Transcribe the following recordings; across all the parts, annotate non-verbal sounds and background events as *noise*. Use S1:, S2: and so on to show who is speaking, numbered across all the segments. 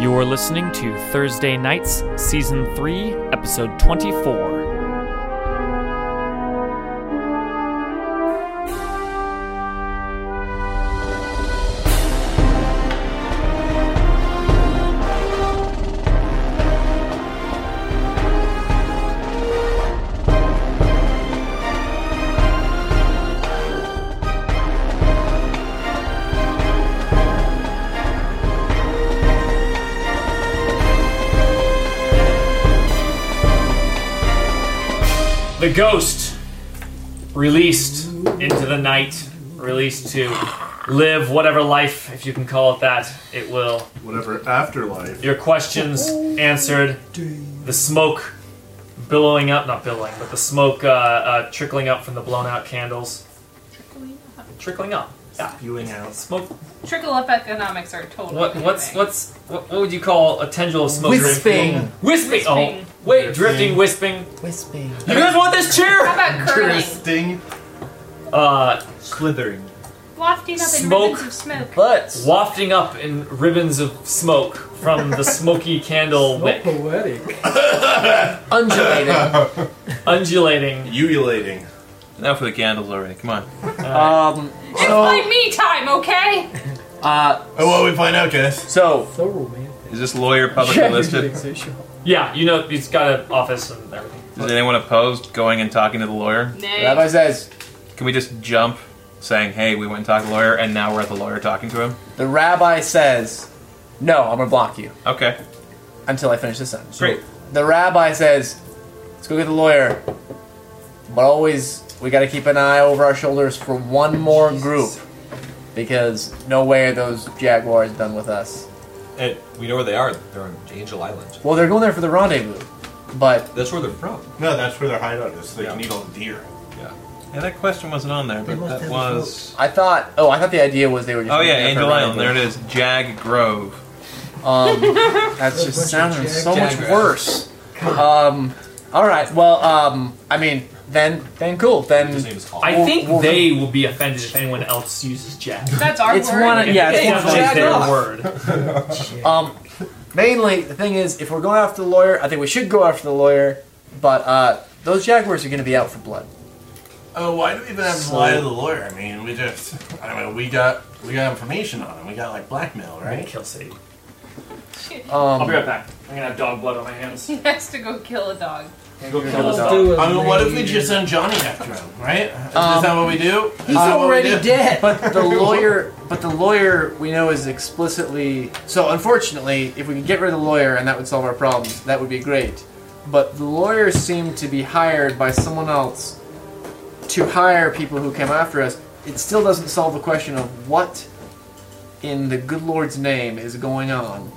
S1: You're listening to Thursday Nights, Season 3, Episode 24. The ghost released into the night, released to live whatever life, if you can call it that, it will.
S2: whatever afterlife.
S1: Your questions answered. The smoke billowing up, not billowing, but the smoke uh, uh, trickling up from the blown out candles. Trickling up. Yeah.
S3: spewing out.
S1: Smoke.
S4: Trickle up economics are totally.
S1: What, what's
S4: amazing.
S1: what's what, what would you call a tendril of smoke?
S3: Wisping.
S1: Wisping. Oh,
S4: Wisping.
S1: wait, drifting, wisping.
S3: Wisping.
S1: You guys want this
S4: How
S1: chair?
S4: about curling?
S2: Interesting.
S1: Uh,
S3: Slithering.
S4: Wafting up
S1: Smoke.
S4: in ribbons of smoke.
S3: But
S1: wafting up in ribbons of smoke from the smoky candle wick,
S5: poetic.
S3: undulating.
S1: undulating.
S2: Ululating.
S6: Now for the candles already. Come on.
S3: um.
S4: It's like me time, okay?
S3: Uh.
S2: Oh, well, we find out, guys.
S3: So
S5: So romantic.
S6: Is this lawyer publicly
S3: *laughs*
S6: listed?
S1: Yeah, you know he's got an office and everything.
S6: Does anyone oppose going and talking to the lawyer?
S3: Rabbi
S4: Nay.
S3: says
S6: Can we just jump saying, hey, we went and talked to the lawyer and now we're at the lawyer talking to him?
S3: the rabbi says, no, I'm gonna block you
S6: Okay.
S3: until I finish this sentence.
S6: Great.
S3: The rabbi says, let's go get the lawyer, but always we gotta keep an eye over our shoulders for one more group because no way are those jaguars done with us.
S7: And we know where they are. They're on Angel Island.
S3: Well, they're going there for the rendezvous, but
S7: That's where they're from.
S2: No, that's where their hideout is. They
S7: Yeah.
S2: can eat all the deer.
S7: Yeah.
S6: Yeah, that question wasn't on there, but that was.
S3: I thought, oh, I thought the idea was they were just.
S6: Oh, yeah,
S3: going there for
S6: Angel
S3: a
S6: Island. There it
S3: rendezvous.
S6: is. Jag Grove.
S3: Um, that's just sounding so much
S7: Jaguar.
S3: worse. Um, all right. Well, um, I mean, then, then cool.
S7: His
S3: Then
S7: name is Hall.
S1: I
S3: Well,
S1: think
S3: well,
S1: they will be offended if anyone else uses Jack.
S4: That's our
S3: it's
S4: word.
S3: one. Of,
S1: *laughs*
S3: yeah,
S1: It's
S3: it's one of
S1: definitely
S7: Jack
S3: those
S1: their
S3: things.
S7: off.
S1: word.
S3: Um, mainly the thing is, if we're going after the lawyer, I think we should go after the lawyer. But uh, those jaguars are going to be out for blood.
S2: Oh, why do we even have to lie to the lawyer? I mean, we just, I mean, we got, we got information on him. We got like blackmail, right?
S1: Kill City. I'll be
S3: Um,
S1: right back. I'm gonna have dog blood on my hands.
S4: He has to go kill a dog.
S1: I'm gonna go kill
S5: Let's
S1: this dog.
S5: do a
S2: I mean, what if we
S5: maid.
S2: just send Johnny after him, right? Is
S3: Um,
S2: that what we do? He's
S3: dead. Uh, But the lawyer, but the lawyer we know is explicitly. So unfortunately, if we could get rid of the lawyer and that would solve our problems, that would be great. But the lawyers seem to be hired by someone else to hire people who come after us. It still doesn't solve the question of what, in the good Lord's name, is going on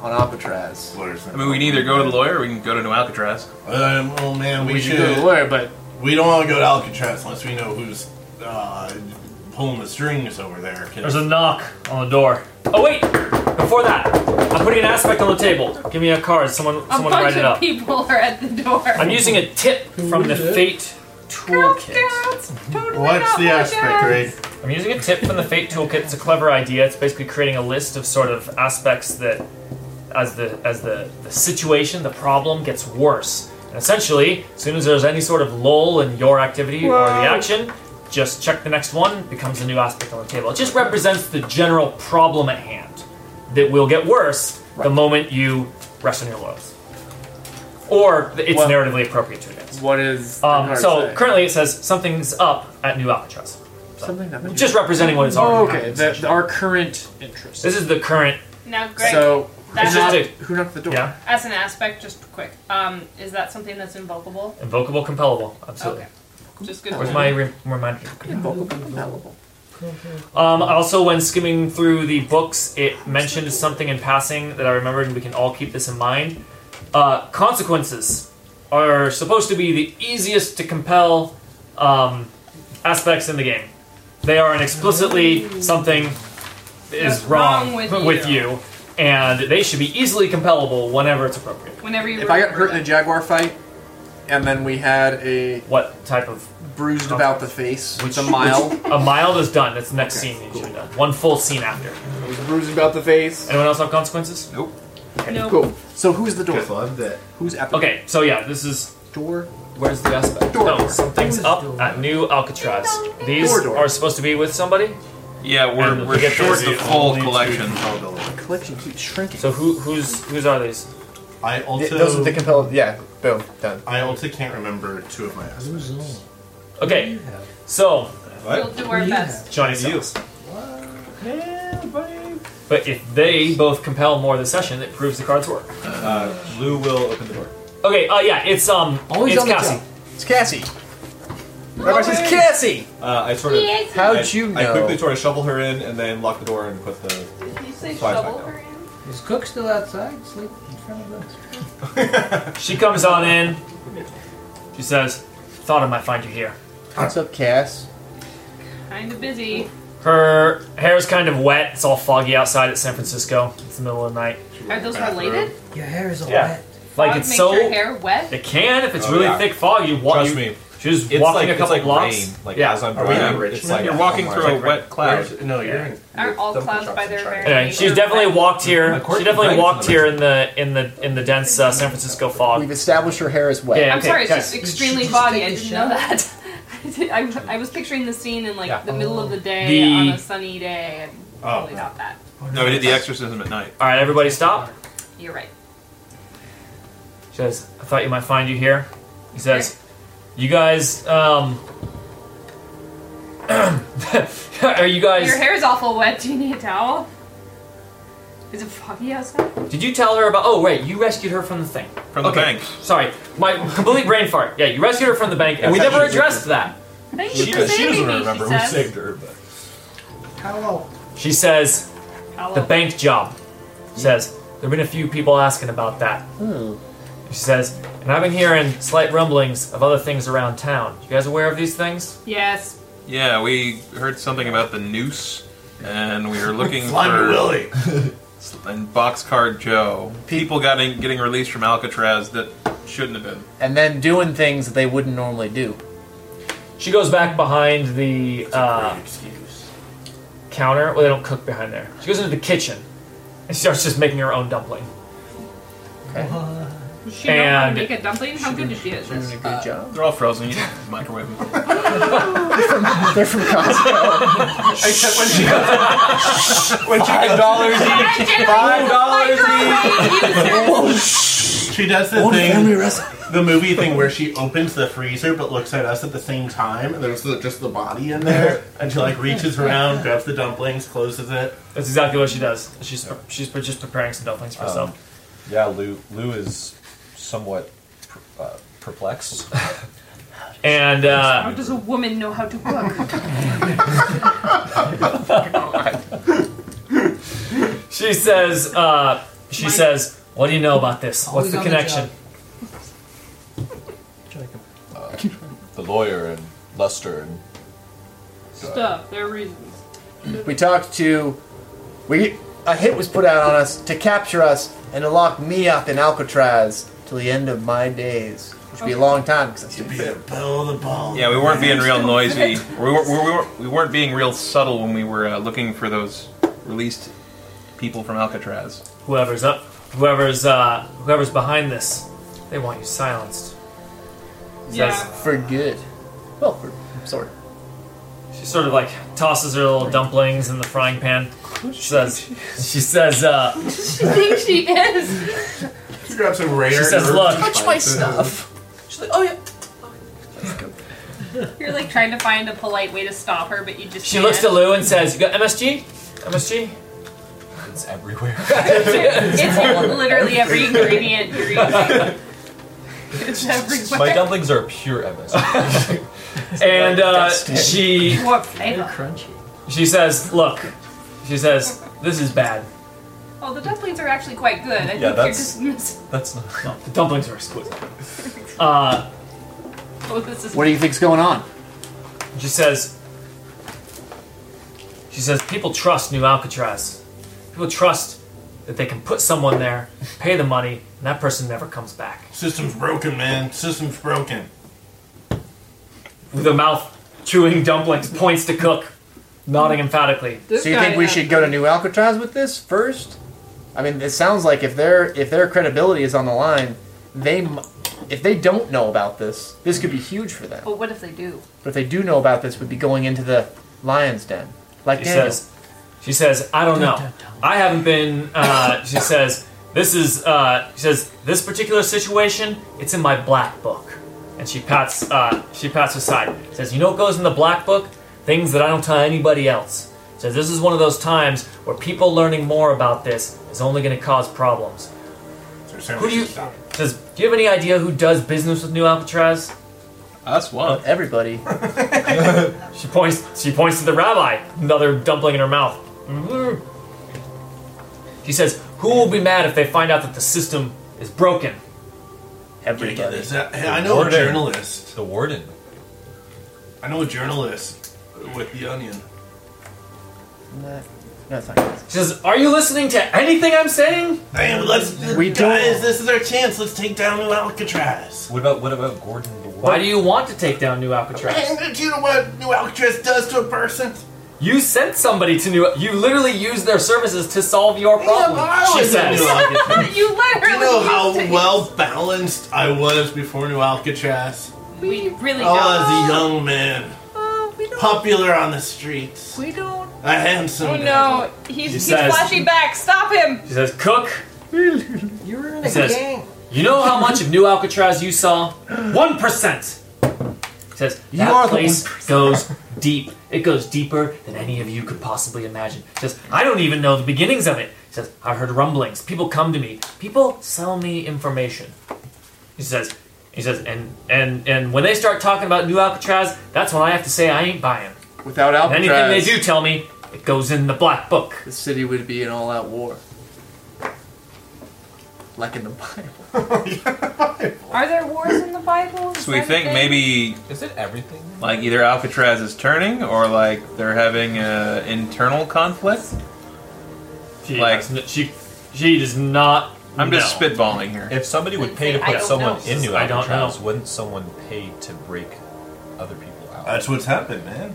S3: on Alcatraz.
S6: I mean, we can either go to the lawyer or we can go to New Alcatraz.
S2: Um, oh man, we,
S3: We should
S2: should.
S3: go to the lawyer, but
S2: we don't want to go to Alcatraz unless we know who's uh, pulling the strings over there. 'cause-
S1: There's a knock on the door. Oh wait! Before that, I'm putting an aspect on the table. Give me a card. Someone,
S4: A
S1: someone
S4: bunch
S1: write it
S4: of
S1: up.
S4: people are at the door.
S1: I'm using a tip from the
S5: Who's it?
S1: Fate
S4: Girl
S1: Toolkit.
S4: Scouts. Totally
S2: What's
S4: not
S2: the
S4: Boy
S2: aspect,
S4: Scouts.
S2: Greg?
S1: I'm using a tip from the Fate Toolkit. It's a clever idea. It's basically creating a list of sort of aspects that, as the as the, the situation, the problem gets worse. And essentially, as soon as there's any sort of lull in your activity or the action, just check the next one. Becomes a new aspect on the table. It just represents the general problem at hand that will get worse the moment you rest on your laurels, or it's
S3: Well-
S1: narratively appropriate to advance.
S3: what is
S1: Um, so currently, it says something's up at New Alcatraz.
S3: something happened.
S1: Just representing what is
S3: oh,
S1: already
S3: okay.
S1: happened,
S3: The,
S1: essentially.
S3: our current interest.
S1: This is the current.
S4: Now, Greg,
S3: So
S4: That's-
S3: who knocked-
S1: It's
S3: who knocked the door?
S1: Yeah.
S4: as an aspect, just quick, um, is that something that's invocable?
S1: Invocable, compellable. Absolutely.
S4: Okay. Just good.
S1: Where's
S4: to
S1: my re- reminder?
S3: Invocable, compellable.
S1: Um, also, when skimming through the books, it mentioned something in passing that I remembered, and we can all keep this in mind. Uh, consequences are supposed to be the easiest to compel um, aspects in the game. They are an explicitly something is
S4: That's
S1: wrong,
S4: wrong with
S1: you, and they should be easily compellable whenever it's appropriate.
S4: Whenever you.
S3: If I got
S4: remember
S3: hurt in a
S4: that.
S3: jaguar fight, and then we had a
S1: What type of
S3: bruised about the face,
S1: Which-
S3: which a mile, *laughs*
S1: A mild is done. That's the next scene that you should have done. One full scene after.
S3: it was a bruised about the face.
S1: Anyone else have consequences?
S6: Nope.
S4: Nope.
S8: Cool. So who's the door?
S3: Because I'm dead.
S8: Who's at the
S1: Okay, so yeah, this is
S8: door?
S1: where's the aspect?
S8: Door.
S1: No, something's
S8: Who's
S1: up
S8: door?
S1: at New Alcatraz. These
S8: Door, door.
S1: are supposed to be with somebody.
S6: Yeah,
S1: And
S6: we're,
S1: we
S6: we're
S1: get
S6: short
S1: those
S6: the
S1: the
S6: full collection.
S8: Collection keeps shrinking.
S1: So who who's whose are these?
S2: I also
S3: Th- those are the compelled. Yeah, boom, done.
S2: I also can't remember two of my aspects.
S1: Okay, so
S4: We'll do our best.
S1: Johnny Seals. But if they both compel more the session, it proves the cards work.
S9: Uh, Lou will open the door.
S1: Okay, uh, yeah, it's um,
S8: Always
S1: it's
S8: on the
S1: Cassie.
S8: job.
S3: It's Cassie. Everybody says Cassie.
S9: Uh, I sort of.
S3: How'd
S9: I,
S3: you know?
S9: I quickly sort of shovel her in and then lock the door and put the.
S4: Did you say
S9: Fly, fly,
S4: shovel
S9: fly.
S4: her in?
S10: Is Cook still outside? Sleep in front of us.
S1: She comes on in. She says, "Thought I might find you here."
S3: What's up, Cass?
S4: Kind of busy.
S1: Her hair's kind of wet. It's all foggy outside. It's San Francisco. It's the middle of the night.
S4: Are those
S2: Bathroom.
S4: related?
S10: Your hair is all
S1: Yeah.
S10: wet.
S1: Like
S4: Fog
S1: it's
S4: makes
S1: so
S4: your hair wet.
S1: it can if it's
S9: Oh,
S1: really
S9: yeah.
S1: thick fog. You walk.
S9: Trust
S1: you,
S9: me.
S1: She's
S9: It's
S1: walking
S9: like
S1: a couple
S9: it's like
S1: blocks.
S9: rain. Like
S1: yeah.
S9: as I'm
S3: Are we in
S9: driving,
S3: Richmond?
S9: it's like
S6: You're walking
S9: oh my-
S6: through a wet cloud.
S2: Where's- No, you're in.
S4: Aren't all clouds by their very
S1: Anyway, she's
S4: nature
S1: definitely
S4: wet?
S1: walked here.
S9: course
S1: She definitely
S9: it's rain.
S1: walked here in the in the in the dense uh, San Francisco
S3: We've
S1: fog.
S3: established her hair is wet.
S1: Yeah.
S4: I'm
S1: Okay,
S4: sorry, it's
S1: guys.
S4: just extremely
S10: just
S4: foggy.
S10: take
S4: I
S10: a
S4: didn't
S10: shower?
S4: know that. *laughs* I, I was picturing the scene in like
S9: Yeah.
S4: the middle of the day
S1: The-
S4: on a sunny day, and
S2: Oh.
S4: totally not that.
S6: No, we did the exorcism at night.
S1: All right, everybody, stop.
S4: You're right.
S1: She says, "I thought you might find you here." He says, "You guys, um, *clears throat* are you guys?"
S4: Your hair's awful wet. Do you need a towel? Is it foggy outside?
S1: Did you tell her about? Oh, right, you rescued her from the thing.
S6: From the
S1: Okay.
S6: bank.
S1: Sorry, my complete brain fart. Yeah, you rescued her from the bank, and we
S9: That's
S1: never
S9: actually-
S1: addressed that.
S4: Thank
S9: She,
S4: you for
S9: does, she doesn't
S4: saving me.
S9: remember
S4: she
S9: who
S4: says.
S9: saved her, but.
S10: Hello.
S1: She says
S4: Towel.
S1: the bank job. She says there've been a few people asking about that.
S2: Hmm.
S1: She says, and I've been hearing slight rumblings of other things around town. You guys aware of these things?
S4: Yes.
S6: Yeah, we heard something about the noose, and we
S2: *laughs*
S6: were looking
S2: Fly me,
S6: for
S2: Willie.
S6: and Boxcar Joe. People got in, getting released from Alcatraz that shouldn't have been.
S8: And then doing things that they wouldn't normally do.
S1: She goes back behind the uh,
S2: Great excuse.
S1: counter. Well, they don't cook behind there. She goes into the kitchen and starts just making her own dumpling.
S4: Does She know how to
S1: And-
S4: make a dumpling. How good is she at this?
S8: Doing a good
S10: Uh,
S8: job.
S6: They're all frozen. You just microwave *laughs* them.
S8: They're from Costco.
S9: Except when she goes. when
S3: *laughs*
S9: she goes. dollars
S4: Five
S9: dollars
S1: *laughs*
S2: She does the thing, the movie thing where she opens the freezer but looks at us at the same time, and there's the- just the body in there, and she like reaches around, grabs the dumplings, closes it.
S1: That's exactly what she does. She's
S2: Oh.
S1: she's pre- just preparing some dumplings for herself.
S9: Yeah, Lou, Lou is somewhat per, uh, perplexed.
S1: And
S4: How
S1: uh,
S4: does a woman know how to cook?
S1: she says, uh, she
S4: Mine-
S1: says, "What do you know about this? What's
S10: Always
S1: the
S10: on the
S1: connection?"
S9: The lawyer and Lester and.
S4: Stuff. There are reasons.
S8: We talked to. We a hit was put out on us to capture us and to lock me up in Alcatraz till the end of my days, which would be a long time because I still
S2: Be a bell of the ball.
S6: Yeah, we weren't being real noisy. We weren't, we weren't, we weren't being real subtle when we were uh, looking for those released people from Alcatraz.
S1: Whoever's up, whoever's uh, whoever's behind this, they want you silenced. She
S4: *laughs* Yeah.
S8: for good. Well, for sort. of.
S1: says she sort of like tosses her little dumplings in the frying pan. She *laughs* says, she says, uh,
S4: she thinks she is.
S2: She grabs some rare.
S1: she says,
S2: herb.
S1: "Look,
S8: Touch my stuff. She's like, oh yeah.
S4: You're like trying to find a polite way to stop her, but you just.
S1: She looks to
S4: can't.
S1: Lou and says, "You got MSG? *laughs* MSG?
S9: It's everywhere.
S4: It's literally every ingredient you're eating. It's everywhere.
S9: My dumplings are pure MS.
S1: And uh, she
S4: What flavor?
S10: Crunchy.
S1: she says, "Look," she says, "This is bad.
S4: Oh, the dumplings are actually quite good. I think you're
S9: that's-
S4: just mis- *laughs*
S9: That's not.
S1: No, the dumplings are exquisite." Uh,
S4: Oh, this is.
S8: What do you think's going on?
S1: she says, "She says people trust New Alcatraz. People trust that they can put someone there, pay the money, and that person never comes back."
S2: System's broken, man. System's broken.
S1: With a mouth chewing dumplings, points to Cook, nodding emphatically.
S4: This
S8: So you
S4: guy
S8: think we
S4: has-
S8: should go to New Alcatraz with this first?
S3: I mean, it sounds like if their if their credibility is on the line, they m- if they don't know about this, this could be huge for them.
S4: But what if they do?
S3: But if they do know about this, would be going into the lion's den, like
S1: She
S3: Daniel.
S1: says, she says, I don't know. I haven't been. Uh, she says, this is. Uh, she says this particular situation. It's in my black book. And she pats. Uh, she pats her side. Says, you know what goes in the black book? Things that I don't tell anybody else. Says this is one of those times where people learning more about this is only going to cause problems. Who do you? Says, do you have any idea who does business with New Alcatraz?
S6: Us one.
S3: Everybody,
S1: She points. She points to the rabbi. Another dumpling in her mouth. Mhm. She says, "Who will be mad if they find out that the system is broken?"
S2: Gotta get
S3: everybody.
S2: this out. Hey, I know a
S9: Warden.
S2: journalist.
S9: The warden.
S2: I know a journalist with the onion.
S3: No, no, it's not good.
S1: She says, "Are you listening to anything I'm saying?"
S2: Damn, let's
S3: We
S2: guys.
S3: don't-
S2: This is our chance. Let's take down New Alcatraz.
S9: What about what about Gordon the warden?
S1: Why do you want to take down New Alcatraz?
S2: And do you know what New Alcatraz does to a person?
S1: You sent somebody to New. You literally used their services to solve your problem.
S2: Yeah, I
S1: she
S2: was at New
S1: says.
S2: Alcatraz.
S4: you literally
S2: Do you know how
S4: used it.
S2: well balanced I was before New Alcatraz?
S4: we really
S2: I was a
S4: don't.
S2: young man,
S4: Oh, we don't.
S2: popular on the streets,
S4: We don't.
S2: a handsome.
S4: Oh
S2: devil.
S4: no, he's, he's
S1: says-
S4: flashing back. Stop him.
S1: She says,
S10: *laughs*
S1: "Cook,
S10: You were in
S1: He
S10: a
S1: says-
S10: gang.
S1: you know how much of New Alcatraz you saw? One percent." Says that
S3: are the
S1: place goes deep. It goes deeper than any of you could possibly imagine. Says I don't even know the beginnings of it. Says I heard rumblings. People come to me. People sell me information. He says, he says, and and and when they start talking about New Alcatraz, that's when I have to say I ain't buying.
S3: Without
S1: And
S3: Alcatraz,
S1: anything they do tell me, it goes in the black book.
S3: the city would be an all-out war, like in the Bible.
S4: Are there wars in the Bible? Is
S6: So we
S4: that a
S6: think
S4: thing?
S6: maybe
S9: Is it everything?
S6: like either Alcatraz is turning or like they're having a internal conflict.
S1: She
S6: Like-
S1: has no- she she does not.
S6: I'm just
S1: know.
S6: spitballing here.
S9: If somebody would pay to
S4: I
S9: put
S4: don't
S9: someone
S4: know.
S9: in New
S1: I don't
S9: Alcatraz,
S1: know.
S9: wouldn't someone pay to break other people out?
S2: That's what's happened, man.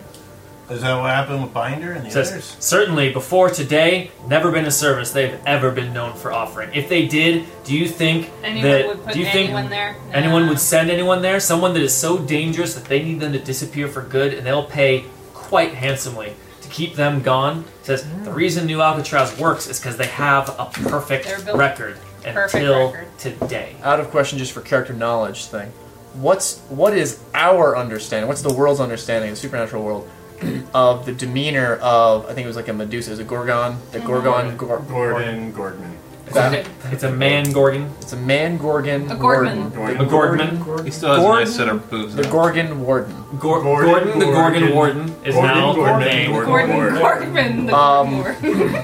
S2: Is that what happened with Binder and the
S1: Says,
S2: others?
S1: certainly before today, never been a service they've ever been known for offering. If they did, do you think
S4: anyone
S1: that
S4: would put
S1: do you think
S4: anyone there?
S1: anyone
S4: Nah.
S1: would send anyone there? Someone that is so dangerous that they need them to disappear for good, and they'll pay quite handsomely to keep them gone. Says
S2: Mm.
S1: the reason New Alcatraz works is because they have a
S4: They're
S1: perfect
S4: built-
S1: record
S4: perfect
S1: until
S4: record.
S1: today.
S3: Out of question, just for character knowledge thing. What's what is our understanding? What's the world's understanding, the supernatural world, *clears throat* of the demeanor of I think it was like a Medusa, it was a Gorgon, the
S4: Mm-hmm.
S3: Gorgon, Gor-
S2: Gordon Gordman.
S3: It's a,
S4: Okay.
S1: It's a man Gorgon.
S3: it's a man Gorgon.
S4: A
S3: warden.
S4: Gorgon.
S1: A Gorgman.
S6: He still has a
S3: Gordon-
S6: nice set of boobs.
S3: The
S6: though.
S3: Gorgon Warden.
S1: Gor-
S2: Gordon,
S1: Gordon, the Gorgon
S2: Gorgon.
S1: Warden is
S2: Gordon,
S1: now
S2: Gorgon,
S1: named.
S2: Gorgon.
S4: Gordon
S2: Gordon.
S4: Gordon, the
S3: Um,
S4: Gordon.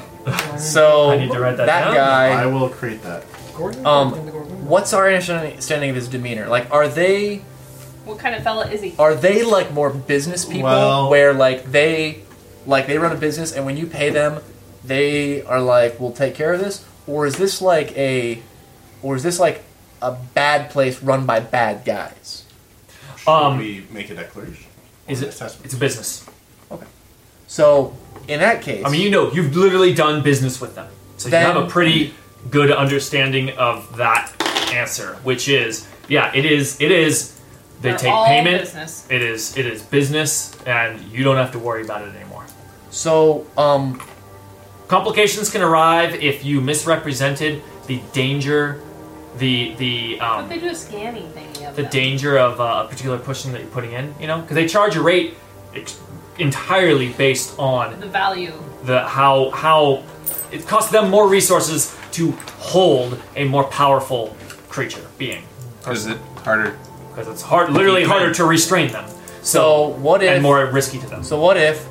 S3: So
S1: I need to write that down.
S3: guy.
S2: I will create that.
S10: Gordon?
S3: Um,
S10: Gordon, Gordon.
S3: What's our understanding of his demeanor? Like, are they
S4: *laughs* what kind of fella is he?
S3: are they like more business people
S2: Well-
S3: where like they like they run a business and when you pay them, they are like, we'll take care of this, or is this like a, or is this like a bad place run by bad guys?
S2: Should
S1: Um,
S2: we make a declaration?
S1: Is
S2: Or an
S1: it?
S2: assessment?
S1: It's a business.
S3: So in that case,
S1: I mean, you know, you've literally done business with them, so
S3: Then-
S1: you have a pretty good understanding of that answer, which is, yeah, it is. It is. They
S4: They're
S1: take
S4: all
S1: payment.
S4: business.
S1: It is. It is business, and you don't have to worry about it anymore.
S3: so um,
S1: Complications can arrive if you misrepresented the danger, the the
S4: But
S1: um,
S4: they do a scanning thingy of
S1: the
S4: them.
S1: danger of uh, a particular pushing that you're putting in. You know, because they charge a rate ex- entirely based on
S4: The value.
S1: the how how it costs them more resources to hold a more powerful creature being
S6: Is it harder?
S1: because it's hard literally harder to restrain them
S3: so what if
S1: and more risky to them
S3: So what if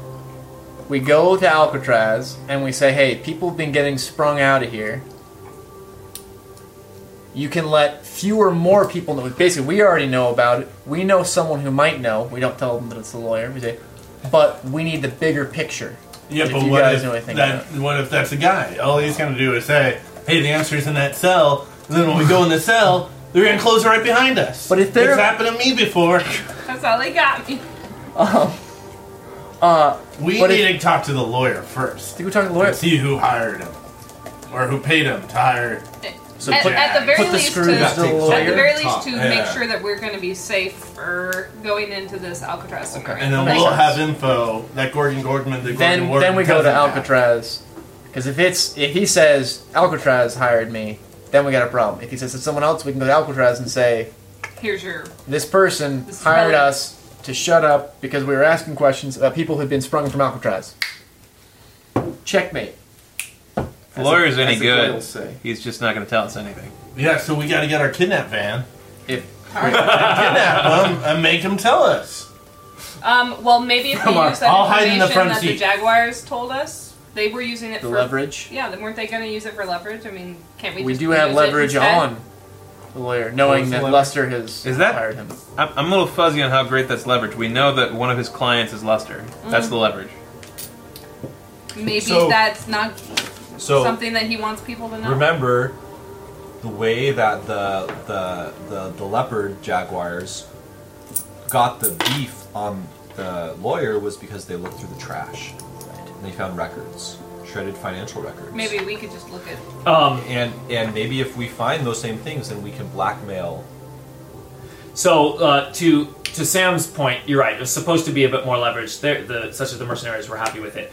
S3: we go to Alcatraz and we say, "Hey, people have been getting sprung out of here. You can let fewer, more people know." Basically, we already know about it. We know someone who might know. We don't tell them that it's the lawyer. We say, "But we need the bigger picture."
S2: Yeah,
S3: If
S2: but
S3: you
S2: what
S3: guys
S2: if
S3: know anything
S2: that? What if that's a guy? All he's gonna do is say, "Hey, the answer's in that cell." And then when we go in the cell, they're gonna close it right behind us.
S3: But if they're-
S2: it's happened to me before,
S4: That's all they got me.
S3: Um, uh,
S2: we
S3: But if-
S2: need to talk to the lawyer first.
S3: think we talk to the lawyer.
S2: See who hired him. or who paid him to hire.
S8: So
S4: at,
S8: put,
S4: at the very
S8: put the
S4: least,
S8: screws
S4: to,
S8: to the
S2: At
S4: at the
S8: lawyer.
S4: very least,
S2: Top,
S4: to
S2: yeah.
S4: make sure that we're going to be safe for going into this Alcatraz scenario.
S2: And then
S4: Like,
S2: we'll have info that Gordon Gordman, the Gordon
S3: Then
S2: Gordon
S3: then we go to
S2: cousin-
S3: Alcatraz. Because if it's if he says Alcatraz hired me, then we got a problem. If he says it's someone else, we can go to Alcatraz and say
S4: here's your
S3: this person
S4: This is
S3: hired
S4: relevant.
S3: us to shut up because we were asking questions about people who've been sprung from Alcatraz. Checkmate.
S6: If the lawyer's any
S3: That's what
S6: good,
S3: he'll say.
S6: he's just not going to tell us anything.
S2: Yeah, so we got to get our kidnap
S3: *laughs*
S2: van,
S3: If
S2: kidnap him, and make him tell us.
S4: Um, well, maybe if we
S2: Come on,
S4: use that
S2: I'll hide in
S4: information
S2: the front
S4: that the
S2: seat.
S4: Jaguars told us, they were using it
S3: the
S4: for
S3: leverage,
S4: Yeah, then weren't they going to use it for leverage? I mean, can't we?
S3: we
S4: just
S3: do have
S4: use it
S3: leverage
S4: instead?
S3: on the lawyer,
S2: What was
S3: knowing
S2: the
S3: that
S2: leverage?
S3: Lester has
S6: Is that-
S3: hired him.
S6: I'm, I'm a little fuzzy on how great that's leverage. We know that one of his clients is Lester. That's
S4: Mm-hmm.
S6: the leverage.
S4: Maybe
S9: So-
S4: that's not
S9: So
S4: something that he wants people to know.
S9: remember the way that the the the, the leopard jaguars got the beef on the lawyer was because they looked through the trash and they found records, shredded financial records.
S4: Maybe we could just look at.
S1: Um,
S9: And and maybe if we find those same things, then we can blackmail.
S1: So uh, to to Sam's point, you're right. It was supposed to be a bit more leverage. There, the such as the mercenaries were happy with it.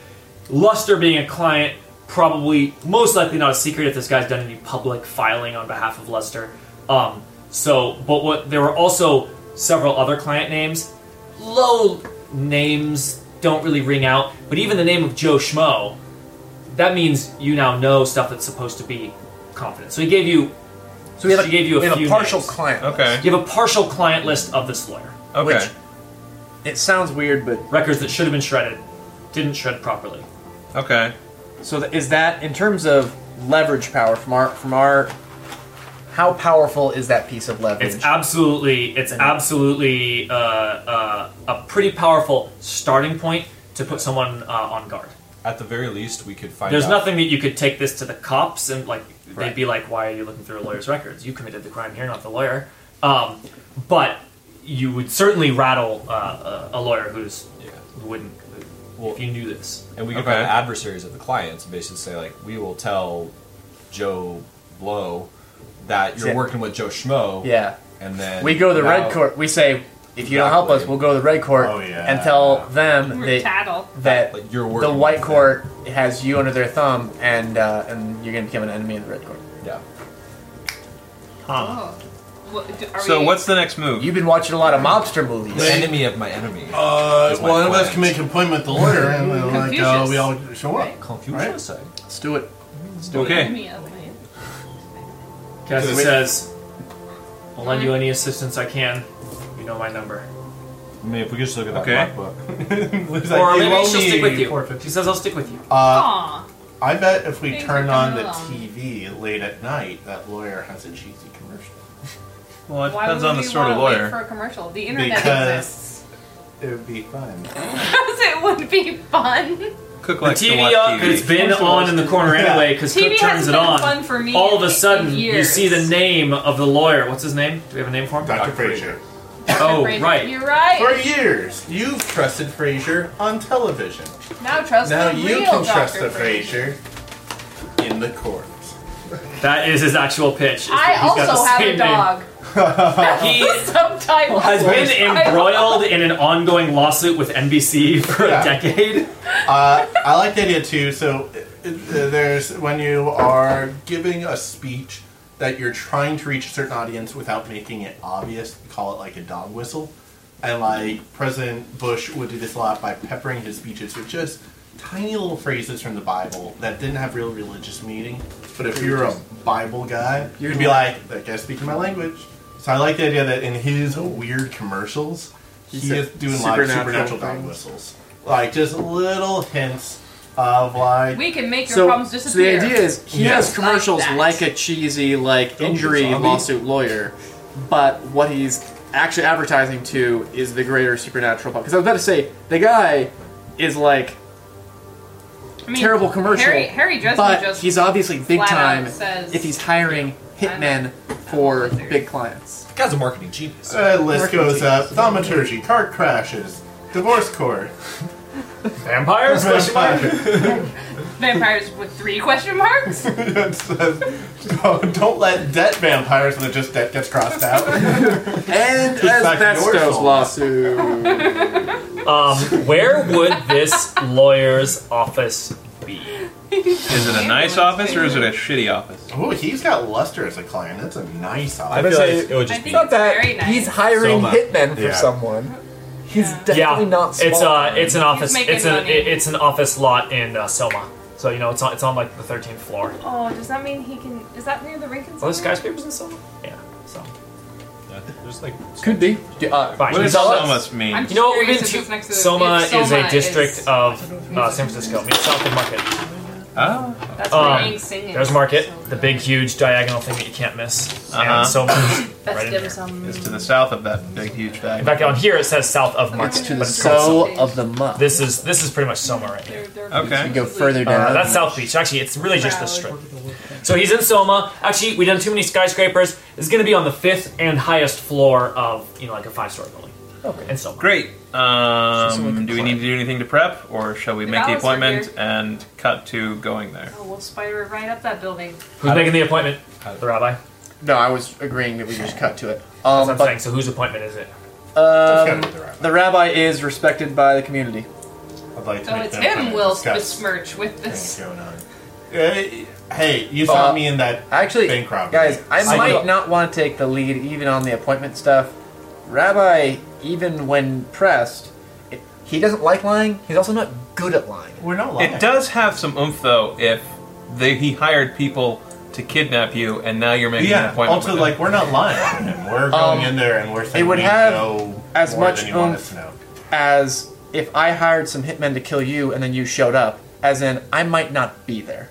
S1: Luster being a client, probably most likely not a secret if this guy's done any public filing on behalf of Luster. Um, so, but what there were also several other client names. Low names don't really ring out, but even the name of Joe Schmo, that means you now know stuff that's supposed to be confident. So he gave you.
S3: So we have
S1: she
S3: a,
S1: gave you a
S3: we have
S1: few
S3: a partial
S1: names.
S3: client.
S6: Okay.
S1: You have a partial client list of this lawyer.
S6: Okay.
S3: Which- It sounds weird, but
S1: records that should have been shredded didn't shred properly.
S6: okay.
S3: So th- is that in terms of leverage power from our from our how powerful is that piece of leverage?
S1: It's absolutely it's absolutely uh, uh, a pretty powerful starting point to put someone uh, on guard.
S9: At the very least, we could find.
S1: There's
S9: out-
S1: nothing that you could take this to the cops and like they'd
S3: Right.
S1: be like, "Why are you looking through a lawyer's records? You committed the crime here, not the lawyer." Um, but you would certainly rattle uh, a a lawyer who's
S9: Yeah.
S1: who wouldn't
S9: Well,
S1: if you knew this.
S9: And we could
S6: Okay.
S9: find adversaries of the clients and basically say, like, we will tell Joe Blow that you're
S3: Yeah.
S9: working with Joe Schmo.
S3: yeah.
S9: And then
S3: We go to the
S9: now-
S3: red court. We say if you don't help us,
S9: Exactly.
S3: we'll go to the red court
S2: Oh, yeah.
S3: and tell them
S4: We're
S3: that,
S4: tattle.
S3: that
S9: Like you're working
S3: the white
S9: with them.
S3: court has you under their thumb and uh, and you're going to become an enemy of the red court.
S9: Yeah.
S4: Oh. What, do, are
S6: So
S4: we,
S6: what's the next move?
S3: You've been watching a lot of mobster movies.
S9: The enemy of my enemy.
S2: Uh,
S9: That's my
S2: well, none of us
S9: plan.
S2: can make an appointment with the lawyer, *laughs* and then like uh,
S4: Confucius.
S2: we all show up.
S9: Confucius. I-
S3: Let's do it.
S6: okay.
S4: enemy of man?
S1: Cassie
S9: Wait.
S1: says, "I'll lend you any assistance I can. You know my number."
S9: I mean, if we could just look at that
S6: Okay.
S9: black book.
S2: He's like,
S1: Or
S2: "You
S1: maybe
S2: owe
S1: she'll
S2: me
S1: stick with you.
S2: 450."
S1: She says, "I'll stick with you."
S2: Uh,
S4: Aw.
S2: I bet if we
S4: Thanks for
S2: turn on the
S4: coming
S2: TV late at night, that lawyer has a cheesy commercial.
S6: Well, it
S4: Why
S6: depends
S4: would
S6: on the
S4: we
S6: sort of
S4: wanna wait
S6: lawyer.
S4: For a commercial, the internet
S2: Because-
S4: exists. *laughs*
S2: It would be fun.
S4: Because it would be fun.
S6: Cook
S1: The
S6: likes to
S1: TV
S6: watch
S1: up,
S6: TV.
S1: uh, it's been on in the corner anyway because
S4: TV
S1: Cook turns
S4: hasn't
S1: it
S4: been
S1: on.
S4: fun for me.
S1: All of
S4: in
S1: a sudden, you
S4: years.
S1: see the name of the lawyer. What's his name? Do we have a name for him?
S2: Dr. Frazier.
S4: *laughs*
S1: Oh,
S4: Fraser,
S1: right.
S4: You're
S2: For
S4: right.
S2: years, you've trusted Frazier on television.
S4: Now trust
S2: Now
S4: the
S2: you
S4: real
S2: can
S4: Dr.
S2: trust the
S4: Fraser.
S2: Frazier in the court.
S1: That is his actual pitch. is
S4: I
S1: that he's got the
S4: also have a
S1: same
S3: *laughs*
S4: dog. *laughs*
S1: Name. He
S4: Subtitles.
S1: has been
S4: Subtitles.
S1: embroiled in an ongoing lawsuit with NBC for
S2: Yeah.
S1: a decade.
S2: Uh, I like the idea too. So uh, uh, there's when you are giving a speech that you're trying to reach a certain audience without making it obvious. We call it like a dog whistle. And like President Bush would do this a lot by peppering his speeches with just tiny little phrases from the Bible that didn't have real religious meaning. But if you were a Bible guy, you'd be like, that guy's speaking my language. So I like the idea that in his weird commercials, he
S3: He said
S2: is doing like
S3: supernatural
S2: supernatural dog
S3: things.
S2: whistles. Like just little hints of like
S4: We can make your
S3: So,
S4: problems
S3: so the
S4: disappear.
S3: idea is he
S2: Yeah.
S3: has commercials
S4: Like that.
S3: like, a cheesy like
S2: Don't be
S3: injury
S2: zombie.
S3: lawsuit lawyer, but what he's actually advertising to is the greater supernatural. Because I was about to say the guy is like
S4: I mean,
S3: terrible commercial,
S4: Harry, Harry Dresden
S3: but
S4: just
S3: he's obviously big
S4: flat out
S3: time
S4: says-
S3: if he's hiring
S4: Yeah,
S3: hitmen for big clients.
S9: Guy's a marketing genius.
S2: uh, list goes up. Thaumaturgy, car crashes, divorce court,
S1: Vampires?
S2: vampire.
S4: Vampires with three question marks?
S2: it says, *laughs* don't, don't let debt vampires, and then just debt gets crossed *laughs* out. back
S8: And
S2: your
S8: asbestos
S2: soul.
S8: lawsuit.
S1: Um, where would this lawyer's office be?
S6: Is it a nice office or is it a shitty office?
S2: Ooh, he's got luster as a client. That's a nice
S11: I feel
S2: office.
S3: say-
S11: like it would
S4: I
S11: just be.
S4: think it's very nice.
S3: He's hiring
S11: Soma.
S3: hitmen for
S2: Yeah.
S3: someone. He's
S4: Yeah.
S3: definitely
S1: yeah,
S3: not small.
S1: it's uh, it's an office.
S4: making
S1: It's an
S4: money.
S1: it's an office lot in uh, Soma. So you know it's on it's on like the 13th floor.
S4: Oh, does that mean he can? Is that near the Rincon?
S1: Are there skyscrapers in Soma? Yeah. So
S11: Yeah, there's like
S3: could be. Do- uh,
S1: Fine.
S3: what
S1: You
S3: is
S1: saw
S3: that?
S6: Almost mean.
S4: I'm
S1: you know what we've
S4: curious
S1: been
S4: if
S1: to?
S4: it's next to the-
S1: Soma,
S4: if Soma
S1: is a district
S4: is-
S1: of uh, San Francisco. Means south of Market.
S6: Ah,
S4: That's
S1: Um,
S4: where Aang's singing.
S1: There's Market, the big, huge diagonal thing that you can't miss.
S6: Uh-huh.
S1: And Soma is
S4: That's
S1: right in
S4: dim
S1: there.
S4: sum.
S6: it's to the south of that big, huge bag.
S1: In fact, on here it says south of Market,
S3: To the
S1: but it's called Soma.
S3: soul of the month.
S1: This is this is pretty much Soma right here.
S4: They're- they're-
S6: Okay.
S3: you go further down.
S1: Uh, that's South Beach. Actually, it's really just this strip.
S4: Broward.
S1: So he's in Soma. Actually, we've done too many skyscrapers. This is going to be on the fifth and highest floor of, you know, like a five story building.
S3: Okay.
S1: In Soma.
S6: Great.
S3: someone
S6: Um,
S3: can
S6: do we
S3: play.
S6: need to do anything to prep, or shall we
S4: The
S6: make the
S4: ballots are
S6: appointment
S4: here.
S6: and cut to going there?
S4: Oh, we'll spider right up that building.
S1: Who's making the appointment?
S6: Uh,
S1: The rabbi. That's
S3: No, I was agreeing that we just cut to it.
S1: what
S3: Um,
S1: I'm saying.
S3: but
S1: So whose appointment is it?
S2: It's gotta
S3: um,
S2: be the rabbi.
S3: the rabbi is respected by the community.
S2: I'd like to
S4: So
S2: make
S4: it's
S2: that
S4: him
S2: appointment
S4: we'll
S2: to discuss
S4: besmirch with
S2: things
S4: this.
S2: going on. Hey, hey, you saw
S3: Uh,
S2: me in that.
S3: Actually,
S2: Bank robbery.
S3: guys, I
S2: Psycho-
S3: might not want to take the lead even on the appointment stuff. Rabbi, even when pressed, it, he doesn't like lying. He's also not good at lying.
S2: We're not lying.
S6: It does have some oomph, though, if they, he hired people to kidnap you, and now you're making an
S2: Yeah.
S6: appointment.
S2: Also,
S6: with
S2: like
S6: him.
S2: we're not lying. to him. We're going in there and we're saying
S3: would
S2: we
S3: have
S2: know
S3: as
S2: more
S3: much
S2: than you want
S3: oomph-
S2: us to know.
S3: As if I hired some hitmen to kill you and then you showed up, as in I might not be there.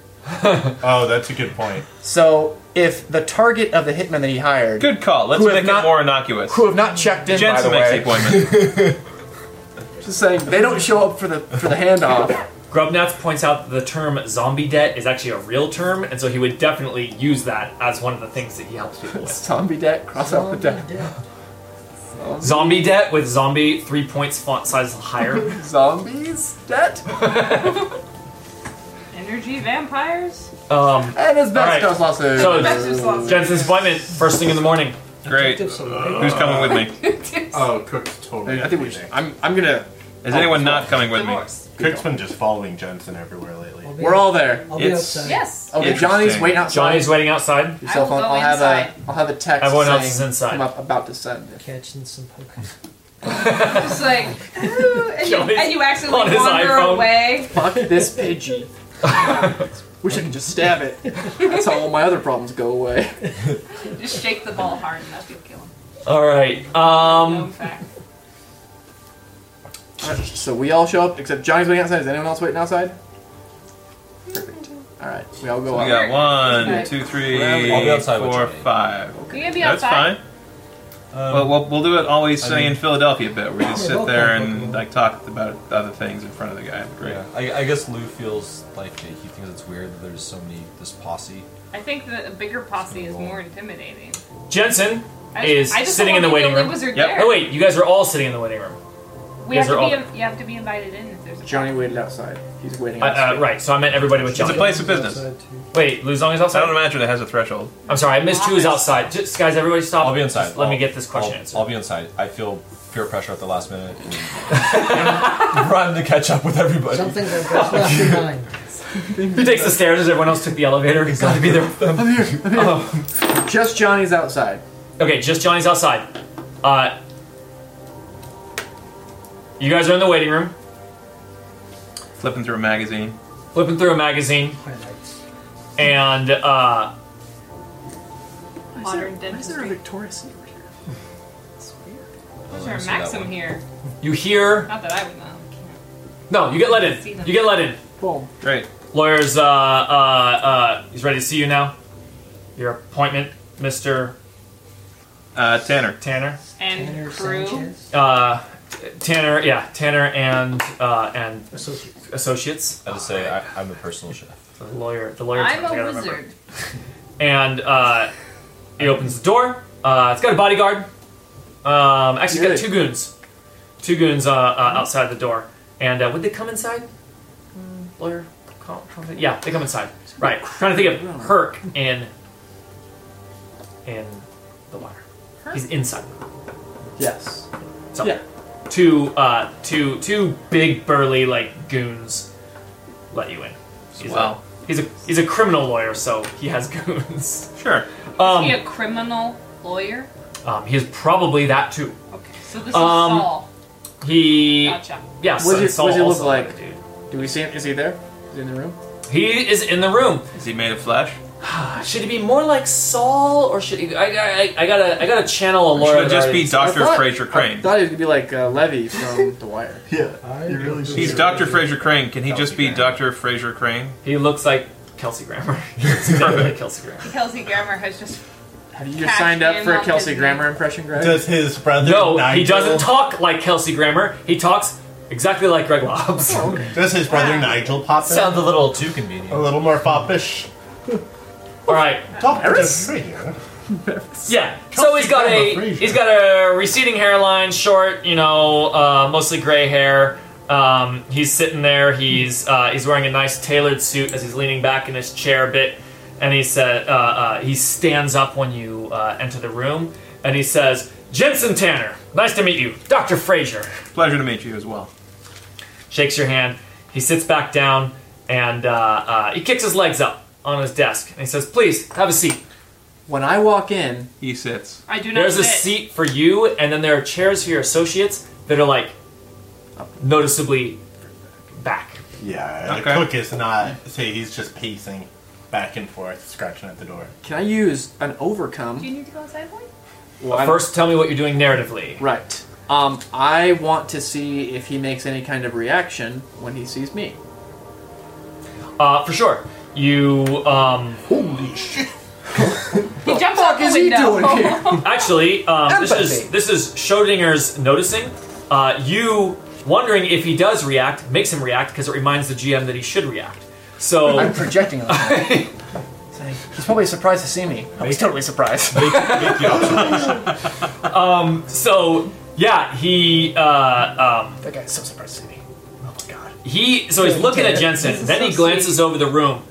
S2: Oh, that's a good point.
S3: So if the target of the hitmen that he hired,
S6: good call. Let's
S3: Who have
S6: make
S3: not-
S6: it more innocuous.
S3: who have not checked in, by
S6: Jensen
S3: the
S6: makes the
S3: way,
S6: appointment.
S3: just saying they don't show up for the for the handoff.
S1: Grubnath points out that the term zombie debt is actually a real term, and so he would definitely use that as one of the things that he helps people
S3: *laughs*
S1: with.
S3: *laughs* Zombie debt, cross out the debt.
S1: Zombie debt with zombie three points font size higher.
S3: *laughs* Zombies debt
S4: Energy vampires?
S1: Um,
S3: and asbestos
S1: Alright.
S3: lawsuit.
S1: So-
S4: Investors lost.
S1: Jensen's appointment, first thing in the morning.
S6: Great.
S10: Detective
S9: Uh,
S10: Salute.
S6: Who's coming with me?
S2: Oh, Cook's totally.
S3: I think we should. I'm, I'm gonna.
S6: Is anyone not coming with me?
S4: Divorce.
S2: Cook's been just following Jensen everywhere lately.
S10: I'll be-
S3: We're all there.
S10: I'll be
S6: It's-
S10: outside.
S4: Yes. *laughs*
S3: Okay,
S6: Interesting.
S3: Johnny's waiting outside.
S1: Johnny's waiting outside.
S3: Your
S4: I
S3: cell
S4: will
S3: phone.
S4: go
S3: I'll have
S4: inside.
S3: a I'll have a text.
S1: Everyone
S3: saying,
S1: else is inside.
S3: I'm up- about to send. it."
S10: Catching some poker.
S4: Just like, ooh, and you,
S1: On his-
S4: and you
S1: on
S4: accidentally
S1: his
S4: wander
S1: iPhone.
S4: away.
S3: *laughs* Fuck this pidgey. *laughs* Wish I could just stab it. That's how all my other problems go away. *laughs*
S4: Just shake the ball hard enough, you'll kill him.
S1: All right.
S4: Known
S1: Um,
S4: fact.
S3: So we all show up except Johnny's waiting outside. Is anyone else waiting outside? Perfect. All right, we all go
S6: We
S3: out.
S6: got one, two, three,
S9: I'll be outside with
S6: four,
S9: Johnny.
S6: five.
S4: You're gonna be
S6: That's
S4: outside?
S6: fine. well, we'll, we'll do it always
S9: I
S6: say
S9: mean-
S6: in Philadelphia bit. We just
S10: Yeah,
S6: sit
S10: we'll
S6: there
S10: come,
S6: and
S10: we'll-
S6: like talk about other things in front of the guy. Great.
S9: Yeah. I, I guess Lou feels like he thinks it's weird that there's so many this posse.
S4: I think that a bigger posse is more intimidating.
S1: Jensen
S4: I
S1: is
S4: just, I just
S1: sitting in
S4: don't
S1: the
S4: want
S1: waiting
S4: only
S1: room.
S4: Wizard
S6: Yep.
S4: there.
S1: Oh wait, you guys are all sitting in the waiting room.
S4: we
S1: these
S4: have to
S1: are all-
S4: be. in- you have to be invited in if there's a
S3: Johnny waited outside. He's waiting.
S1: Uh, uh,
S3: Outside.
S1: right. So I meant everybody with
S6: It's
S1: Johnny.
S6: a *laughs* place of business.
S10: Outside too.
S1: Wait, Luzong is
S6: I don't
S1: outside.
S6: imagine it has a threshold.
S1: I'm sorry, I missed who is outside. Just guys, everybody stop.
S9: I'll be inside.
S1: Just let me
S9: I'll-
S1: get this question
S9: I'll,
S1: answered.
S9: I'll be inside. I feel peer pressure at the last minute. and *laughs* run to catch up with everybody.
S10: Some things are best left *laughs* behind.
S1: Who takes the stairs as everyone else took the elevator? He's got to be there.
S3: Just Johnny's outside.
S1: Okay, just Johnny's outside. Uh, you guys are in the waiting room,
S6: Flipping through a magazine.
S1: flipping through a magazine,
S10: Highlights.
S1: and uh,
S4: modern dentistry.
S3: Victoria's Secret here? It's weird.
S4: There's
S9: let me
S4: our
S9: see that
S4: Maxim
S9: one.
S4: here.
S1: you hear.
S4: Not that I would know.
S1: No, you get let in. You get let in.
S3: Boom.
S6: Great.
S1: Lawyer's uh, uh, uh, he's ready to see you now. Your appointment, Mister
S6: Uh, Tanner.
S1: Tanner.
S4: And
S10: Tanner
S4: crew.
S10: Sanchez.
S1: Uh, Tanner, yeah, Tanner and uh, and
S10: Associate.
S1: associates.
S9: I just say I, I'm a personal chef.
S1: The lawyer, the lawyer.
S4: I'm
S1: terms, I
S4: a
S1: gotta remember.
S4: wizard.
S1: And uh, he opens the door. Uh, it's got a bodyguard. Um, actually, it's got two goons. Two goons uh, uh, outside the door. And uh, would they come inside? Mm, lawyer, Comp- yeah, they come inside. Right. Trying to think of Herc in in the water. He's inside.
S3: Yes.
S1: So
S3: Yeah.
S1: two uh two two big burly like goons let you in. He's
S6: Swell.
S1: a he's a he's a criminal lawyer, so he has *laughs* goons.
S6: Sure.
S4: Is he
S1: Um,
S4: a criminal lawyer?
S1: um he is probably that too.
S4: Okay, so this is
S1: Um,
S4: Saul.
S1: He
S4: Gotcha.
S1: yes,
S8: What does
S1: and
S8: he-
S1: Saul
S8: what does he look
S1: also
S8: like?
S1: had a dude.
S8: Do we see him? Is he there? Is he in the room?
S1: He is in the room.
S6: Is he made of flesh?
S8: Ah,
S1: Should he be more like Saul, or should he? I, I, I gotta, I gotta channel a
S6: Or
S1: lawyer.
S6: should it just be
S8: I
S6: Doctor
S8: thought-
S6: Fraser
S8: I
S6: Crane?
S8: thought he could be like uh, Levy from The Wire.
S2: Yeah,
S11: I
S2: you really
S11: don't
S2: should.
S6: He's
S11: Yeah.
S6: Doctor Fraser Crane. Can he
S9: That
S6: just
S9: would be
S6: be
S9: great.
S6: Doctor Fraser Crane?
S1: He looks like Kelsey
S10: *laughs*
S1: Grammer. He looks exactly like Kelsey Grammer.
S4: Kelsey Grammer has just.
S8: Have you
S4: Catch
S8: signed up
S4: him
S8: for a
S4: on
S8: Kelsey
S4: his-
S8: Grammer impression, Greg?
S2: Does his brother?
S1: No, he
S2: Nigel-
S1: doesn't talk like Kelsey Grammer. He talks exactly like Greg Lobbs.
S2: Does his brother
S4: Wow.
S2: Nigel pop in?
S10: *laughs* Sounds a little too convenient.
S2: a little more foppish.
S1: All right,
S2: Talk to
S8: Harris?
S2: Fraser.
S1: yeah. So he's got
S2: Kelsey
S1: a
S2: Grammer,
S1: he's got a receding hairline, short, you know, uh, mostly gray hair. Um, he's sitting there. He's uh, he's wearing a nice tailored suit as he's leaning back in his chair a bit, and he said uh, uh, he stands up when you uh, enter the room, and he says, "Jensen Tanner, nice to meet you, Doctor Fraser."
S6: Pleasure to meet you as well.
S1: shakes your hand. He sits back down and uh, uh, he kicks his legs up on his desk and he says, "Please have a seat."
S8: When I walk in,
S6: He sits.
S4: I do not.
S1: There's a
S4: sit.
S1: seat for you, and then there are chairs for your associates that are like noticeably back.
S2: Yeah,
S6: Okay.
S2: the cook is not. Say he's just pacing back and forth, scratching at the door.
S8: can I use an
S4: Do
S8: overcome?
S4: you need to go inside, boy?
S8: Well, I-
S1: First, tell me what you're doing narratively.
S8: right. Um, I want to see if he makes any kind of reaction when he sees me.
S1: Uh, for sure, you um,
S2: Holy shit!
S4: He jumps out the
S8: is he
S4: window.
S8: doing here?
S1: Actually, um, this is
S8: Empathy.
S1: this is Schrodinger's noticing. Uh, you wondering if he does react makes him react because it reminds the GM that he should react.
S3: I'm
S1: So
S3: projecting on him. Saying, He's probably surprised to see me. I was totally surprised.
S1: so yeah, he uh, um,
S3: that guy's so surprised to see me. Oh my god.
S1: he so he's looking at
S10: This
S1: Jensen.
S10: is
S1: Then
S10: so
S1: he glances over the room.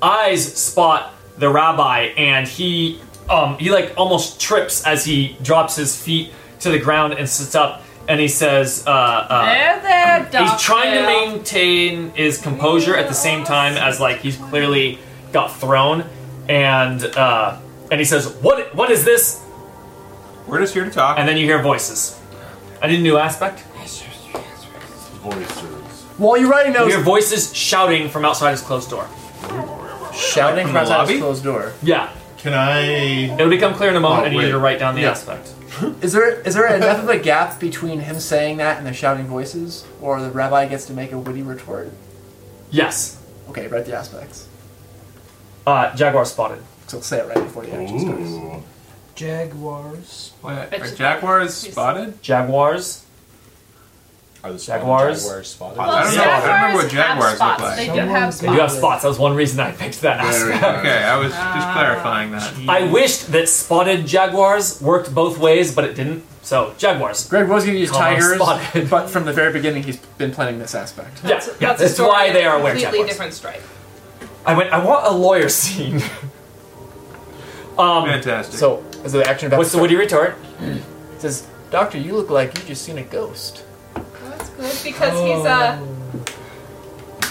S1: Eyes spot the rabbi, and he um, he like almost trips as he drops his feet to the ground and sits up. And he says, uh, uh,
S4: There, there, doctor.
S1: He's trying to maintain his composure at the same time as like he's clearly got thrown, and uh, and he says, "What? What is this?"
S6: We're just here to talk.
S1: And then you hear voices. I need a new aspect.
S2: Voices.
S3: While you're writing
S1: You
S3: those,
S1: hear voices shouting from outside his closed door.
S3: shouting from
S6: the
S3: outside
S6: lobby?
S3: his closed door.
S1: Yeah,
S2: Can I?
S1: it'll become clear in a moment.
S2: Oh,
S1: I need you
S2: wait.
S1: to write down the
S2: Yeah.
S1: aspect.
S3: Is there is there enough of a gap between him saying that and the shouting voices, or the rabbi gets to make a witty retort?
S1: Yes,
S3: Okay, write the aspects.
S1: uh, Jaguar spotted.
S3: So say it right before the action starts.
S2: Ooh.
S10: Jaguars.
S6: Wait,
S4: But-
S6: are jaguars
S4: He's-
S6: spotted?
S1: Jaguars.
S9: Are the
S1: Jaguars?
S9: Jaguars
S4: Well,
S9: spotted?
S6: I don't know. I don't remember
S4: jaguars have
S6: what jaguars look
S4: spots.
S6: like.
S4: They do
S10: Someone-
S4: have
S10: They
S1: They do
S4: spots.
S1: have spots. That was one reason I picked that aspect.
S6: Okay, I was
S4: Ah.
S6: just clarifying that.
S1: I wished that spotted jaguars worked both ways, but it didn't. So jaguars.
S8: Greg was going to use
S1: Call him
S8: tigers,
S1: spotted.
S8: but from the very beginning, he's been planning this aspect.
S1: Yeah, yeah,
S4: a
S1: that's
S4: story
S1: why
S4: that's
S1: they are aware
S4: Completely
S1: jaguars.
S4: different stripe.
S1: I went. I want a lawyer scene. *laughs* um,
S6: Fantastic.
S3: So is the action about
S1: what's the witty retort?
S3: It says, Doctor, you look like you just seen a ghost.
S4: Oh, that's good because he's uh, a.
S2: Oh.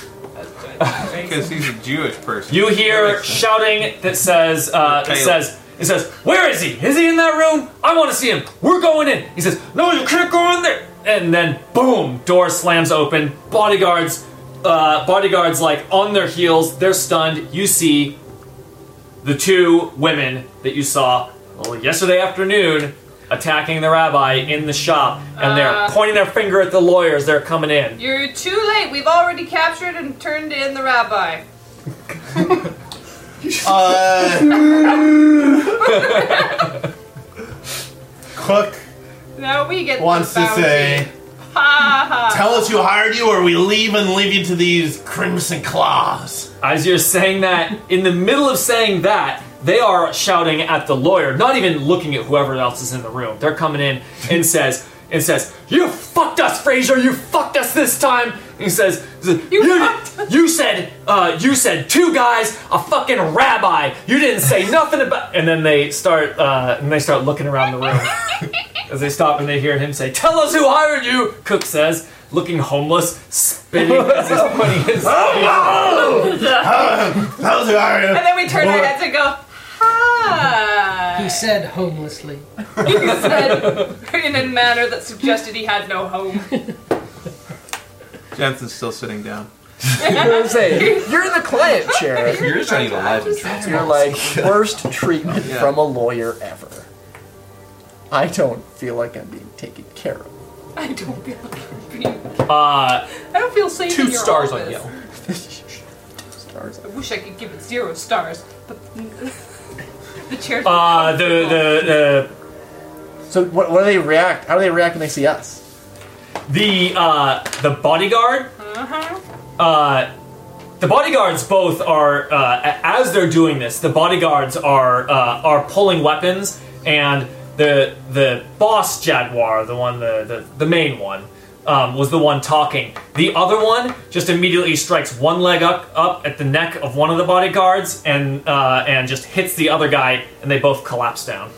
S6: because he's a Jewish person.
S1: You
S6: That
S1: hear
S6: makes sense.
S1: shouting that says uh, that
S6: Taylor.
S1: says it says Where is he? Is he in that room? I want to see him. We're going in. He says No, you can't go in there. And then boom, door slams open. Bodyguards, uh, bodyguards like on their heels. They're stunned. You see the two women that you saw well, yesterday afternoon attacking the rabbi in the shop, and they're
S4: Uh.
S1: pointing their finger at the lawyers. They're coming in.
S4: You're too late. We've already captured and turned in the rabbi.
S2: Uh, cook
S4: Now we get
S2: wants
S4: the
S2: to
S4: bounty.
S2: say,
S4: Ha ha.
S2: "Tell us who hired you, or we leave and leave you to these crimson claws." *laughs*
S1: As you're saying that, in the middle of saying that, they are shouting at the lawyer, not even looking at whoever else is in the room. They're coming in and says and says, "You fucked us, Fraser. You fucked us this time." And He says, "You, you, you said, uh, you said two guys, a fucking rabbi. You didn't say nothing about." And then they start, uh, and they start looking around the room as they stop and they hear him say, "Tell us who hired you," Cook says, looking homeless, spitting as he's putting his.
S2: Those who are
S4: *laughs* And then we turn our heads and go,
S10: He
S4: "Hi."
S10: said homelessly.
S4: He said in a manner that suggested he had no home.
S6: Jensen's still sitting down.
S3: I'm saying, you're in the client
S9: *laughs*
S3: chair.
S9: You're just trying to get a life insurance.
S3: You're like worst treatment
S6: Yeah.
S3: from a lawyer ever. I don't feel like I'm being taken care of.
S4: I don't feel like I'm being-
S1: Uh,
S4: I don't feel safe. in
S11: Two
S4: your
S11: stars on
S4: office.
S11: Yelp.
S3: Stars.
S4: I wish I could give it zero stars, but *laughs* the chair.
S1: uh, the the
S3: So what, what do they react? How do they react when they see us?
S1: the the uh, the bodyguard
S4: Uh-huh.
S1: uh, the bodyguards both are uh, a- as they're doing this. The bodyguards are uh, are pulling weapons, and the the boss jaguar, the one the the, the main one, um, was the one talking. The other one just immediately strikes one leg up up at the neck of one of the bodyguards, and uh, and just hits the other guy, and they both collapse down.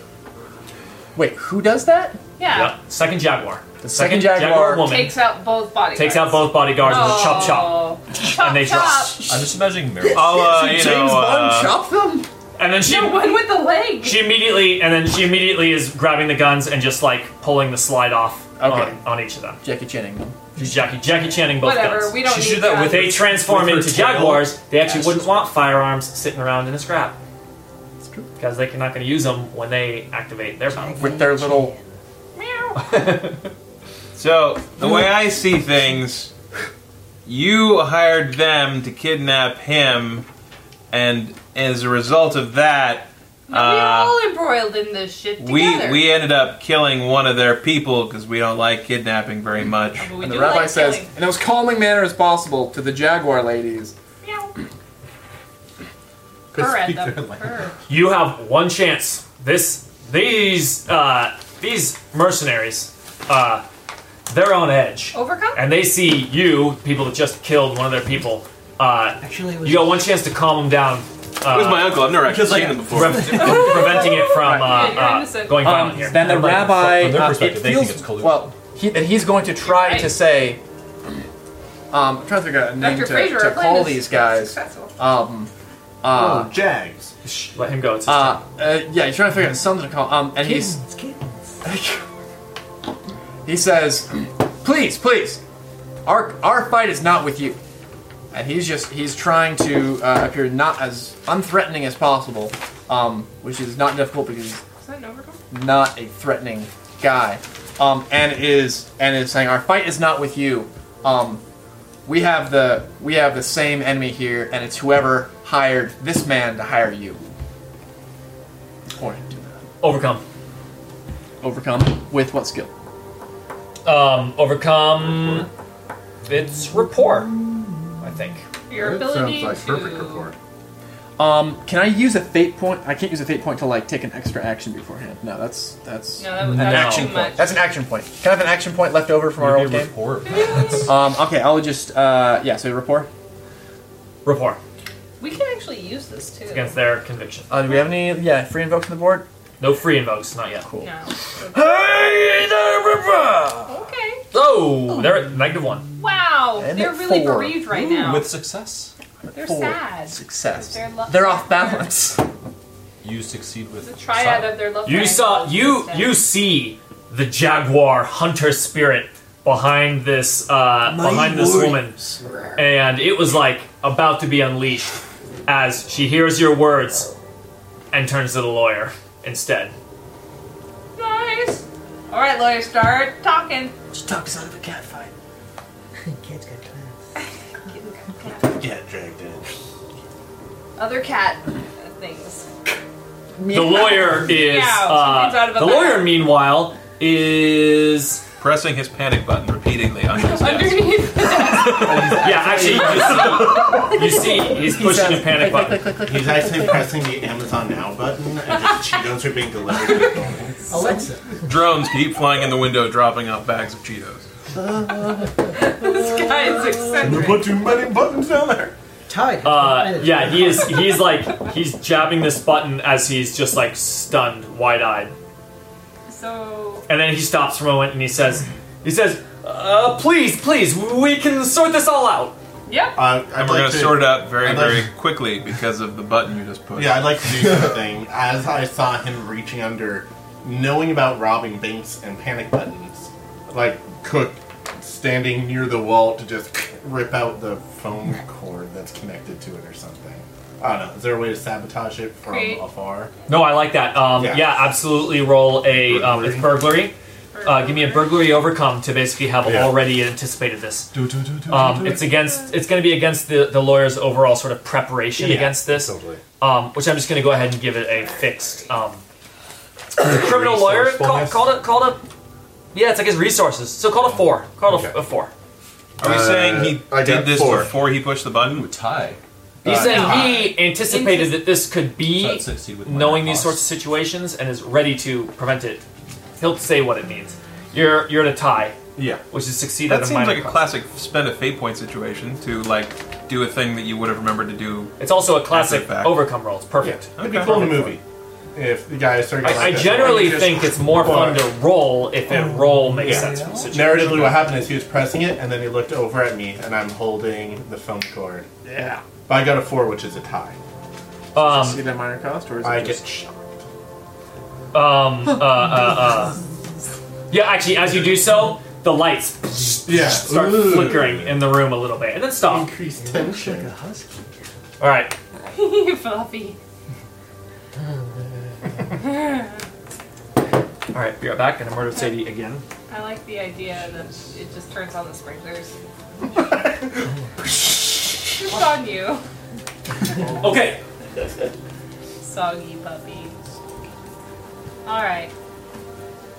S3: Wait, who does that?
S4: Yeah.
S1: Yep. Second jaguar. The
S3: second
S1: jaguar,
S3: jaguar
S1: woman takes,
S4: Takes out both bodies.
S1: out both bodyguards with a chop chop,
S4: Oh. Chop
S1: and they
S4: chop.
S1: drop.
S9: I'm just imagining Meryl.
S4: Oh,
S6: I'll, uh, you know, uh,
S3: chop them?
S1: And then she
S4: No one with the leg.
S1: She immediately, and then she immediately is grabbing the guns and just like pulling the slide off
S3: Okay.
S1: on, on each of them.
S3: Jackie Channing. them.
S1: She's Jackie, Jackie Channing both
S4: Whatever.
S1: guns.
S4: We don't
S11: She
S4: need
S11: should that with
S1: they transform
S11: With her
S1: into
S11: tail?
S1: jaguars. They actually wouldn't want firearms sitting around in a scrap. Because they're not going to use them when they activate their power.
S3: With their little.
S4: Meow.
S6: so the way I see things, you hired them to kidnap him, and as a result of that,
S4: we
S6: uh,
S4: all embroiled in this shit together.
S6: we we ended up killing one of their people because we don't like kidnapping very much.
S4: But we
S3: And
S4: do
S3: the rabbi
S4: like
S3: says,
S4: killing.
S3: in as calming manner as possible to the jaguar ladies.
S4: Meow.
S2: Could
S4: Purr at
S2: speak
S4: them.
S2: their language.
S4: Purr.
S1: You have one chance. This, these, uh, these mercenaries, uh, they're on edge.
S4: Overcome?
S1: And they see you, people that just killed one of their people. Uh,
S10: Actually, it was
S1: You got one chance to calm them down,
S6: it was my uncle. I've never actually
S9: Because, like,
S6: seen him before.
S4: *laughs*
S1: pre- preventing it from uh,
S4: Right. Yeah, you're
S1: uh,
S4: innocent.
S1: going violent
S3: Um,
S1: here.
S3: then the rabbi.
S10: from their
S3: uh,
S10: perspective,
S3: it
S10: they
S3: feels,
S10: think it's collusion.
S3: Well, he, and he's going to try
S4: Right.
S3: to say. Um, I'm trying to figure out a name
S4: Dr. Fraser,
S3: to, to
S4: our plan
S3: call
S4: is
S3: these guys.
S4: Successful.
S3: Um, uh,
S2: Oh, Jags.
S1: Shh, let him go. It's his
S3: Uh, uh, yeah, he's trying to figure out something to call. Um, and he's. *laughs* he says, "Please, please, our our fight is not with you." And he's just he's trying to uh, appear not as unthreatening as possible, um, which is not difficult because he's
S4: Is that an overcome?
S3: not a threatening guy, um, and is and is saying, "Our fight is not with you. Um, we have the we have the same enemy here, and it's whoever hired this man to hire you." Or
S1: turn. Overcome.
S3: overcome with what skill?
S1: Um, overcome. It's rapport, I think.
S4: Your
S2: That
S4: ability
S2: sounds like
S4: to...
S2: perfect report.
S3: Um, can I use a fate point? I can't use a fate point to like take an extra action beforehand. No, that's that's
S4: No, that was,
S1: An
S4: that was
S1: action
S4: too much.
S3: that's an action point. Can I have an action point left over from our old game?
S10: report.
S3: Um, okay, I'll just uh, yeah. So rapport.
S1: Rapport
S4: We can actually use this, too.
S1: against their conviction.
S3: Uh, do we have any yeah free invokes on the board?
S1: No free invokes, not yet.
S3: Cool.
S4: No.
S1: Hey there, rapport!
S4: Okay.
S1: Oh, they're at negative one.
S4: Wow.
S3: And
S4: They're
S3: at
S4: really
S3: four.
S4: bereaved right now.
S10: With success,
S4: They're
S3: Four.
S4: sad.
S3: Success.
S4: They're lo-
S3: They're off balance.
S10: you succeed with
S4: The triad
S10: sight.
S4: of their love.
S1: You saw you you see the jaguar hunter spirit behind this uh, behind this woman, and it was like about to be unleashed as she hears your words and turns to the lawyer instead.
S4: Nice. All right, lawyer, start talking.
S3: Just talk son of a cat fight.
S10: Kids got class.
S2: Get dragged in.
S4: Other cat things.
S1: The
S4: *laughs*
S1: lawyer is
S4: Meow.
S1: uh,
S4: Something's out of a
S1: the
S4: bag.
S1: lawyer. Meanwhile, is
S6: Pressing his panic button repeatedly on his desk.
S4: Underneath the desk.
S1: yeah. Actually, you see, you see, he's pushing a panic button.
S2: He's actually pressing the Amazon Now button, and his Cheetos are being delivered to the building.
S10: Alexa.
S6: Drones keep flying in the window, dropping off bags of Cheetos.
S4: That's
S2: You
S4: eccentric.
S2: put too many buttons down there.
S10: Tide. has
S1: Uh,
S10: provided
S1: yeah,
S10: for-
S1: he is. He's like he's jabbing this button as he's just like stunned, wide-eyed,
S4: So
S1: and then he stops for a moment and he says, he says, uh, "Please, please, we can sort this all out."
S4: yeah,
S2: Uh, I'd
S6: And we're
S2: like
S6: going to sort it up very,
S2: I'd like-
S6: very quickly because of the button you just pushed.
S2: Yeah, I'd like to do something. As I saw him reaching under, knowing about robbing banks and panic buttons, like Cook standing near the wall to just rip out the foam cord that's connected to it or something. I don't know. Is there a way to sabotage it from
S4: Create-
S2: afar?
S1: No, I like that. Um, yeah.
S2: Yeah.
S1: absolutely. Roll a um, it's burglary. Uh, give me a burglary overcome to basically have
S2: Yeah.
S1: already anticipated this.
S9: Do, do, do, do,
S1: Um,
S9: do.
S1: it's against. It's going to be against the, the lawyer's overall sort of preparation
S2: Yeah,
S1: against this, um, which I'm just going to go ahead and give it a fixed. Um, criminal lawyer called,
S2: Resourcefulness?
S1: called it called a. Yeah, it's like his resources. So called a four. Called
S2: Okay.
S1: a, a four.
S6: Are we
S2: Uh,
S6: saying he
S2: I
S6: did
S2: got
S6: this
S2: four.
S6: before he pushed the
S9: Ooh,
S6: button?
S9: tie.
S1: He
S2: Uh,
S1: said
S2: yeah.
S1: he anticipated that this could
S9: So
S1: be
S9: I'd succeed with my
S1: knowing these
S9: cost.
S1: sorts of situations and is ready to prevent it. He'll say what it means. You're you're at a tie,
S2: Yeah.
S1: which is succeed at
S6: That
S1: a
S6: seems
S1: minor
S6: like a
S1: cost.
S6: classic spend a fate point situation to like do a thing that you would have remembered to do.
S1: It's also a classic
S6: After the fact.
S1: overcome roll. It's
S2: Yeah.
S1: perfect.
S2: It'd be cool in a movie. If the guy started
S1: I, I generally think it's more fun to roll if a roll makes
S2: Oh. Yeah.
S1: sense for the situation.
S2: Narratively, what happened is he was pressing it, and then he looked over at me, and I'm holding the foam cord.
S1: Yeah.
S2: But I got a four, which is a tie.
S8: See
S1: Um,
S8: that minor cost, or is it
S2: I
S8: just
S2: get shot.
S1: um, uh, uh, uh. Yeah, actually, as you do so, the lights
S2: Yeah.
S1: start
S2: Ooh.
S1: flickering in the room a little bit, and then stop.
S2: Increased tension.
S1: All right.
S4: *laughs* fluffy.
S1: All right, be right back. And I'm going to Sadie again.
S4: I like the idea that it just turns on the sprinklers. It's on you,
S2: Oh.
S1: Okay.
S4: soggy puppy. All right.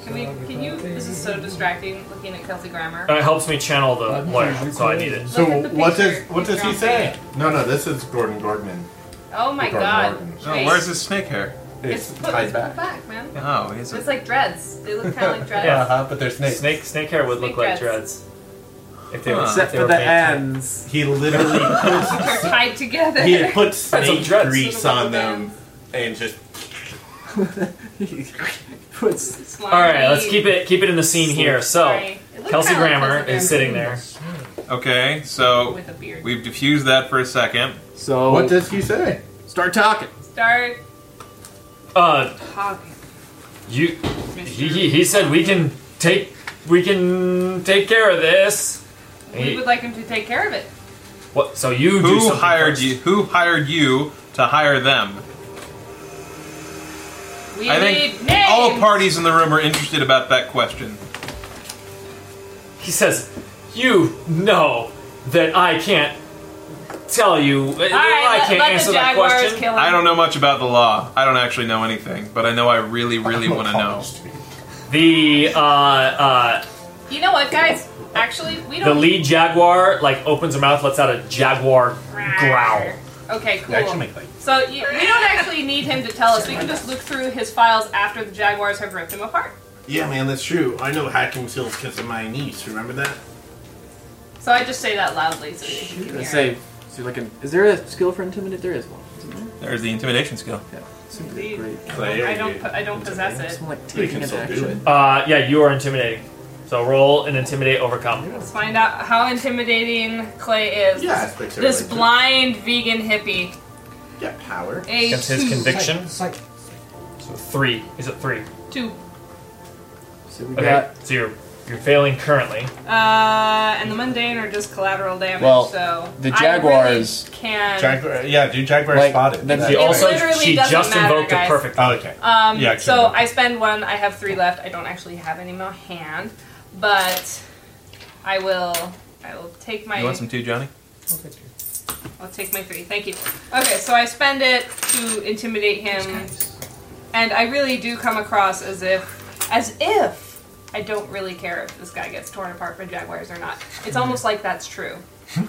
S4: Can we? Can you? This is so distracting. Looking at Kelsey Grammer.
S1: It helps me channel the lawyer, so I need it.
S2: So
S4: Look at the
S2: what does
S4: picture.
S2: what does he
S4: He's
S2: say? No, no, this is Gordon Gorgman.
S4: Oh my
S2: Gordon
S4: god.
S2: Gordon.
S6: Oh,
S4: Wait.
S6: where's his snake hair?
S4: It's,
S2: It's
S4: put,
S2: tied
S4: it's put
S2: back.
S4: back, man.
S6: Oh, he's a,
S4: It's like dreads. They look kind of like dreads.
S1: Yeah.
S2: Uh-huh, but they're snakes.
S1: Snake snake hair would look
S4: Snake
S1: like
S4: dreads.
S1: dreads. If they were,
S6: Huh.
S1: if
S8: except
S1: they
S8: for
S1: were
S8: the
S1: painted.
S8: ends?
S2: He literally puts
S4: They're tied together.
S2: he
S4: *laughs*
S2: had *laughs* put
S1: some
S2: snake
S1: dreads.
S2: grease on them and just
S8: Puts
S1: All right, let's keep it keep it in the scene here. So Kelsey Grammer is sitting there.
S6: okay. So
S4: with a beard.
S6: we've diffused that for a second.
S8: *laughs* so
S2: what does he say?
S8: start talking.
S4: Start
S1: Uh,
S4: talking.
S1: you he, he- he said we can take we can take care of this.
S4: We would like him to take care of it.
S1: What? So you do
S6: Who
S1: something
S6: hired
S1: first.
S6: you? Who hired you to hire them?
S4: We
S6: I
S4: need
S6: think
S4: names.
S6: all parties in the room are interested about that question.
S1: He says, "You know that I can't tell you.
S4: All right,
S1: I
S4: let,
S1: can't
S4: let
S1: answer
S4: the
S1: that
S4: Jaguars
S1: question."
S4: kill him.
S6: I don't know much about the law. I don't actually know anything, but I know I really, really want to know.
S1: The uh, uh,
S4: You know what, guys? Actually, we
S1: the
S4: don't.
S1: lead jaguar like opens her mouth, lets out a jaguar growl.
S4: Okay, cool.
S2: They actually make like
S4: So you, we don't actually need him to tell us. We can just look through his files after the Jaguars have ripped him apart.
S2: Yeah man, that's true. I know hacking skills because of my niece, remember that?
S4: So I just say that loudly so you can hear.
S8: I
S4: it.
S8: say, so you're looking. Is there a skill for intimidate? There is one. Isn't there?
S6: There's the intimidation skill.
S8: Seems
S4: Please.
S8: great.
S4: I don't. I don't possess it.
S8: Someone like
S2: We
S8: taking
S2: can
S8: an
S2: still
S8: action.
S2: do it.
S1: Uh, yeah, you are intimidating. So roll and intimidate overcome.
S4: Let's find out how intimidating Clay is.
S2: Yeah, aspects are
S4: This
S2: related.
S4: blind vegan hippie.
S2: Yeah, power.
S4: A
S1: Against his
S4: two-
S1: conviction,
S10: Psych. psych.
S1: so three. Is it three?
S4: two.
S8: So we
S1: Okay.
S8: got.
S1: So you're you're failing currently.
S4: Uh, and the mundane are just collateral damage.
S8: Well,
S4: so
S8: the
S4: I really
S8: Jaguars-
S4: can.
S2: Jaguar, yeah, do Jaguar
S8: Like,
S2: spotted.
S8: then
S2: That-
S1: She
S4: It
S1: also
S4: literally
S1: she
S4: doesn't
S1: just
S4: matter,
S1: invoked
S4: guys.
S1: a perfect.
S2: oh, okay.
S4: um,
S2: Yeah, I can
S4: so
S2: remember.
S4: I spend one. I have three left. I don't actually have any in my hand, but I will. I will take my.
S6: You want some too, Johnny?
S10: I'll take you.
S4: I'll take my three. Thank you. Okay, so I spend it to intimidate him, and I really do come across as if, as if I don't really care if this guy gets torn apart by jaguars or not. It's almost like that's true.
S9: It's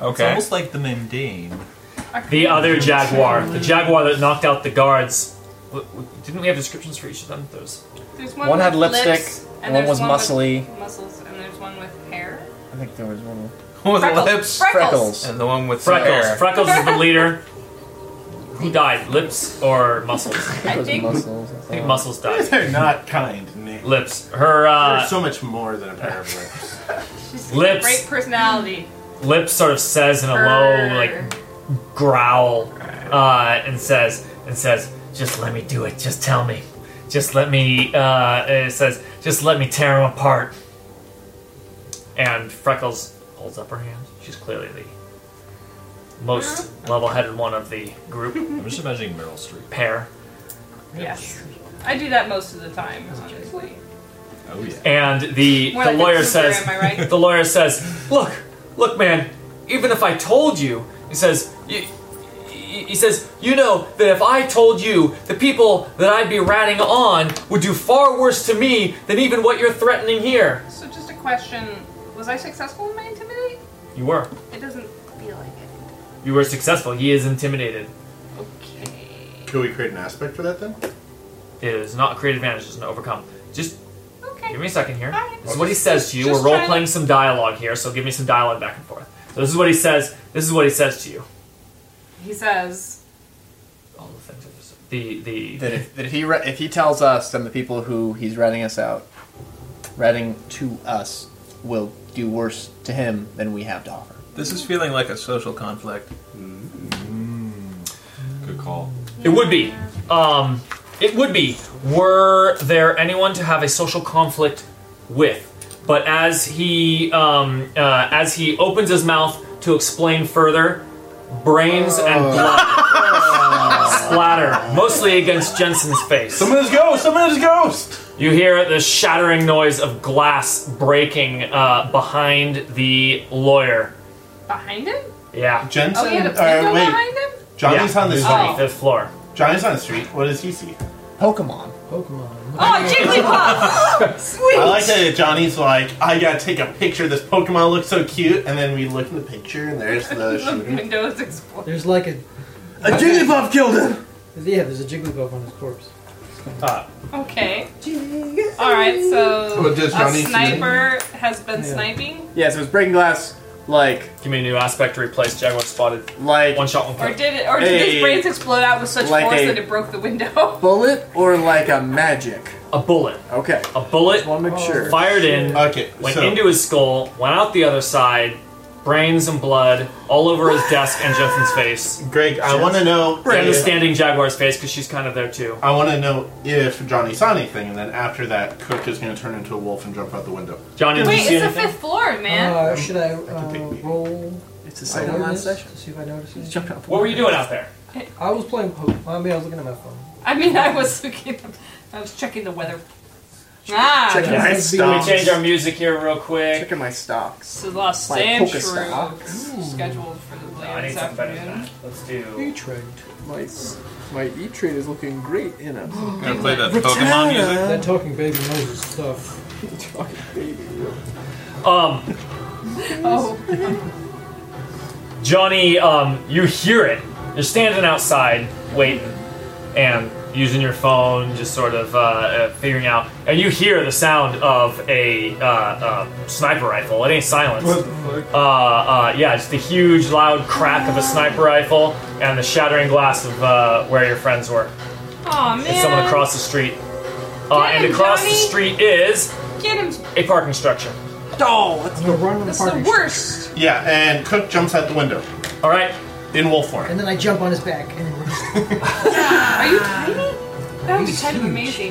S6: Okay.
S9: almost like the mundane.
S1: The other jaguar, the jaguar that knocked out the guards. W- w- Didn't we have descriptions for each of them? Those.
S4: There's
S1: uh,
S3: One had
S4: with
S3: lipstick,
S4: lips,
S3: and one
S4: there's
S3: was
S4: with
S3: muscly.
S4: muscles, and there's one with hair.
S3: I think there was one. with-
S6: *laughs* With
S4: Freckles.
S6: lips
S4: Freckles.
S6: and the one with some
S1: Freckles.
S6: hair.
S1: Freckles is
S4: *laughs*
S1: the leader. Who died? Lips or muscles? I
S4: I think
S3: Muscles. I
S1: think
S3: thought.
S1: muscles died.
S2: *laughs* They're not kind, Nick.
S1: Lips. Her
S2: There's
S1: uh,
S2: so much more than a pair of *laughs* lips.
S4: she's got
S1: Lips.
S4: great personality.
S1: lips sort of says in a
S4: Her-
S1: low like growl uh, and says and says just let me do it just tell me just let me uh, it says just let me tear him apart and freckles holds up her hand she's clearly the most
S4: Uh-huh.
S1: level-headed one of the group
S11: I'm just imagining Meryl Streep.
S1: pair
S4: yes. I do that most of the time, honestly.
S11: Oh yeah.
S1: and the
S4: More
S1: the
S4: like a
S1: lawyer
S4: cougar,
S1: says
S4: am I right?
S1: the lawyer says look look man even if i told you he says you, he he says you know that if i told you the people that i'd be ratting on would do far worse to me than even what you're threatening here
S4: So just a question: Was I successful in my intimidate?
S1: you were
S4: It doesn't feel like it.
S1: you were successful he is intimidated
S4: Okay.
S2: Could we create an aspect for that then?
S1: it is not create advantages and overcome just
S4: Okay.
S1: Give me a second here.
S4: Alright.
S1: This is what he says to you.
S4: Just
S1: We're role
S4: trying to-
S1: playing some dialogue here, so give me some dialogue back and forth. So this is what he says. This is what he says to you.
S4: He says,
S1: All the things. that was- The the
S3: That if, that if he re- if he tells us, then the people who he's ratting us out, ratting to us, will do worse to him than we have to offer.
S6: This is feeling like a social conflict.
S9: Good call.
S1: It would be. Um, it would be. Were there anyone to have a social conflict with? But as he um, uh, as he opens his mouth to explain further, brains and blood *laughs* splatter mostly against Jensen's face.
S2: Someone's ghost! Someone's ghost!
S1: You hear the shattering noise of glass breaking uh, behind the lawyer.
S4: behind him?
S1: Yeah,
S2: Jensen,
S4: Oh, he had a
S2: or
S4: window
S2: wait,
S4: behind him.
S2: Johnny's
S1: Yeah,
S2: on the
S1: he's
S2: street.
S4: Oh.
S1: fifth floor.
S2: Johnny's on the street. What does he see?
S3: Pokemon.
S4: Oh, Jigglypuff! Oh,
S1: *laughs*
S4: Sweet.
S2: I like that Johnny's like, I gotta take a picture. This Pokemon looks so cute, and then we look in the picture, and there's
S4: *laughs*
S2: the
S4: the
S2: shooter.
S4: windows explode.
S10: There's like a.
S2: A Jigglypuff killed him.
S10: Yeah, there's a Jigglypuff on his corpse.
S1: Uh,
S4: Okay. All right. So
S2: What does Johnny
S4: a
S2: see?
S4: sniper has been
S10: Yeah.
S4: sniping,
S3: Yeah, so it's breaking glass, like
S1: Give me a new aspect to replace Jaguar spotted.
S3: like
S1: One shot, one
S4: or
S1: kill.
S4: did it? Or did
S3: Hey.
S4: his brains explode out with such
S3: Like
S4: force
S3: a-
S4: that it broke the window?
S3: bullet or like a magic.
S1: A bullet.
S3: Okay,
S1: A bullet
S3: just want to make sure. Uh,
S1: fired in.
S2: Okay,
S1: went
S2: so
S1: into his skull, went out the other side, brains and blood all over his desk and Jensen's
S3: *laughs*
S1: face.
S2: Greg, I want to know.
S1: And the
S2: if-
S1: standing Jaguar's face because she's kind of there too.
S2: I want to know if Johnny saw anything, and then after that, Cook is gonna turn into a wolf and jump out the window.
S1: Johnny, *laughs* did you
S4: Wait,
S1: see
S4: it's the
S1: anything?
S4: fifth floor, man.
S10: Uh, should I
S2: I can
S10: uh,
S2: take me.
S10: roll
S3: It's a
S10: awareness
S3: second last session.
S10: to see if I notice
S3: Just
S10: it?
S3: jump out.
S1: What were you doing out there?
S10: I was playing Pokemon. I mean, I was looking at my phone.
S4: I mean, I was looking. I was checking the weather. Ah,
S3: Check
S4: the-
S3: my
S10: Nice
S1: Let
S3: stocks.
S1: me change our music here real quick.
S3: Checking my stocks.
S4: So the
S3: Like
S4: Sam
S3: poker
S4: Shrew
S3: stock.
S4: scheduled for the
S1: I
S4: later
S1: need
S4: this
S1: something better than
S4: afternoon.
S1: that. Let's do.
S10: E-Trade.
S3: My my E trade is looking great in a *laughs*
S6: Gonna play that Pokemon music.
S10: That talking baby Moses stuff.
S1: Um,
S4: Oh,
S1: Johnny, um, you hear it. You're standing outside waiting and using your phone, just sort of uh, uh, figuring out. And you hear the sound of a uh, uh, sniper rifle. It ain't silenced.
S2: fuck?
S1: uh, uh, yeah, just the huge, loud crack of a sniper rifle and the shattering glass of uh, where your friends were.
S4: Aw, man.
S1: It's someone across the street. Uh,
S4: Get
S1: and
S4: him,
S1: across the
S4: Johnny.
S1: street is
S4: Get him.
S1: a parking structure.
S10: That's the run in the
S4: That's the
S10: parking lot.
S4: worst.
S2: Yeah, and Cook jumps out the window
S1: All right,
S2: in wolf form.
S10: And then I jump on his back. And then
S4: Are you tiny? That would be
S10: He's
S4: kind of
S10: huge.
S1: *laughs*
S4: amazing.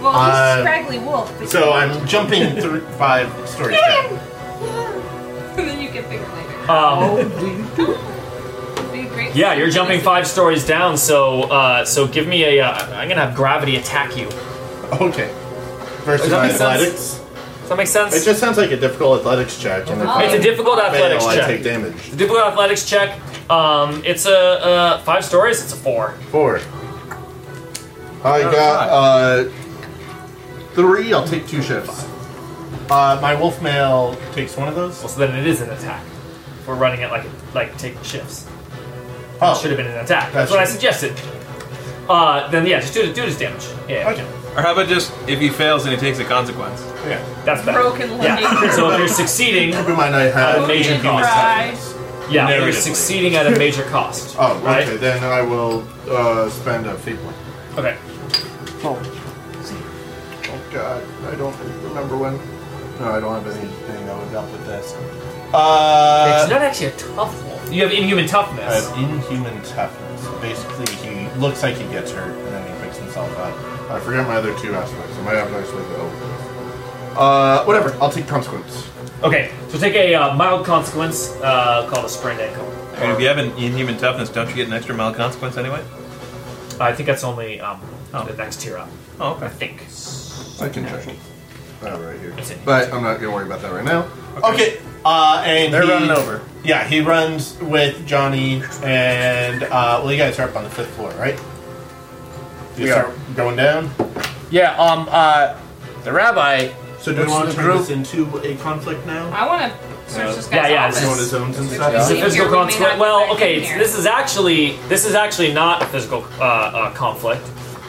S4: Well, he's
S2: Uh,
S4: a scraggly wolf. But
S2: So I'm
S1: *laughs*
S2: jumping through five stories down.
S4: Get *laughs* him. Yeah. And then you get bigger *laughs* later.
S1: um,
S6: Oh.
S4: It'd be great.
S1: yeah, you're jumping five stories down. So, uh, so give me a. Uh, I'm gonna have gravity attack you. Does
S2: Okay. Versus
S1: Does that
S2: my
S1: make sense?
S2: athletics.
S1: that make sense?
S2: It just sounds like a difficult athletics check. And if I
S4: Oh,
S1: it's a difficult
S2: fail,
S1: athletics
S2: I
S1: check.
S2: take damage.
S1: The difficult athletics check. Um, it's a uh, five stories. It's a four.
S2: Four. I got uh, three. I'll take two shifts. Uh, my wolf male takes one of
S1: Well,
S2: those.
S1: so then it is an attack. If we're running it like like taking shifts.
S2: Oh,
S1: Should have been an attack. That's,
S2: That's
S1: what I
S2: true.
S1: suggested. Uh, then yeah, just do do this damage. Yeah.
S2: Okay.
S6: Or how about just if he fails and he takes a consequence?
S2: Yeah.
S1: That's bad.
S4: Broken leg.
S1: Yeah. *laughs* So if you're succeeding,
S2: Keep in mind I have
S1: Uh, major
S4: Broken pride.
S1: yeah, you're
S11: Narratively.
S1: succeeding at a major cost.
S2: Oh, okay.
S1: right.
S2: Then I will uh, spend a fate point.
S1: Okay.
S2: Oh God, I don't remember when. No, I don't have anything that would help with this. Uh,
S1: it's not actually a tough one. You have inhuman
S2: I
S1: toughness.
S2: have inhuman toughness. Basically, he looks like he gets hurt and then he picks himself up. I forget my other two aspects. I might have nice with it. Uh, whatever. I'll take consequence.
S1: Okay, so take a uh, mild consequence uh, called a sprained ankle.
S6: I mean, if you have an inhuman toughness, don't you get an extra mild consequence anyway?
S1: I think that's only um,
S6: Oh.
S1: the next tier up.
S6: Oh,
S1: I
S6: okay.
S1: think.
S2: I can check. Oh, right here.
S1: It's in here.
S2: But I'm not gonna worry about that right now. Okay. Uh, and
S8: They're
S2: he-
S8: running over.
S2: Yeah, he runs with Johnny and uh, well, you guys are up on the fifth floor, right? You
S8: We
S2: start going down.
S8: Yeah. Um. Uh. The rabbi.
S2: So do we
S8: Which
S2: want
S8: the
S2: to turn
S8: group-
S2: this into a conflict now?
S4: *laughs* I want to search this
S1: yeah,
S4: guy's
S1: yeah,
S4: office.
S1: it's
S2: Going to zones and
S4: Yeah.
S1: It's a
S2: stuff.
S4: Here
S1: physical
S4: we may not
S1: consequence.
S4: be
S1: Well,
S4: right
S1: okay,
S4: in here.
S1: this is actually this is actually not a physical uh, uh, conflict.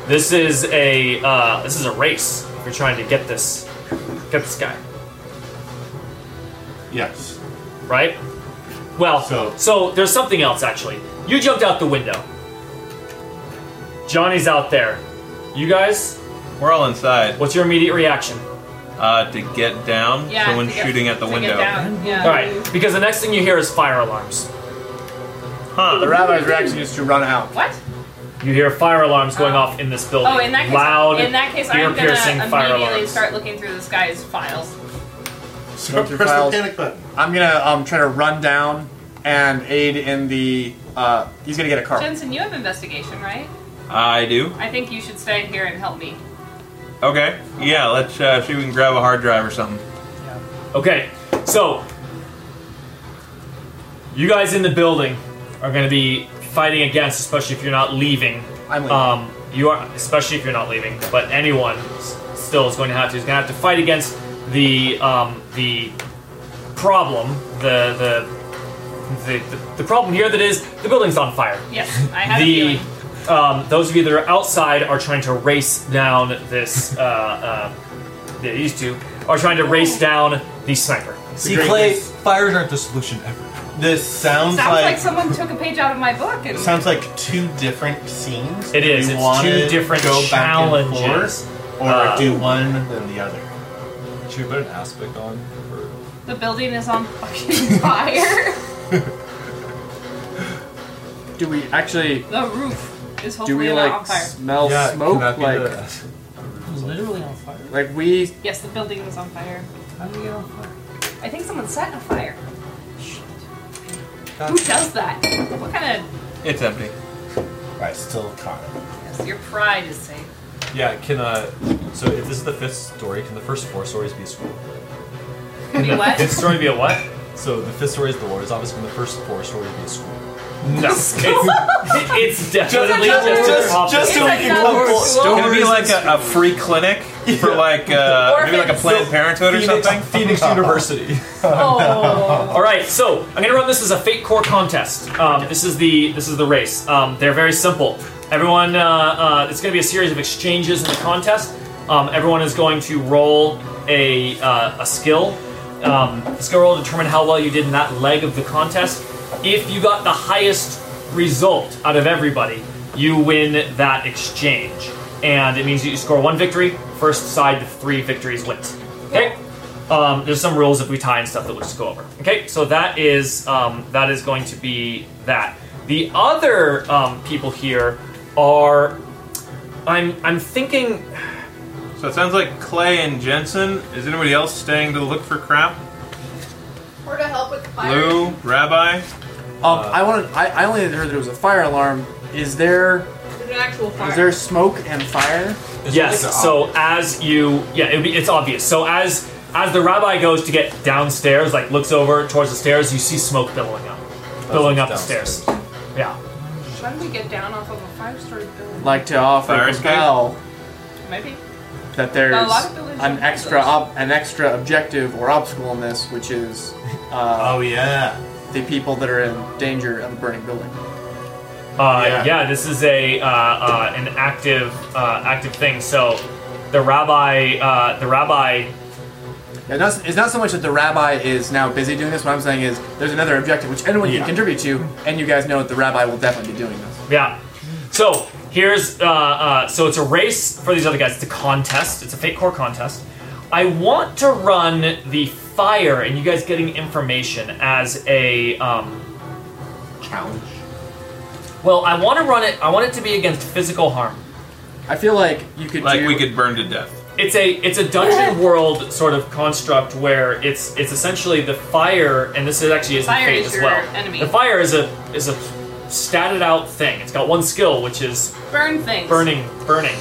S1: This is a uh, this is a race. If you're trying to get this get this guy,
S2: Yes.
S1: right? Well,
S2: So-
S1: so, there's something else actually. You jumped out the window. Johnny's out there. You guys,
S6: We're all inside
S1: what's your immediate reaction?
S6: uh, to get down.
S4: Yeah,
S6: Someone's
S4: to get-
S6: shooting at the
S4: to get
S6: window.
S4: down, Yeah.
S1: All right, because the next thing you hear is fire alarms.
S8: The
S6: Huh.
S8: rabbi's reaction is to run out.
S4: What?
S1: You hear fire alarms going
S4: Oh.
S1: off in this building.
S4: Oh, in that case,
S1: loud,
S4: in that case, I'm gonna
S1: ear-piercing
S4: immediately
S1: fire alarms.
S4: start looking through this guy's files.
S2: *laughs* So
S8: through
S2: press
S8: files.
S2: the panic button.
S8: I'm gonna um try to run down and aid in the. Uh. He's gonna get a car.
S4: Jensen, you have investigation, right?
S6: I do.
S4: I think you should stay here and help me.
S6: Okay. Yeah, let's uh, see if we can grab a hard drive or something.
S1: Okay, so you guys in the building are going to be fighting against, especially if you're not leaving.
S8: I'm leaving.
S1: Um, you are, especially if you're not leaving. But anyone s- still is going to have to is going to have to fight against the um, the problem, the the, the the problem here that is the building's on fire
S4: Yes, I have a
S1: the
S4: feeling.
S1: um, those of you that are outside are trying to race down this. Uh, uh, yeah, these two are trying to race down the sniper.
S9: See,
S2: great
S9: Clay,
S2: news.
S9: fires aren't the solution ever.
S2: This sounds,
S4: Sounds
S2: like,
S4: like someone took a page out of my book and
S2: it sounds like two different scenes.
S1: It
S2: Do
S1: is.
S2: we
S1: It's
S2: wanna
S1: two different
S2: go back and forth,
S1: challenges.
S2: or
S1: Uh,
S2: do one then the other.
S9: Should we put an aspect on? For...
S4: the building is on fucking *laughs* fire.
S8: Do we actually?
S4: the roof is hopefully
S8: Do we
S4: not on
S8: like
S4: fire.
S8: smell smoke? Like
S10: *laughs* Literally on fire.
S8: like we
S4: Yes, the building is on fire.
S10: How do you get on fire?
S4: I think someone set a fire. Who does that? What kind of?
S6: It's empty.
S2: I still caught it.
S4: Yes, your pride is safe.
S9: *laughs* Yeah, can uh, so if this is the fifth story, can the first four stories be a school?
S4: Could be what?
S1: It's going to be a what?
S9: So the fifth story is the lawyer's office, can the first four stories be a school?
S4: *laughs*
S1: No, it's, it's definitely
S4: Just-
S1: over
S4: just-
S1: office.
S4: so we can come
S6: Can it be like a, a free clinic for like uh, maybe like a Planned Parenthood or
S9: Phoenix,
S6: something?
S9: Phoenix University.
S4: *laughs* Oh.
S1: All right, so I'm gonna run this as a fake core contest. Um, this is the this is the race. Um, they're very simple. Everyone, uh, uh, it's gonna be a series of exchanges in the contest. Um, everyone is going to roll a uh, a skill. Um, the skill roll will determine how well you did in that leg of the contest. If you got the highest result out of everybody, you win that exchange, and it means you score one victory. First side to three victories wins. Okay. Um, there's some rules if we tie and stuff that we'll just go over. Okay, so that is um, that is going to be that. The other um, people here are, I'm I'm thinking
S6: So it sounds like Clay and Jensen. Is anybody else staying to look for crap?
S12: Or to help with the fire.
S6: Lou, Rabbi.
S8: um I wanted I, I only heard there was a fire alarm. Is there
S12: There's an actual fire.
S8: is there smoke and fire?
S1: yes. So as you yeah, it'd be, it's obvious. So as as the rabbi goes to get downstairs, like looks over towards the stairs, you see smoke billowing up, billowing up the stairs. Yeah.
S4: Why don't we get down off of a five-story building?
S8: Like to offer
S6: Fire escape?
S8: compel
S4: Maybe.
S8: that there's
S4: A lot of buildings
S8: an
S4: have
S8: extra
S4: windows.
S8: ob- an extra objective or obstacle in this, which is uh,
S2: Oh yeah.
S8: the people that are in danger of a burning building.
S1: Uh,
S2: Yeah.
S1: yeah. this is a uh, uh, an active uh, active thing. So the rabbi, uh, the rabbi
S8: Now, not- it's not so much that the rabbi is now busy doing this. What I'm saying is there's another objective which anyone
S2: Yeah.
S8: can contribute to, and you guys know that the rabbi will definitely be doing this.
S1: Yeah. So here's uh, uh, so it's a race for these other guys. It's a contest. It's a fate core contest. I want to run the fire and you guys getting information as a um,
S2: Challenge.
S1: well. I want to run it. I want it to be against physical harm.
S8: I feel like you could
S6: Like
S8: do,
S6: we could burn to death.
S1: It's a it's a
S4: *laughs*
S1: dungeon world sort of construct where it's it's essentially the fire and this is actually is
S4: Fire
S1: fate
S4: is
S1: as
S4: your
S1: well.
S4: enemy.
S1: The fire is a is a statted out thing. It's got one skill which is
S4: Burn things.
S1: burning burning,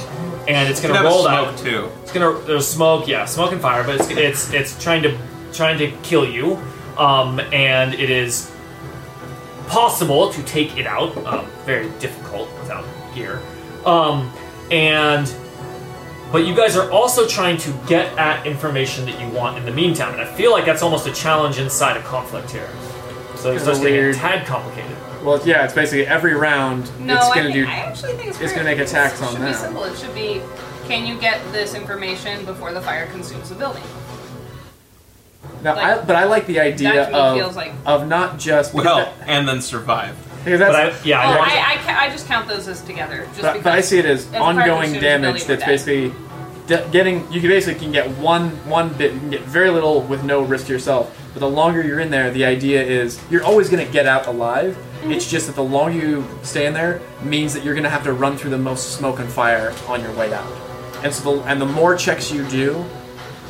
S1: and it's
S6: We
S1: gonna
S6: could have
S1: roll that.
S6: a smoke too.
S1: It's gonna there's smoke, yeah, smoke and fire, but it's it's it's trying to trying to kill you, um, and it is possible to take it out. Um, very difficult without gear, um, and but you guys are also trying to get at information that you want in the meantime, and I feel like that's almost a challenge inside a conflict here. So it
S8: It's
S1: starts getting a
S8: weird.
S1: tad complicated.
S8: Well, yeah, it's basically every round
S4: No,
S8: it's
S4: I,
S8: going to
S4: think,
S8: do.
S4: I actually think it's,
S8: it's
S4: pretty-
S8: gonna make attacks
S4: it
S8: on
S4: should
S8: that.
S4: be simple. It should be, can you get this information before the fire consumes the building?
S8: Now, I,
S4: like,
S8: but I like the idea
S4: that to me
S8: of,
S4: feels like-
S8: of not just because
S6: Well,
S8: that-
S6: and then survive.
S8: because
S1: But
S8: that's,
S1: I, yeah, I,
S4: well, Oh, I, I, ca- I just count those as together. Just
S8: but,
S4: because
S8: but I see it as
S4: as a fire
S8: ongoing
S4: consumes building,
S8: damage that's
S4: we're dead.
S8: basically de- getting. You can basically can get one one bit. You can get very little with no risk to yourself. But the longer you're in there, the idea is you're always going to get out alive.
S4: Mm-hmm.
S8: It's just that the longer you stay in there means that you're going to have to run through the most smoke and fire on your way out. And so, the, and the more checks you do,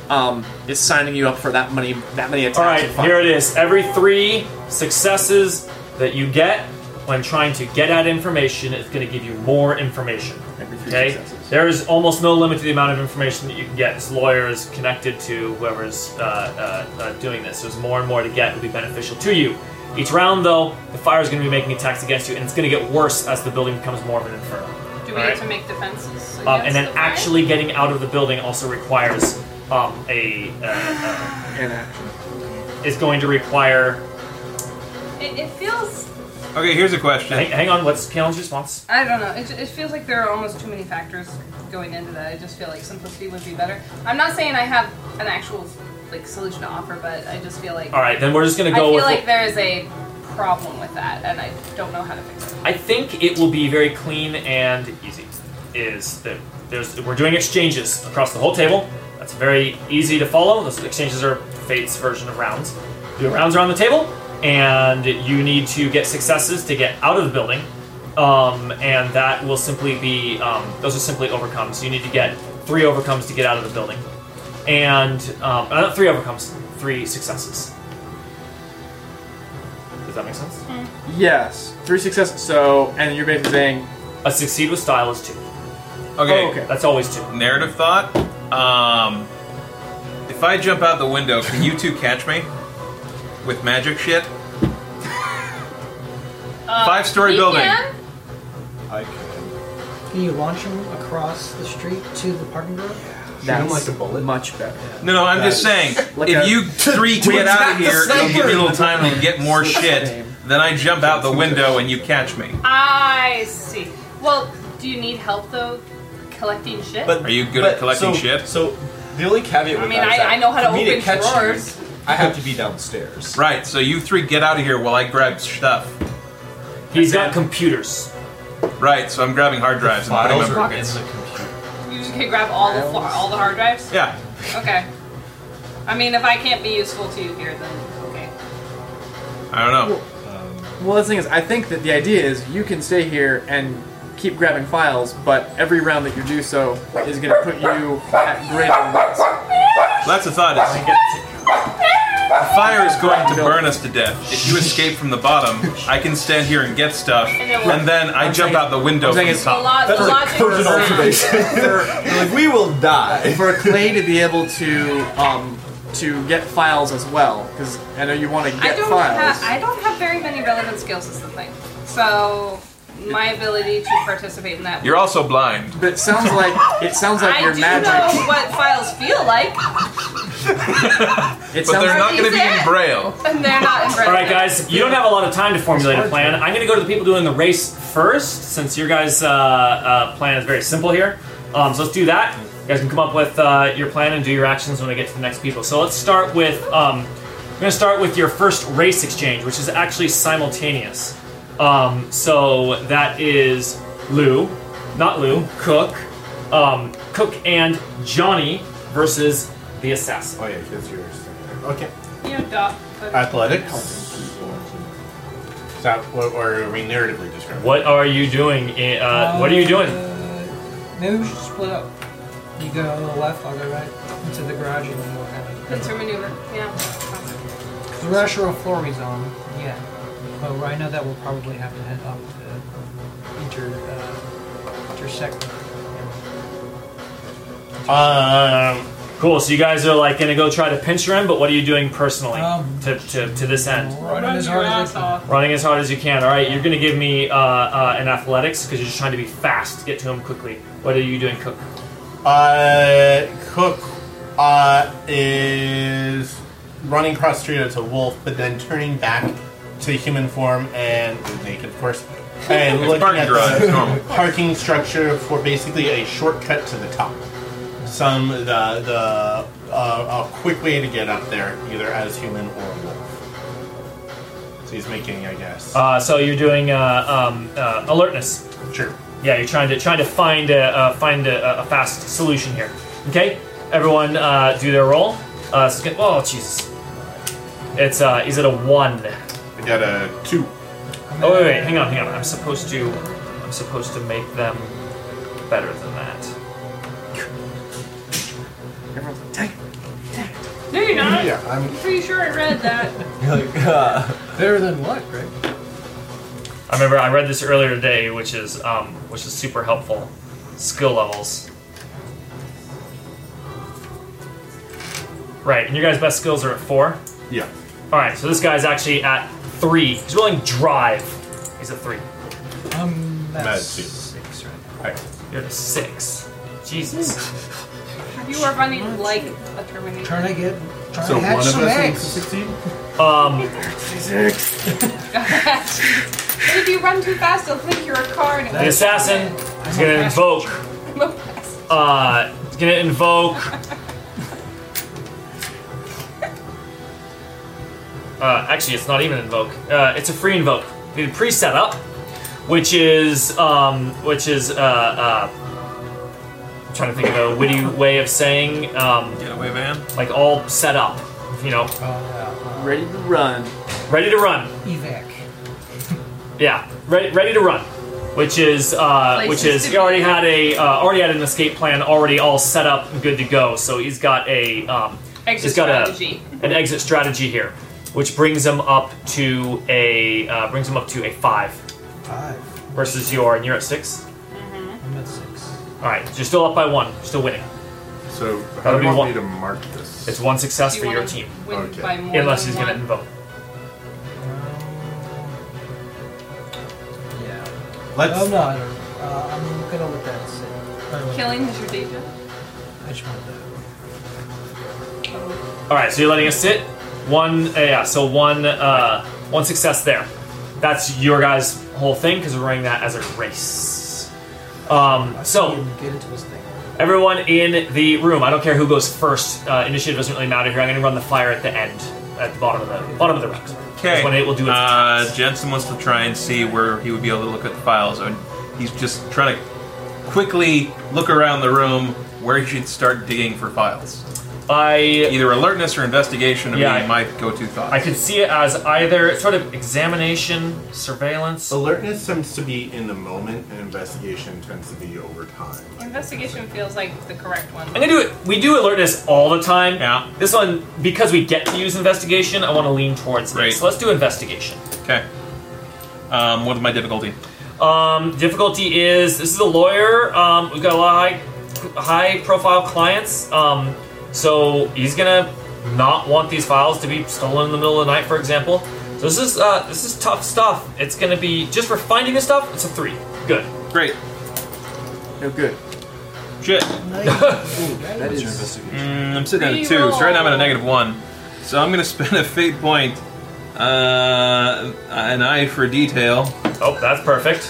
S8: um, is signing you up for that many that many attacks.
S1: All right,
S8: and fire.
S1: here it is. Every three successes that you get when trying to get at information is going to give you more information.
S8: Every three
S1: Okay,
S8: successes.
S1: there is almost no limit to the amount of information that you can get. It's lawyers connected to whoever's uh, uh, uh, doing this. There's more and more to get. It'll be beneficial to you. Each round, though, the fire is going to be making attacks against you, and it's going to get worse as the building becomes more of an inferno.
S4: Do we
S1: All right?
S4: get to make defenses?
S1: um, and
S4: against
S1: then
S4: the fire?
S1: actually getting out of the building also requires um, a uh,
S8: in action.
S1: uh, is going to require
S4: It, it feels.
S6: Okay, here's a
S1: Hang,
S6: question.
S1: hang on, what's Keelan's response?
S4: I don't know. It, it feels like there are almost too many factors going into that. I just feel like simplicity would be better. I'm not saying I have an actual like solution to offer, but I just feel like
S1: All right, then we're just gonna
S4: I
S1: go
S4: feel
S1: with.
S4: like there is a problem with that, and I don't know how to fix it.
S1: I think it will be very clean and easy. Is that there's we're doing exchanges across the whole table. That's very easy to follow. Those exchanges are Fate's version of rounds. Do rounds around the table, and you need to get successes to get out of the building. Um, and that will simply be um, those are simply overcomes. You need to get three overcomes to get out of the building, and um, uh, not three overcomes, three successes. Does that make sense?
S8: Yes, three successes. So, and you're basically saying,
S1: A succeed with style is two.
S6: Okay,
S8: Oh, okay.
S1: That's always two.
S6: narrative thought. Um, if I jump out the window, can you two catch me with magic shit? Five story
S4: You
S6: building.
S4: can?
S9: I can.
S10: Can you launch him across the street to the parking garage?
S8: that's
S9: like a bullet.
S8: much better.
S6: No, no, I'm
S9: That
S6: just
S9: is-
S6: saying.
S8: Like
S6: if
S8: a-
S6: you
S9: *laughs*
S6: three get out of here, it'll give you a little time to get more shit. Then I jump out the window and you catch me.
S4: I see. Well, do you need help though, collecting shit?
S6: Are you good at collecting
S9: so,
S6: shit?
S9: So the only caveat
S4: I
S9: with
S4: mean,
S9: that is
S4: I-
S9: that
S4: I know how to
S9: for me
S4: open
S9: catch you,
S4: drawers.
S9: I have to be downstairs.
S6: Right. So you three get out of here while I grab stuff.
S1: He's got computers.
S6: Right. So I'm grabbing hard drives and putting
S9: Files
S6: them in
S9: are in
S6: pockets.
S9: the computer.
S4: you just can grab all the fl- all the hard drives.
S6: Yeah.
S4: Okay. I mean, if I can't be useful to you here, then okay.
S6: I don't know.
S8: Well, the thing is, I think that the idea is you can stay here and keep grabbing files, but every round that you do so is going to put you at greater
S6: That's the thought. Is the fire is going to burn us to death. If you escape from the bottom, I can stand here and get stuff, and then I jump out the window
S8: I'm
S6: from
S8: saying
S6: the
S8: it's-
S4: The,
S6: top.
S4: lo- the logic is
S9: like we will die.
S8: risk *laughs* for Clay to be able to um to get files as well, because I know you want to
S4: I
S8: get
S4: don't
S8: files.
S4: have I don't have very many relevant skills is the thing. So my ability to participate in that.
S6: You're also blind.
S8: but it sounds like it sounds like
S4: I
S8: your
S4: do
S8: magic.
S4: know what files feel like,
S8: It
S6: But
S8: sounds
S6: they're
S8: like,
S6: not going to be in
S4: These-
S6: braille.
S4: and they're not in
S1: All right, guys, you don't have a lot of time to formulate a plan. I'm going to go to the people doing the race first, since your guys' uh, uh, plan is very simple here. Um, so let's do that. You guys can come up with uh, your plan and do your actions when we get to the next people. So let's start with. Um, we're going to start with your first race exchange, which is actually simultaneous. Um, so that is Lou, not Lou, Cook, um, Cook and Johnny versus the assassin.
S2: Oh yeah, that's yours. Okay.
S4: You know, Doc. But
S2: Athletics. Is that what or are we narratively describing?
S1: What are you doing? i- Uh, what are you doing?
S10: Uh, maybe we should split up. You go left, I'll go right into the garage and then we'll have it.
S4: pincer maneuver. Yeah.
S10: 'Cause We're not sure what floor he's on yet, but I know that we'll probably have to head up to inter, uh, intersect.
S1: Um, cool. So you guys are like gonna go try to pinch him, but what are you doing personally
S10: Um,
S1: to, to, to this end?
S10: Running as hard as I can.
S1: Running as hard as you can. All right, you're gonna give me uh, uh, an athletics because you're just trying to be fast, get to him quickly. What are you doing, Cook?
S2: Uh, Cook uh, is running across the street as a wolf, but then turning back to human form and naked, of course, and
S6: It's
S2: looking
S6: parking
S2: at
S6: garage, it's normal.
S2: the parking structure for basically a shortcut to the top. Some the the uh, a quick way to get up there, either as human or wolf. So he's making, I guess,
S1: Uh, so you're doing uh, um, uh, alertness.
S2: sure.
S1: Yeah, you're trying to trying to find a uh, find a, a fast solution here. Okay, everyone, uh, do their roll. Uh, so get- oh Jesus, it's uh, is it a one?
S2: I got a two.
S1: Oh wait, wait, hang on, hang on. I'm supposed to, I'm supposed to make them better than that.
S4: No, you're not.
S2: Yeah, I'm
S4: I'm pretty sure I read that.
S10: Better than what, Greg?
S1: I remember I read this earlier today, which is um, which is super helpful. Skill levels. Right, and your guys' best skills are at four.
S2: yeah.
S1: All right, so this guy's actually at three. He's rolling drive. He's at three.
S10: Um,
S2: Mad
S10: that's
S2: suit.
S10: six right now.
S2: All right.
S1: You're at a six. Jesus.
S4: You are running like a Terminator.
S10: Trying to get, trying
S2: So
S10: to hatch
S2: one of
S10: some
S2: us needs to
S10: eggs.
S2: succeed.
S1: Um,
S4: and if you run too fast, they'll think you're a car. And
S1: the assassin is gonna invoke uh, it's gonna invoke. Uh, actually, it's not even invoke. Uh, it's a free invoke. You pre set up, which is um, which is uh, uh, I'm trying to think of a witty way of saying um,
S6: Get away, man.
S1: like all set up. You know,
S10: Uh,
S8: Ready to run.
S1: ready to run.
S10: evac.
S1: Yeah, ready, ready to run, which is uh,
S4: Places
S1: which is
S4: to
S1: he already
S4: be.
S1: had a uh, already had an escape plan already all set up and good to go. So he's got a um,
S4: Exit
S1: he's got
S4: strategy.
S1: A, an exit strategy here, which brings him up to a uh, brings him up to a five
S10: Five.
S1: versus your and you're at six.
S4: Mm-hmm.
S10: I'm at six.
S1: All right, so you're still up by one, you're still winning.
S2: So
S1: That
S2: how
S1: would
S2: do
S1: be
S2: you want
S1: one.
S2: me to mark this?
S1: It's one success
S4: Do
S1: for
S4: you
S1: your
S4: wanna
S1: team,
S4: Win
S2: Okay.
S4: by more
S1: unless
S4: than
S1: he's
S4: one.
S1: going to invoke.
S10: Yeah.
S9: Let's.
S10: Oh no, I don't know. Uh, I'm gonna let that sit. I don't know.
S4: Killing is your danger.
S10: I just want that.
S1: All right, so you're letting us sit. One, uh, yeah. So one, uh, one success there. That's your guys' whole thing because we're running that as a race. Um, so
S10: Ian, get into his thing.
S1: everyone in the room. I don't care who goes first. Uh, initiative doesn't really matter here. I'm going to run the fire at the end, at the bottom of the bottom of the round.
S6: Okay.
S1: That's when it will do its
S6: uh,
S1: attacks.
S6: Jensen wants to try and see where he would be able to look at the files, and he's just trying to quickly look around the room where he should start digging for files.
S1: I
S6: Either alertness or investigation would
S1: Yeah, I-
S6: be my go-to thoughts.
S1: I could see it as either sort of examination, surveillance.
S2: Alertness tends to be in the moment, and investigation tends to be over time.
S4: Investigation feels like the correct one.
S1: I'm gonna do it. We do alertness all the time.
S6: Yeah.
S1: This one, because we get to use investigation, I want to lean towards it.
S6: Right.
S1: So let's do investigation.
S6: Okay. Um, what is my difficulty?
S1: Um, difficulty is this is a lawyer. Um, we've got a lot of high, high profile clients. Um, so he's gonna not want these files to be stolen in the middle of the night, for example. So this is uh, this is tough stuff. It's gonna be just for finding this stuff. It's a three. Good. *laughs*
S6: Great.
S8: No good.
S6: Shit.
S8: That
S9: What's your
S8: is.
S9: investigation?
S6: Mm, I'm sitting at a two, so right now I'm at a negative one. So I'm gonna *laughs* spend a fate point, uh, an eye for detail
S1: Oh, that's perfect.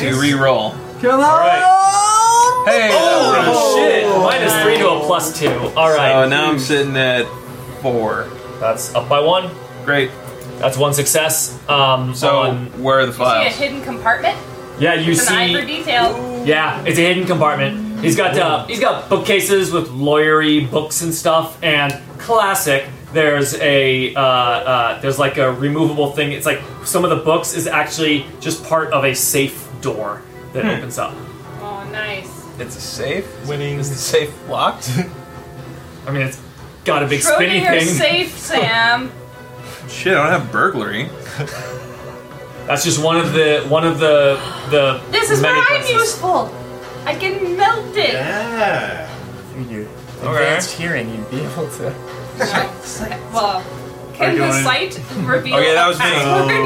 S6: to re-roll.
S8: Come on!
S1: All right.
S6: Hey! that works.
S1: Oh! shit! Minus plus two. All right.
S6: So now I'm sitting at four.
S1: That's up by one.
S6: Great.
S1: That's one success. Um,
S6: So
S1: on-
S6: where are the
S4: See a
S6: files?
S4: hidden compartment?
S1: yeah, you
S4: With an eye for
S1: see.
S4: detail.
S1: Yeah, it's a hidden compartment. He's got uh, he's got bookcases with lawyery books and stuff. And classic, there's a uh, uh, there's like a removable thing. It's like some of the books is actually just part of a safe door that opens up.
S4: Oh, nice.
S6: It's a safe.
S2: Winning.
S6: Is the safe locked?
S1: I mean, it's got a big spinny
S4: Schrodinger
S1: thing.
S4: safe,
S1: *laughs*
S4: Sam.
S6: *laughs* Shit, I don't have burglary.
S1: That's just one of the one of the the.
S4: This is where
S1: many
S4: I'm
S1: places.
S4: useful. I can melt it.
S2: Yeah.
S3: If you
S6: Okay.
S3: advanced hearing, you'd be able to.
S4: Well,
S2: Are
S4: can
S2: you
S4: the
S2: doing-
S4: site reveal
S6: Okay, that was
S4: a
S6: me.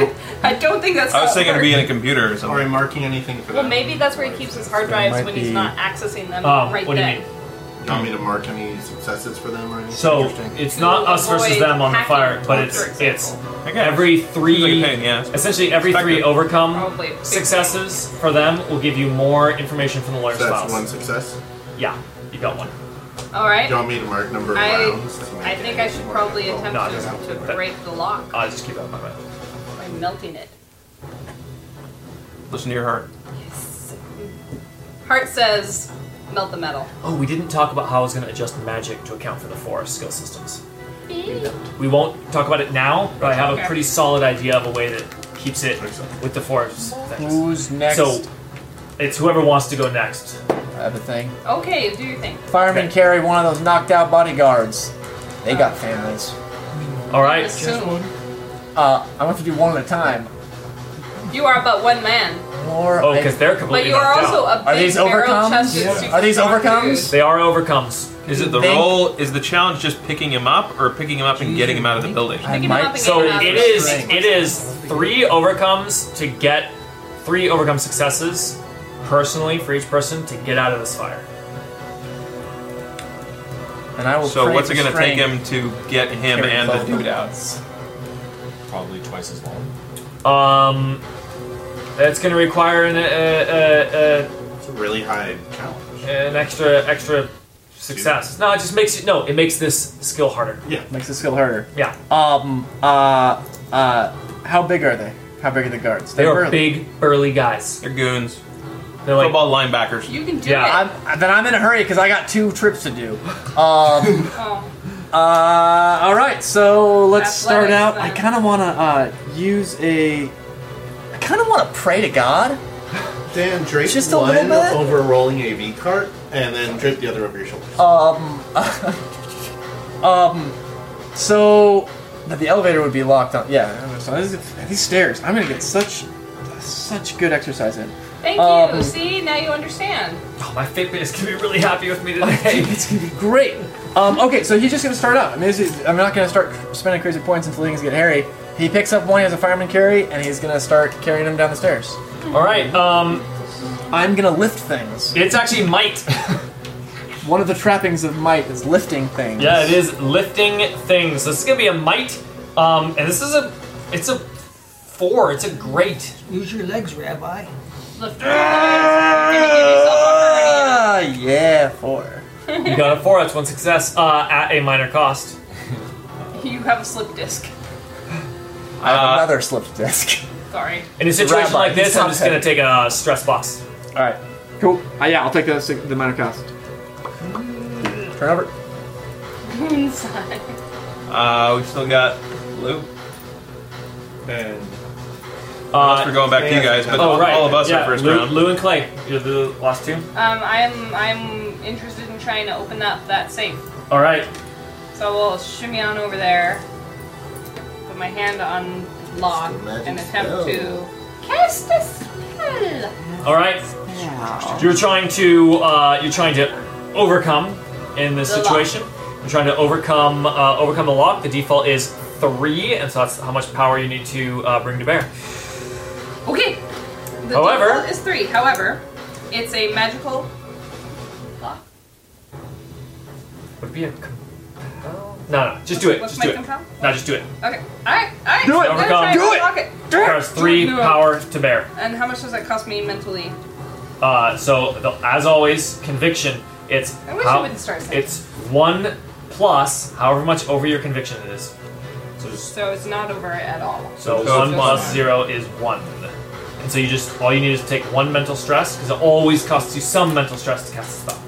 S4: password? I don't think that's.
S6: I was
S4: how it
S6: thinking of
S4: works.
S6: being a computer or
S2: Are we
S6: something.
S2: marking anything for that?
S4: Well, maybe that's where he keeps his hard drives
S3: might
S4: when he's
S3: be-
S4: not accessing them
S1: Um,
S4: right
S1: what do you
S4: then.
S1: mean?
S2: You want me to mark any successes for them or anything?
S1: So
S2: Interesting.
S1: it's not us versus
S4: Avoid
S1: them on the
S4: hacking,
S1: fire, but
S4: for
S1: it's
S4: example.
S1: it's
S6: Okay.
S1: every
S6: Seems like
S1: three.
S6: a pain, yeah.
S1: Essentially, every three
S6: Expected.
S1: overcome
S4: Probably fifty.
S1: successes for them will give you more information from the lawyer's
S2: So that's
S1: files.
S2: one success.
S1: Yeah, you got one.
S4: All right.
S2: Do you want me to mark number of
S4: I-
S2: rounds? to make
S4: I think I
S2: it
S4: should
S2: more
S4: probably
S2: difficult?
S4: attempt
S1: Oh, no,
S4: to, to
S1: no, no.
S4: break the lock
S1: I just keep that in my mind.
S4: by melting it.
S6: Listen to your heart.
S4: Yes. Heart says, melt the metal.
S1: Oh, we didn't talk about how I was going to adjust magic to account for the four skill systems. We won't talk about it now, but I have
S4: Okay.
S1: a pretty solid idea of a way that keeps it
S2: Excellent.
S1: with the four things.
S3: Who's next?
S1: So it's whoever wants to go next.
S3: I have a thing.
S4: Okay, do your thing.
S3: Firemen
S1: Okay.
S3: carry one of those knocked out bodyguards. They got families.
S1: All right.
S4: Assume
S3: Uh, I'm going to do one at a time.
S4: you are but one man,
S3: Or
S1: Oh,
S3: they-
S1: because they're
S4: but
S1: completely
S4: you are
S1: knocked
S4: also
S1: out.
S4: a big
S3: Are these
S4: barrel-chested
S3: overcomes?
S4: super
S3: Are these
S4: strong
S3: overcomes?
S4: dude.
S1: They are overcomes.
S6: Is it the
S3: Thank-
S6: role? Is the challenge just picking him up, or picking him up and getting him out of the building?
S3: I
S4: Picking him up
S3: might.
S4: and
S1: So
S4: getting him
S1: it
S4: out of
S1: is.
S4: the
S1: It is three overcomes to get three overcome successes personally for each person to get out of this fire.
S3: And I will
S6: So
S3: pray
S6: what's it
S3: for
S6: going to take
S3: strength
S6: him to get him
S3: carry
S6: and the
S3: both.
S6: dude out?
S11: Probably twice as long.
S1: Um, it's going to require an, uh, a, a,
S2: It's a really high challenge.
S1: a, an extra extra success. No, it just makes it. No, it makes this skill harder.
S2: Yeah.
S3: Makes the skill harder.
S1: Yeah,
S3: Um. Uh. Uh. How big are they? How big are the guards?
S1: they
S3: They're
S1: are
S3: burly.
S1: big burly guys.
S6: They're goons,
S1: They're like
S6: football linebackers.
S4: You can do
S1: Yeah.
S4: it.
S3: I'm, then I'm in a hurry because I got two trips to do. *gasps* Um.
S4: Oh,
S3: uh. All right. So let's start
S4: Athletics,
S3: out.
S4: then.
S3: I kind of want to uh use a. I kind of want to pray to God.
S2: Dan, drape
S3: Just a
S2: one
S3: little bit?
S2: over rolling a V cart, and then drape the other over your shoulder.
S3: Um. um. So. But the elevator would be locked on. Yeah. So this is- these stairs. I'm gonna get such, such good exercise in.
S4: thank
S3: Um,
S4: you. See, now you understand.
S1: oh, my Fitbit is going to be really happy with me today. *laughs*
S3: it's gonna be great. Um, okay, so he's just gonna start out. I mean, this is, I'm not gonna start spending crazy points until things get hairy. He picks up one, he has a fireman carry, and he's gonna start carrying him down the stairs.
S1: All right. Um,
S3: I'm gonna lift things.
S1: it's actually might.
S3: One of the trappings of might is lifting things.
S1: Yeah, it is lifting things. This is gonna be a might, um, and this is a, it's a four. It's a great.
S10: Use your legs, Rabbi.
S4: Lift your legs. Maybe give yourself
S3: Ah, yeah, four.
S1: You got a four. That's one success uh, at a minor cost.
S4: a hernia. You have a slip disc.
S3: I have
S6: Uh,
S3: another slipped disc. *laughs*
S4: Sorry. *laughs*
S1: In a situation
S3: Rabbi,
S1: like this,
S3: he's
S1: I'm just gonna
S3: top
S1: take a stress box.
S3: All right, cool. Uh, yeah, I'll take the the minor cost. Turn over.
S4: Inside.
S6: Uh, we still got Lou.
S2: And
S6: Unless
S1: Uh,
S6: we're going back to you guys, but
S1: oh
S6: all,
S1: right,
S6: of us
S1: yeah,
S6: are first
S1: Lou,
S6: round.
S1: Lou and Clay, you're the last two.
S4: Um, I'm I'm interested in trying to open up that safe.
S1: All right.
S4: So we'll shimmy on over there, put my hand on lock,
S2: Cast a magic
S4: and attempt
S2: spell.
S4: to cast a spell.
S1: All right. You're trying to uh, you're trying to overcome in this
S4: The lock.
S1: situation. You're trying to overcome uh, overcome the lock. The default is three, and so that's how much power you need to uh, bring to bear.
S4: Okay. The
S1: However-
S4: default is three. However, it's a magical lock.
S1: Would it be a compel? No, no, just do it.
S4: What's
S1: Just
S4: my
S1: do it.
S4: compel?
S1: No, just do it.
S4: Okay. All right. All right.
S1: Do it.
S4: I'm gonna
S1: Overcome.
S4: try
S1: Do
S4: and
S1: it.
S4: Lock it.
S1: Requires three
S4: Do it.
S1: power to bear.
S4: And how much does that cost me mentally?
S1: Uh, so, the, as always, conviction It's
S4: I wish
S1: how-
S4: you wouldn't start saying
S1: It's one plus however much over your conviction it is. So, just-
S4: So it's not over at all.
S1: so
S6: So
S1: one
S6: it's
S1: plus
S6: one.
S1: zero is one. And so you just all you need is take one mental stress because it always costs you some mental stress to cast a spell.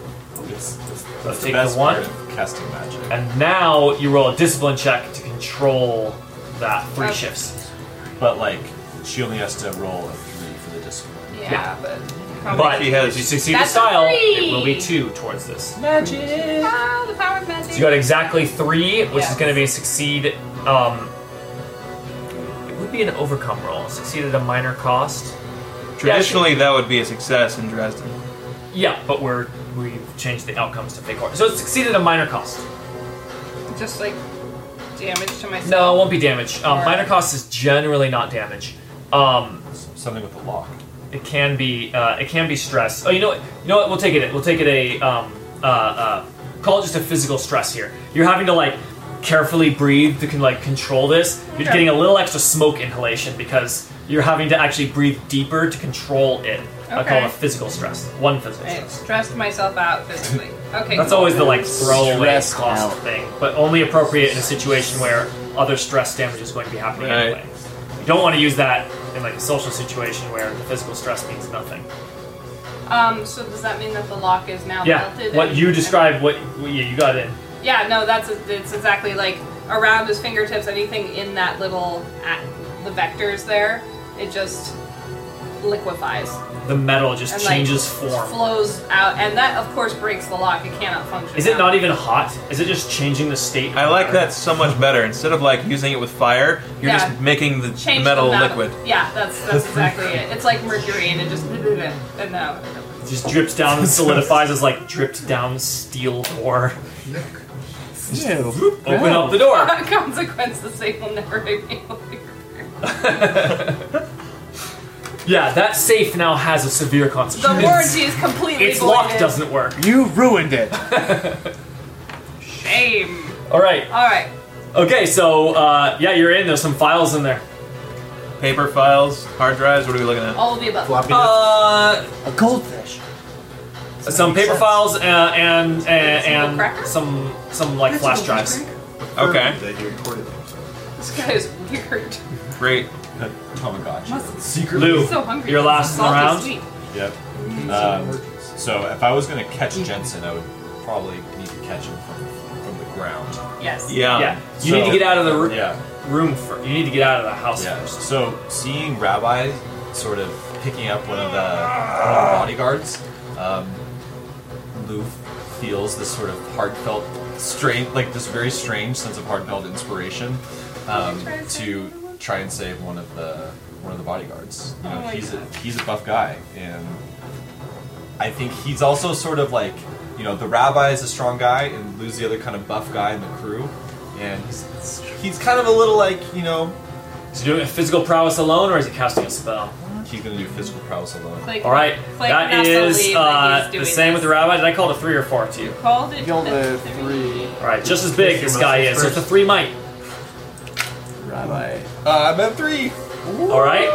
S11: It's,
S1: So
S11: that's
S1: take
S11: the best
S1: the one.
S11: part of casting magic.
S1: And now you roll a discipline check to control that three
S4: Okay.
S1: shifts.
S11: But like, she only has to roll a three for the discipline.
S4: Yeah,
S1: Yeah.
S4: but.
S1: But
S6: he has-
S1: if you succeed the
S4: That's a
S1: style,
S4: three.
S1: it will be two towards this.
S4: Ah, the power of magic.
S1: So you got exactly three, which is
S4: Yes.
S1: going to be succeed. Um, it would be an overcome roll. Succeed at a minor cost.
S6: Traditionally, that would be a success in Dresden.
S1: Yeah, but we're we've changed the outcomes to fake horror. So it succeeded at a minor cost.
S4: Just like damage to myself.
S1: No, it won't be damage. Um,
S4: Alright.
S1: minor cost is generally not damage. Um,
S11: Something with the lock.
S1: it can be uh, it can be stress. Oh, you know what? You know what? We'll take it. We'll take it a um, uh, uh, call it just a physical stress here. You're having to like carefully breathe to can like control this. You're
S4: Okay.
S1: getting a little extra smoke inhalation because you're having to actually breathe deeper to control it. I call
S4: Okay.
S1: it a physical stress. One physical
S4: I
S1: stress.
S4: stressed myself out physically. Okay.
S1: That's
S4: cool.
S1: always the like throwaway
S8: Stressed
S1: cost
S8: out.
S1: thing, but only appropriate in a situation where other stress damage is going to be happening
S6: Right.
S1: anyway. You don't want to use that in like a social situation where the physical stress means nothing.
S4: Um. So does that mean that the lock is now
S1: Yeah,
S4: melted?
S1: what
S4: and-
S1: you
S4: and-
S1: described, what what you you got in.
S4: Yeah. No. That's it's exactly like around his fingertips. Anything in that little at the vectors there, it just liquefies
S1: The metal just
S4: and like
S1: changes form.
S4: flows out, and that of course breaks the lock. It cannot function.
S1: Is it
S4: now.
S1: not even hot? Is it just changing the state? of
S6: I
S1: the
S6: like
S1: matter?
S6: that so much better. Instead of like using it with fire, you're
S4: Yeah.
S6: just making the, the
S4: Change the
S6: metal
S4: amount of-
S6: liquid.
S4: Yeah, that's that's exactly it. It's like mercury, and it just *laughs* and *laughs* now
S1: It just drips down and solidifies as like dripped down steel core.
S8: Ew.
S1: Open up the door.
S4: consequences they will never be able to.
S1: Yeah, that safe now has a severe
S4: The
S1: consequence.
S4: warranty is completely
S1: Its lock
S4: voided.
S1: doesn't work.
S8: You ruined it.
S4: Shame.
S1: All right.
S4: All right.
S1: Okay, so uh, yeah, you're in. There's some files in there.
S6: Paper files, hard drives. What are we looking at?
S4: All of the above.
S2: Floppy disk.
S1: Uh,
S8: A goldfish.
S1: some paper files uh, and and,
S4: Single cracker?
S1: and some some like flash drives.
S6: Okay.
S2: That you recorded them, so.
S4: *laughs* This guy is weird.
S6: Great.
S11: That Tamagotchi.
S1: Lou,
S4: so hungry.
S1: you're last in the
S4: Salt
S1: round.
S4: is sweet.
S11: Yep. Um, so if I was gonna catch Jensen, I would probably need to catch him from from the ground.
S4: Yes.
S6: Yeah.
S1: Yeah, you
S11: So-
S1: need to get out of the ru-
S11: Yeah.
S1: room. For, you need to get out of the house
S11: Yeah.
S1: first.
S11: So seeing Rabbi sort of picking up one of the, one of the bodyguards, um, Lou feels this sort of heartfelt, strange, like this very strange sense of heartfelt inspiration um, to try and save one of the one of the bodyguards. You know, he's a, he's a buff guy, and I think he's also sort of like you know the Rabbi is a strong guy, and Lou's the other kind of buff guy in the crew, and he's, he's kind of a little like you know
S1: Is he doing a physical prowess alone, or is he casting a spell?
S11: He's gonna do physical prowess alone.
S4: Like,
S1: All right,
S4: like
S1: that
S4: NASA
S1: is
S4: lead, like he's
S1: uh, the
S4: doing
S1: same
S4: this.
S1: with the rabbi. Did I call it a three or four to you?
S4: Called it
S8: Killed
S4: a
S8: the three.
S1: All right, just as big
S2: Use your
S1: this guy is.
S2: muscles
S1: So it's a
S2: first.
S1: three might.
S8: Rabbi.
S11: Uh, I'm at three.
S1: All right,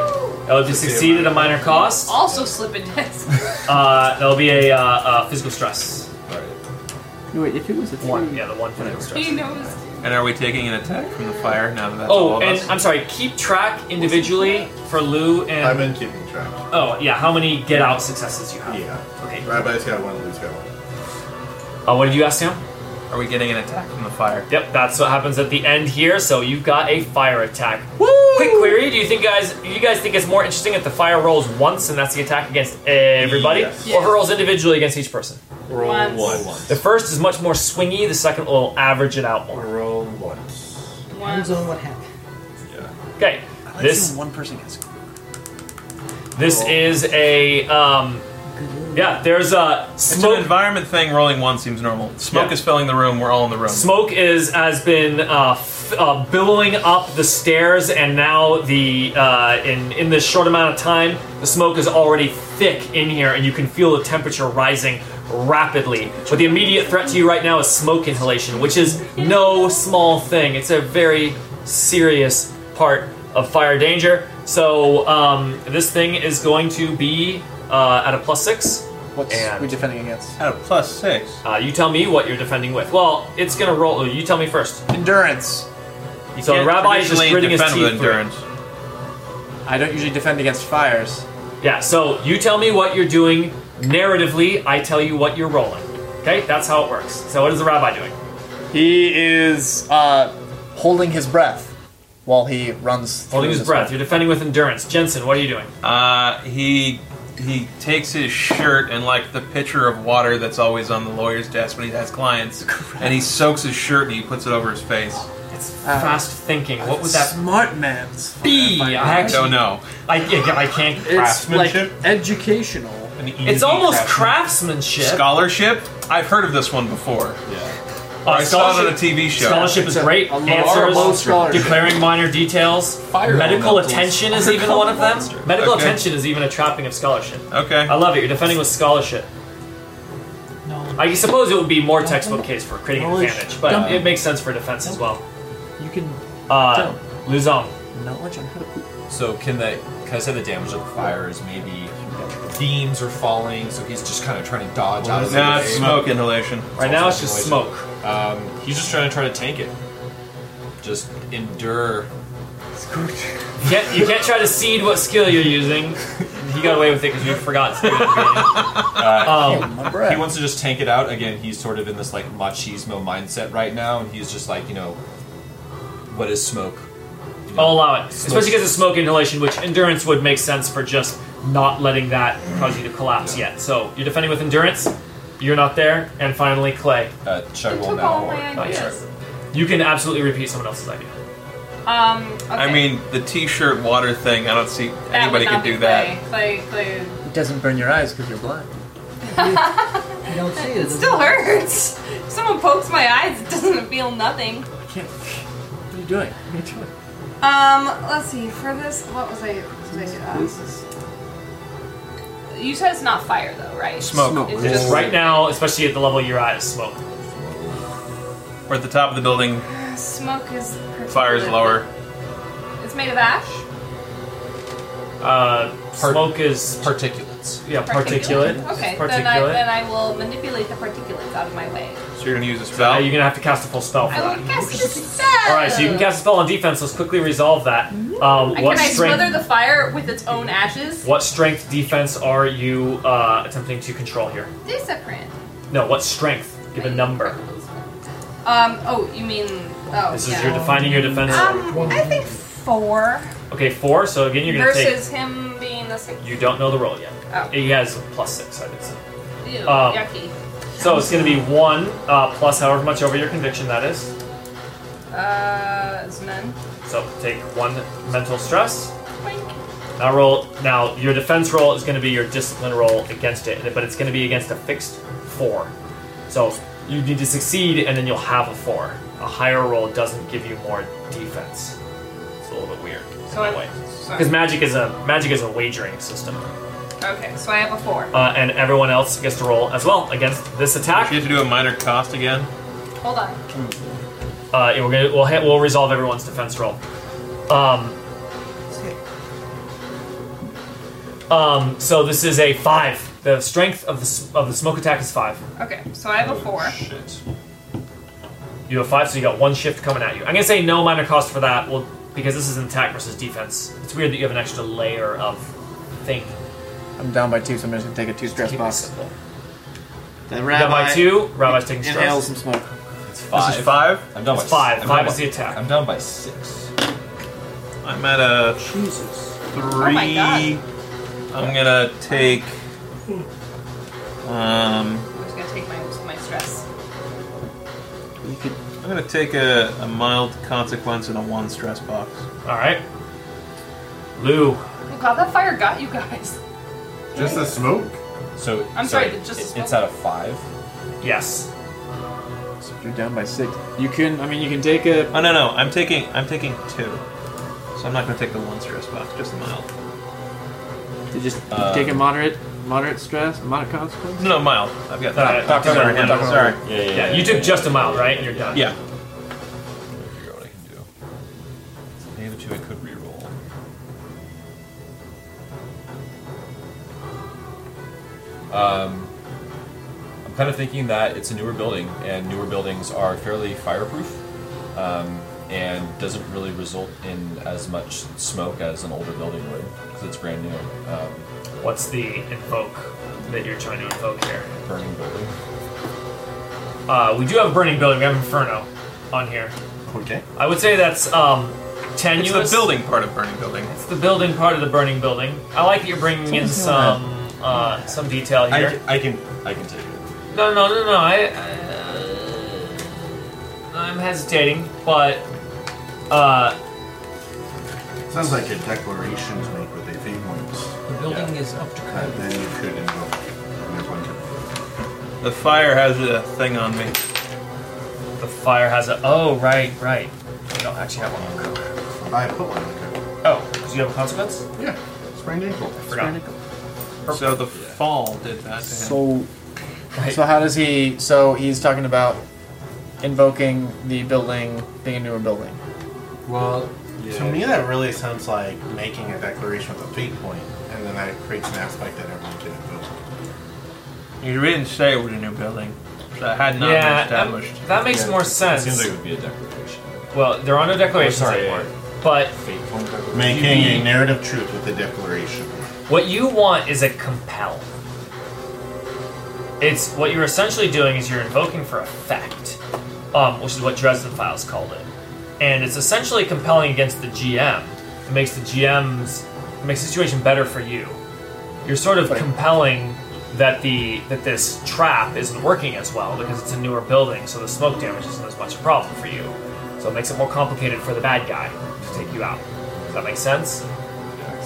S1: that'll be succeed at a minor cost.
S4: Also slip and *laughs* disc.
S1: Uh, that'll be a uh, uh, physical stress.
S11: All right.
S8: Wait, if it was a three.
S1: One, yeah, the one physical stress.
S4: he knows.
S6: And are we taking an attack from the fire now that that's all
S1: Oh,
S6: of
S1: and
S6: us?
S1: I'm sorry. Keep track individually for Lou and.
S2: I've been keeping track.
S1: oh, yeah. How many get out successes you have?
S2: Yeah.
S1: Okay.
S2: Rabbi's got one, Lou's got one.
S1: Uh, what did you ask, Sam?
S6: Are we getting an attack from the fire?
S1: Yep, that's what happens at the end here. So you've got a fire attack. Woo! Quick query: Do you think guys, you guys think it's more interesting if the fire rolls once and that's the attack against everybody,
S2: Yes.
S1: or if it rolls individually against each person?
S2: Roll
S4: Once.
S2: once.
S1: The first is much more swingy. The second will average it out more.
S2: Roll once.
S4: One.
S10: Depends on what happened.
S11: Yeah.
S1: Okay,
S8: I like seeing
S1: this
S8: one person gets.
S1: this is a um, yeah. There's a
S6: It's an
S1: smoke.
S6: environment thing. Rolling one seems normal. Smoke
S1: Yeah.
S6: is filling the room. We're all in the room.
S1: Smoke is has been uh, f- uh, billowing up the stairs, and now the uh, in in this short amount of time, the smoke is already thick in here, and you can feel the temperature rising rapidly. But the immediate threat to you right now is smoke inhalation, which is no small thing. It's a very serious part of fire danger. So um, this thing is going to be uh, at a plus six.
S8: What's
S1: And-
S8: we defending against?
S6: At a plus six.
S1: Uh, you tell me what you're defending with. Well, it's gonna roll. You tell me first.
S8: Endurance.
S1: So the
S6: Can't
S1: rabbi is just
S6: traditionally
S1: gritting his teeth.
S6: defend with
S1: for-
S6: endurance.
S8: I don't usually defend against fires.
S1: Yeah, so you tell me what you're doing narratively, I tell you what you're rolling. Okay, that's how it works. So what is the rabbi doing?
S8: He is
S3: Uh, holding his breath while he runs. through
S1: Holding his
S3: this
S1: breath. You're defending with endurance. Jensen, what are you doing?
S6: Uh, he he takes his shirt and like the pitcher of water that's always on the lawyer's desk when he has clients, and he soaks his shirt and he puts it over his face.
S1: It's fast thinking. What would that
S8: smart man's.
S1: be? I
S6: I
S1: actually,
S6: don't know.
S1: I, yeah, I can't.
S2: Craftsmanship?
S8: educational.
S2: An easy
S1: It's almost
S2: craftsman-
S1: craftsmanship.
S6: Scholarship? I've heard of this one before.
S1: Uh,
S6: I saw it on a TV show.
S1: Scholarship is
S8: It's a-
S1: great.
S8: a low-
S1: Answers,
S8: low scholarship.
S1: declaring minor details.
S9: Fire
S1: Medical
S9: elementals.
S1: attention is even one of them. Medical
S6: Okay.
S1: attention is even a trapping of scholarship.
S6: Okay.
S1: I love it. You're defending with scholarship.
S10: No,
S1: I suppose it would be more textbook case for creating an
S10: Knowledge.
S1: advantage, but
S10: Dump.
S1: it makes sense for defense as well.
S10: you can.
S1: Uh, Luzon.
S3: Knowledge on
S4: *laughs*
S3: how to
S9: So can the can I say the damage of the fire is maybe beams are falling, so he's just kind of trying to dodge out of the
S6: No, it's
S9: way.
S6: smoke inhalation.
S1: Right now it's just
S9: Knowledge.
S1: smoke.
S9: Um, he's just trying to try to tank it. Just endure.
S1: You can't, you can't try to seed what skill you're using. He got away with it because you forgot. skill at the beginning.
S3: hold
S1: Um,
S3: my breath.
S9: He wants to just tank it out. Again, he's sort of in this like machismo mindset right now, and he's just like, you know, what is smoke? You know,
S1: I'll allow it, especially because of smoke inhalation, which endurance would make sense for just not letting that cause you to collapse yet. So you're defending with endurance. You're not there, and finally Clay.
S9: uh, should I
S12: It
S9: roll
S12: took
S9: now?
S12: all
S9: or-
S12: my
S1: Oh, yeah.
S12: ideas.
S1: You can absolutely repeat someone else's idea.
S4: Um, okay.
S6: I mean, the t-shirt water thing, I don't see
S4: That
S6: anybody
S4: would
S6: could
S4: not
S6: do
S4: be
S6: that.
S4: Clay. Clay, Clay.
S3: It doesn't burn your eyes because you're blind.
S10: You don't see it.
S4: It still hurts. *laughs* If someone pokes my eyes, it doesn't feel nothing.
S3: I can't. What are you doing? What are you doing?
S4: Um, let's see. For this, what was I? What was I uh, you said it's not fire, though, right?
S6: Smoke.
S4: It's
S1: Just
S4: just
S1: right now, especially at the level you're at, is smoke.
S6: We're at the top of the building,
S4: smoke is.
S6: fire is lower.
S4: It's made of ash.
S1: Uh, smoke is
S9: Particulates.
S1: yeah particulate.
S4: Okay,
S1: Particulate.
S4: then I then I will manipulate the particulates out of my way.
S6: So you're gonna use a
S1: Uh,
S6: spell?
S1: you're gonna have to cast a full spell for
S4: I
S1: that.
S4: will cast a spell.
S1: All right, so you can cast a spell on defense. Let's quickly resolve that. Um,
S4: And
S1: what
S4: Can I smother
S1: strength?
S4: the fire with its own ashes?
S1: What strength defense are you uh, attempting to control here?
S4: Disapprint.
S1: No, what strength? Give a number.
S4: Um. Oh, you mean? Oh,
S1: This
S4: yeah.
S1: is you're defining your defense.
S4: Um, I think four
S1: Okay, four. So again, you're gonna
S4: versus him being the six.
S1: take. You don't know the roll yet.
S4: Oh.
S1: He has plus six, I think. So,
S4: Ew,
S1: um,
S4: yucky.
S1: so it's gonna be one uh, plus however much over your conviction that is.
S4: Uh, it's none.
S1: So take one mental stress. Now roll. Now your defense roll is going to be your discipline roll against it, but it's going to be against a fixed four. So you need to succeed, and then you'll have a four. A higher roll doesn't give you more defense. It's a little bit weird.
S4: So I
S1: Because
S4: so,
S1: magic is a magic is a wagering system,
S4: okay, so I have a four.
S1: uh, and everyone else gets to roll as well against this
S6: you
S1: attack.
S6: have to do a minor cost again.
S4: Hold on.
S1: Uh, and we're gonna we'll hit, we'll resolve everyone's defense roll. Um, um, so this is a five. The strength of the s- of the smoke attack is five.
S4: Okay, so I have a four.
S9: Shit.
S1: You have five, so you got one shift coming at you. I'm gonna say no minor cost for that. Well, because this is an attack versus defense. It's weird that you have an extra layer of thing.
S3: I'm down by two, so I'm just gonna take a two stress
S1: Keep it
S3: box.
S1: simple.
S8: The
S1: Down
S8: rabbi
S1: by two. Rabbi's taking
S8: inhales
S1: stress.
S8: some smoke.
S9: It's
S6: This is five.
S9: I'm done
S1: It's
S9: by s-
S1: five.
S9: I'm
S1: Five
S9: down
S1: is
S9: by-
S1: the attack.
S9: I'm down by six.
S6: I'm at a
S8: Jesus.
S4: Oh my God.
S6: three. I'm gonna take. Um,
S4: I'm just gonna take my my stress.
S6: I'm gonna take a, a mild consequence and a one stress box.
S1: All right. Lou,
S4: Oh God, that fire got you guys.
S2: Just the smoke?
S9: So
S4: I'm sorry,
S9: it-
S4: just-
S9: it's out of five.
S1: yes.
S3: So if you're down by six.
S8: You can. I mean, you can take a.
S6: Oh no no! I'm taking I'm taking two, so I'm not gonna take the one stress box, just the mild.
S8: You just you
S9: Uh,
S8: take a moderate, moderate stress, moderate consequence.
S6: No, no mild. I've
S9: Ah,
S6: got
S1: Uh,
S6: that. Doctor,
S1: Dr.
S6: sorry,
S1: Zimmer,
S6: Hannah,
S1: Dr.
S6: sorry.
S9: Yeah, yeah.
S1: Yeah, you took just a mile, right? And you're done.
S6: Yeah.
S9: Figure out what I can do. The other two I could reroll. Um, I'm kind of thinking that it's a newer building, and newer buildings are fairly fireproof, um, and doesn't really result in as much smoke as an older building would because it's brand new. Um,
S1: What's the invoke that you're trying to invoke here?
S9: burning building.
S1: Uh, we do have a burning building. We have Inferno on here.
S2: Okay.
S1: I would say that's um,
S6: It's
S1: tenuous.
S6: the building part of burning building.
S1: It's the building part of the burning building. I like that you're bringing in some uh, some detail
S9: I,
S1: here.
S9: ca- I can I can take it.
S1: No, no, no, no. I, I I'm hesitating, but uh,
S2: Sounds like a declaration to make with a fate point.
S10: The building is up to
S2: And
S10: code.
S2: then you could invoke. another one.
S6: The fire has a thing on me.
S1: the fire has a. Oh, right, right. We don't actually have one. on cover.
S2: I put one in the
S1: Oh, do you have a consequence?
S2: code. Yeah. Sprained ankle.
S1: Forgot.
S6: So the fall did that to him.
S3: So,
S1: Right.
S3: so how does he? So he's talking about invoking the building being a newer building.
S9: Well, yeah.
S2: To me, that really sounds like making a declaration with a fate point, and then that creates an aspect that everyone can invoke.
S6: You didn't say it was a new building. So I had not
S1: yeah, that,
S6: established.
S1: that makes more
S9: it
S1: sense.
S9: seems like it would be a declaration.
S1: well, there are no declarations
S9: Oh, sorry.
S1: anymore. But
S9: Fateful declaration.
S2: Making a narrative truth with a declaration.
S1: What you want is a compel. It's what you're essentially doing is you're invoking for effect, um, which is what Dresden Files called it, and it's essentially compelling against the GM. It makes the GM's it makes the situation better for you. You're sort of compelling that the that this trap isn't working as well because it's a newer building, so the smoke damage isn't as much a problem for you. So it makes it more complicated for the bad guy to take you out. Does that make sense?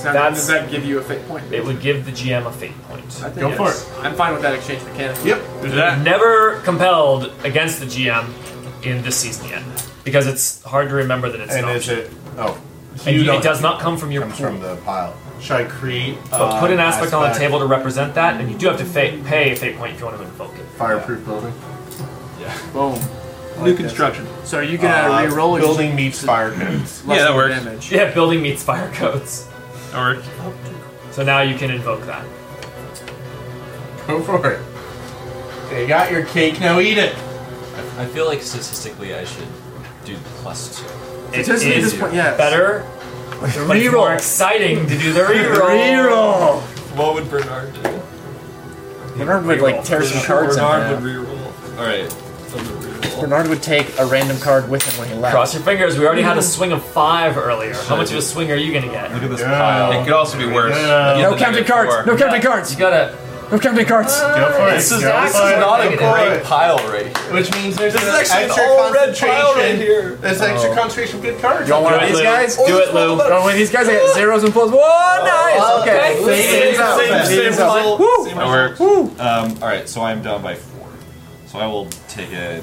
S1: That's-
S8: does that give you a fate point?
S1: It would give the GM a fate point.
S8: I think
S2: Go for
S8: yes. I'm fine with that exchange mechanic.
S2: Yep.
S6: that,
S1: Never compelled against the GM in this season yet, because it's hard to remember that it's
S2: and
S1: an
S2: is
S1: option.
S2: it? Oh, so
S1: and
S2: you
S1: you-
S2: don't-
S1: it does not come from your
S2: comes
S1: pool.
S2: from the pile. Should I create?
S1: but put an
S2: uh,
S1: aspect, on the table to represent that, and you do have to fa- pay a fate point if you want to invoke it. *laughs*
S2: Fireproof building.
S8: Boom.
S2: New construction.
S8: So are you gonna
S2: Uh,
S8: reroll your
S2: building meets fire codes.
S6: Yeah, that works.
S8: Damage.
S1: Yeah, building meets fire codes.
S6: that worked.
S1: So now you can invoke that.
S2: Go for it. They got your cake. Now eat it.
S9: I feel like statistically I should do plus two.
S1: It
S8: Just at
S1: is
S8: this point, yes.
S1: better, but it's more exciting to do the reroll.
S9: What would Bernard do?
S3: Bernard would like tear some cards.
S9: Bernard
S3: in
S9: would reroll. All right. So I'm gonna reroll.
S3: Bernard would take a random card with him when he left.
S1: Cross your fingers. We already had a swing of five earlier. How much of a swing are you gonna get?
S9: Look at this
S2: Yeah.
S6: It
S9: pile.
S6: could also be worse.
S2: Yeah.
S6: You
S3: No
S6: did
S3: counting
S6: it
S3: cards.
S6: before.
S3: No counting
S1: You
S3: cards.
S1: gotta.
S3: No counting cards.
S2: Go for it.
S9: This is,
S2: Go
S9: this is
S2: for it.
S9: not a
S2: Go for
S9: great
S2: it.
S9: pile right here.
S2: Which means there's
S9: This is actually an
S2: extra
S9: all red pile right
S2: concentration-
S9: here. Oh.
S2: There's extra concentration good cards.
S3: Y'all
S1: Do
S3: want
S1: it,
S3: these
S1: Lou.
S3: guys?
S1: Do it, Lou.
S3: Going with these guys, I got zeros and plus one. Nice. Okay.
S2: okay.
S3: Evens out.
S2: Same-
S3: Evens
S2: same
S3: out.
S2: result.
S3: Woo.
S9: That works. Um, all right, so I am down by four. So I will take a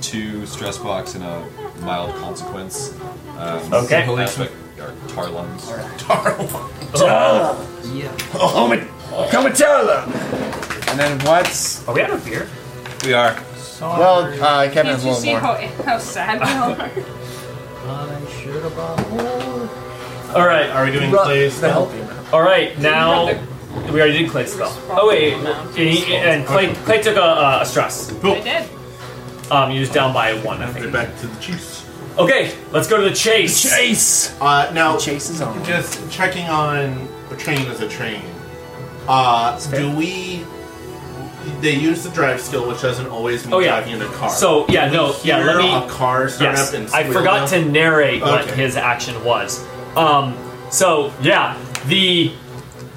S9: two stress box and a mild consequence. Um,
S1: Okay.
S9: Aspect, or tar lungs.
S10: Yeah.
S3: And then what's?
S1: Are we out of beer?
S6: We are.
S3: Well, uh, Kevin
S4: Can't
S3: has a
S4: you see
S3: little more.
S4: how, how sad we are?
S10: I should have bought more.
S1: All right.
S2: Are we doing
S3: Ru-
S2: plays?
S3: the help you.
S1: All right, now
S4: have
S1: we already did Clay's spell. Oh wait, and, he- and Clay, Clay took a, a stress.
S4: I did.
S1: Um, you was down by one, I
S2: They're
S1: think.
S2: back to the Chiefs.
S1: Okay, let's go to the chase. Chase.
S2: Uh, now,
S3: Chase is on.
S2: just checking on a train as a train. Uh, do we? They use the drive skill, which doesn't always mean
S1: Oh, yeah.
S2: driving in a car.
S1: So yeah, no, yeah.
S2: Hear
S1: Let me.
S2: a car start
S1: Yes,
S2: up and
S1: I
S2: squeal
S1: forgot
S2: now?
S1: to narrate what
S2: Okay.
S1: his action was. Um, so yeah, the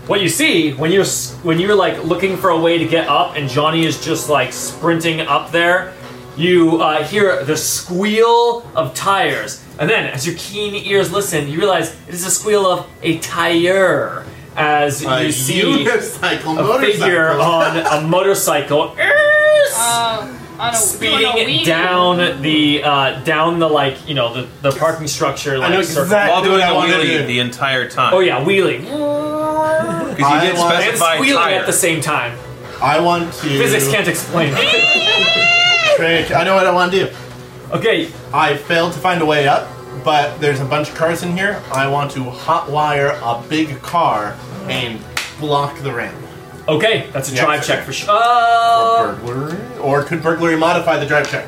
S1: what you see when you're s- when you're like looking for a way to get up, and Johnny is just like sprinting up there. You uh, hear the squeal of tires, and then as your keen ears listen, you realize it is a squeal of a tire. As
S2: A
S1: you see
S2: *laughs* unicycle
S1: a
S2: motorcycle.
S1: figure on a motorcycle. Err,
S4: Um, on a, doing a
S1: speeding
S4: wheelie.
S1: down the uh, down the like you know the, the parking structure like
S2: I know
S1: circle.
S2: exactly
S6: While doing
S2: what I
S6: a
S2: wanted to
S6: wheelie
S2: do.
S6: the entire time.
S1: Oh yeah, wheeling
S6: Because
S2: I
S6: he did
S2: want-
S1: and
S6: specify
S1: squealing
S6: tire.
S1: at the same time.
S2: I want to.
S1: Physics can't explain. it.
S2: trick. I know what *laughs* I want to do.
S1: okay,
S2: I failed to find a way up, but there's a bunch of cars in here. I want to hotwire a big car and block the ramp.
S1: Okay, that's a
S2: Yeah,
S1: drive
S2: it's
S1: check
S2: okay.
S1: for sure. Uh,
S2: burglary? Or could burglary modify the drive check?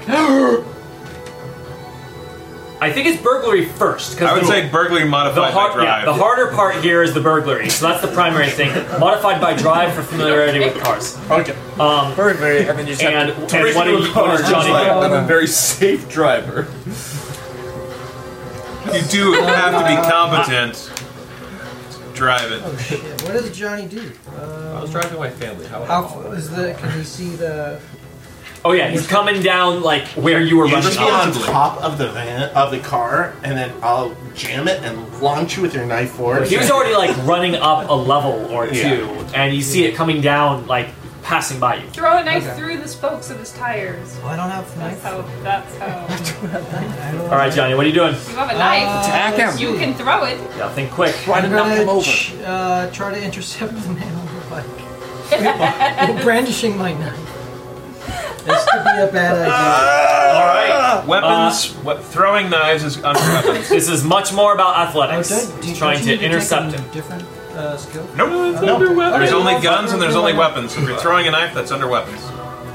S1: I think it's burglary first. 'cause
S6: I would
S1: the-
S6: say burglary modified
S1: The, hard,
S6: by
S1: yeah,
S6: drive.
S1: the harder part here is the burglary, so that's the primary thing. Modified by drive for familiarity with cars.
S2: Okay.
S1: Um,
S3: burglary, and then you just
S1: and
S3: have to
S1: and what, do you, what is Johnny?
S9: Like, I'm a very safe driver.
S6: you do have to be competent. Drive it.
S10: Shit, what does Johnny do?
S9: I was
S10: Um,
S9: driving my family. How would I
S10: how
S9: follow
S10: f-
S9: that?
S10: is the? Can you see the?
S1: Oh yeah, he's coming down like where you were
S2: You
S1: running
S2: just get
S1: up.
S2: on top of the van of the car, and then I'll jam it and launch you with your knife forward.
S1: He was already like running up a level or two,
S2: Yeah.
S1: and you see it coming down like passing by you.
S4: Throw a knife
S10: Okay.
S4: through the spokes of his tires.
S10: Well, I don't have
S4: That's
S10: knife.
S4: how. That's how.
S10: I don't
S1: All right, Johnny, what are you doing?
S4: You have a knife.
S3: Attack him.
S4: You can throw it.
S1: Yeah, think quick.
S3: Try to
S10: I'm
S3: knock
S10: gonna
S3: him over.
S10: ch- uh, try to intercept the man on the bike.
S1: *laughs*
S10: While brandishing my knife. This could be a bad
S3: Uh,
S10: idea.
S6: All right. Weapons. we- throwing knives is under
S1: *laughs*
S6: weapons.
S1: This is much more about
S10: Oh,
S1: athletics.
S10: don't- do
S1: he's
S10: you-
S1: trying
S10: don't you
S1: to
S10: need take
S1: intercept
S10: any
S1: him.
S10: Different uh, skill.
S6: No,
S10: No.
S6: under weapons. There's
S10: Okay,
S6: only
S10: well,
S6: guns and there's only
S10: well,
S6: weapons. If you're throwing a knife, that's under weapons.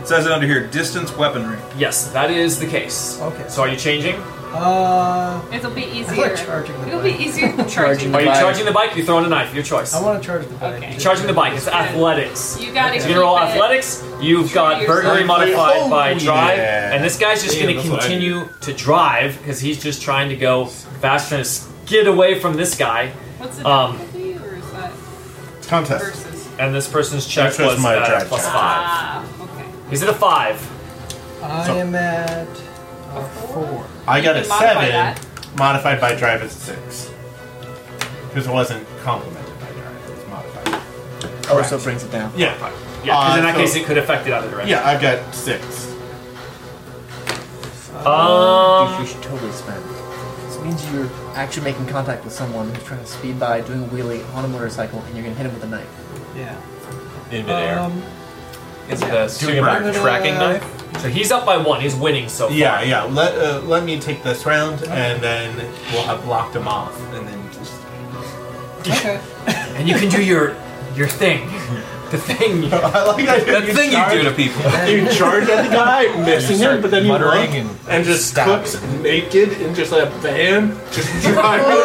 S6: It says it under here. Distance weaponry.
S1: Yes, that is the case.
S10: Okay.
S1: So are you changing?
S10: Uh,
S4: It'll be easier.
S10: like charging the
S4: It'll
S10: bike.
S4: be easier than charging.
S1: Are you
S3: Bike.
S1: charging the bike? You're throwing a knife. Your choice.
S10: I want to charge the bike.
S4: Okay.
S10: Just-
S1: Charging the bike. It's athletics.
S4: You gotta
S1: So
S4: keep
S1: you're gonna roll
S4: it.
S1: athletics. You've got
S4: True.
S1: burglary
S4: Oh,
S1: modified by
S2: yeah.
S1: drive, and this guy's just
S6: Damn,
S1: gonna
S6: that's what I
S1: continue to drive because he's just trying to go faster and skid away from this guy.
S4: What's the
S1: Um,
S4: difficulty, or is that
S2: Contest.
S4: versus?
S1: And this person's check
S2: That's just
S1: was
S2: my
S1: uh,
S2: drive
S1: plus
S2: check.
S1: five.
S4: Ah, okay.
S1: He's at a five.
S10: I
S2: So-
S10: am at
S4: A
S10: uh,
S4: four?
S10: four.
S2: I got
S4: You
S2: a
S4: can modify
S2: seven,
S4: that.
S2: modified by drive is six. Because it wasn't complemented by drive, it was modified.
S3: Also brings it down.
S2: Yeah,
S1: Yeah, 'cause in
S2: Uh,
S1: that
S2: so-
S1: case it could affect it either direction.
S2: yeah, I've got six.
S1: Um,
S3: you should totally spend. This means you're actually making contact with someone who's trying to speed by, doing a wheelie on a motorcycle, and you're gonna hit him with a knife. *laughs*
S10: Yeah.
S9: in midair.
S10: Um,
S6: Is it a
S10: I'm
S6: super uh,
S10: gonna-
S6: tracking knife?
S1: so he's up by one. He's winning so far.
S2: Yeah, yeah. Let uh, let me take this round, and then we'll have blocked them off, and then just
S10: Okay.
S1: And you can do your your thing. *laughs* The thing.
S2: I like that.
S6: That thing you do to people.
S2: You charge at the guy, missing him, but then you
S9: muttering
S2: look and,
S9: and
S2: just
S9: stabbing.
S2: cooks naked in just a van, just driving me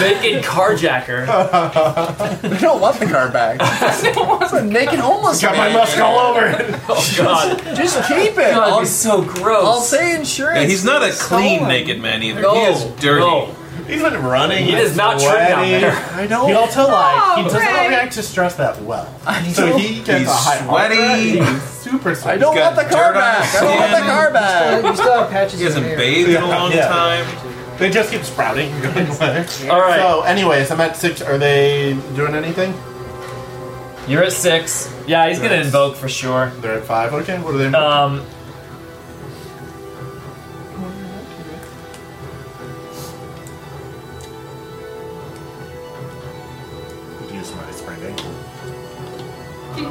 S1: Naked carjacker.
S3: You don't want the car back. It's a naked homeless
S2: Got my
S3: man.
S2: musk all over it.
S1: Oh god.
S3: Just keep it.
S1: God,
S3: I'll,
S1: he's so gross.
S3: I'll say insurance.
S6: Yeah, he's not a clean
S3: Someone.
S6: naked man either.
S1: no,
S6: he is dirty.
S1: No.
S2: *laughs* He's been running.
S1: He does not trip down
S2: sweating.
S1: there.
S3: I
S2: He
S3: know.
S2: also like he
S4: Oh,
S2: does
S4: Greg.
S2: not react to stress that well, so he gets
S6: He's
S2: a high heart rate.
S6: sweaty.
S2: He's super sweaty.
S3: I don't
S6: got
S3: want the car
S6: dirt on
S3: back.
S6: his
S3: I don't want the
S6: skin.
S3: car back.
S10: Uh, You still have patches
S6: He
S10: of
S6: hasn't
S10: hair.
S6: bathed in a long
S2: Yeah.
S6: time.
S2: They just keep sprouting. *laughs* All
S1: All right.
S2: So, anyways, I'm at six. Are they doing anything?
S1: You're at six. Yeah, he's gonna invoke for sure.
S2: They're at five. Okay. What are they?
S1: Um.
S2: Use my sprained ankle. to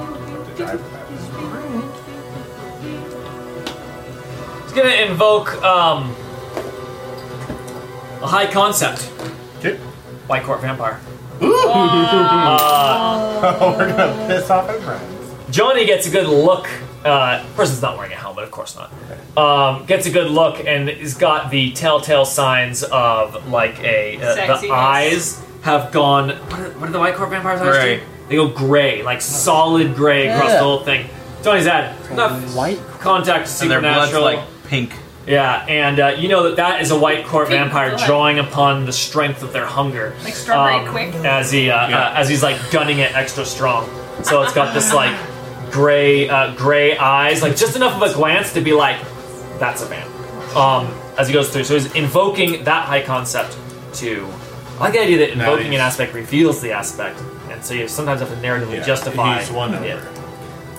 S2: drive with that.
S1: He's gonna invoke um a high concept.
S2: Okay.
S1: White Court Vampire.
S2: We're gonna piss off our friends.
S1: Johnny gets a good look. Uh, person's not wearing a helmet, of course not. Um, gets a good look and has got the telltale signs of like a uh, the
S4: Sexiness.
S1: eyes have gone. What are, what are the white core vampires' eyes?
S6: Gray.
S1: do? They go gray, like solid gray across the whole thing. Johnny's at it. enough
S3: White.
S1: contact to
S6: And their blood's
S1: supernatural.
S6: like pink.
S1: yeah, and uh, you know that that is a white core
S4: Pink
S1: vampire
S4: blood.
S1: drawing upon the strength of their hunger
S4: Like strawberry quick.
S1: as he uh,
S6: Yeah.
S1: uh, as he's like gunning it extra strong. So it's got this
S4: *laughs*
S1: like gray uh, gray eyes, like just enough of a glance to be like, that's a vamp. Um, as he goes through, so he's invoking that high concept to. I like the idea that invoking
S2: Nice.
S1: an aspect reveals the aspect, and so you sometimes have to narratively
S2: Yeah,
S1: justify.
S2: he's one
S1: it.
S2: over.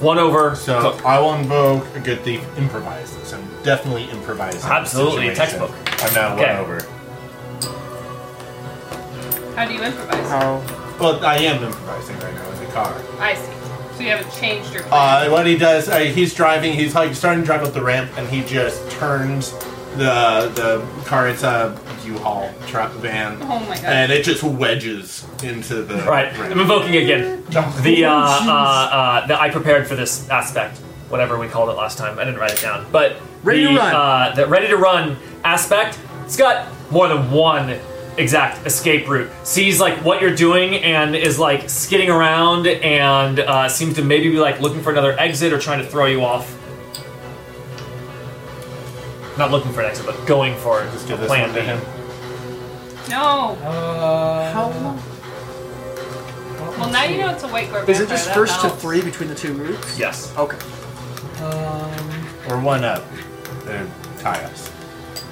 S1: One over.
S2: So
S1: Cook.
S2: I will invoke a good thief improvises. I'm definitely improvising. the
S1: Absolutely,
S2: situation.
S1: textbook.
S2: I'm now
S1: Okay.
S2: one over.
S4: How do you improvise?
S3: How?
S2: Well, I am improvising right now in the car.
S4: I see. So you haven't changed your plan.
S2: Uh, what he does, uh, he's driving. He's like starting to drive up the ramp, and he just turns the the car. It's a U-Haul truck van,
S4: Oh my god.
S2: and it just wedges into the
S1: Right, I'm
S2: ramp.
S1: invoking again.
S2: *laughs*
S1: The uh, uh, uh, the I prepared for this aspect, whatever we called it last time. I didn't write it down, but
S8: Ready
S1: the,
S8: to run.
S1: Uh, the ready to run aspect. It's got more than one exact escape route. Sees like what you're doing and is like skidding around and uh, seems to maybe be like looking for another exit or trying to throw you off. Not looking for an exit, but going for
S2: Just
S1: a
S2: give this
S1: plan
S2: one to
S1: B.
S2: him.
S4: No.
S10: Uh,
S8: How long?
S4: Well, now you know it's a white Gorgon.
S8: Is it just first to three between the two routes?
S1: Yes.
S8: Okay.
S10: Um,
S2: or one up. They're tie-ups.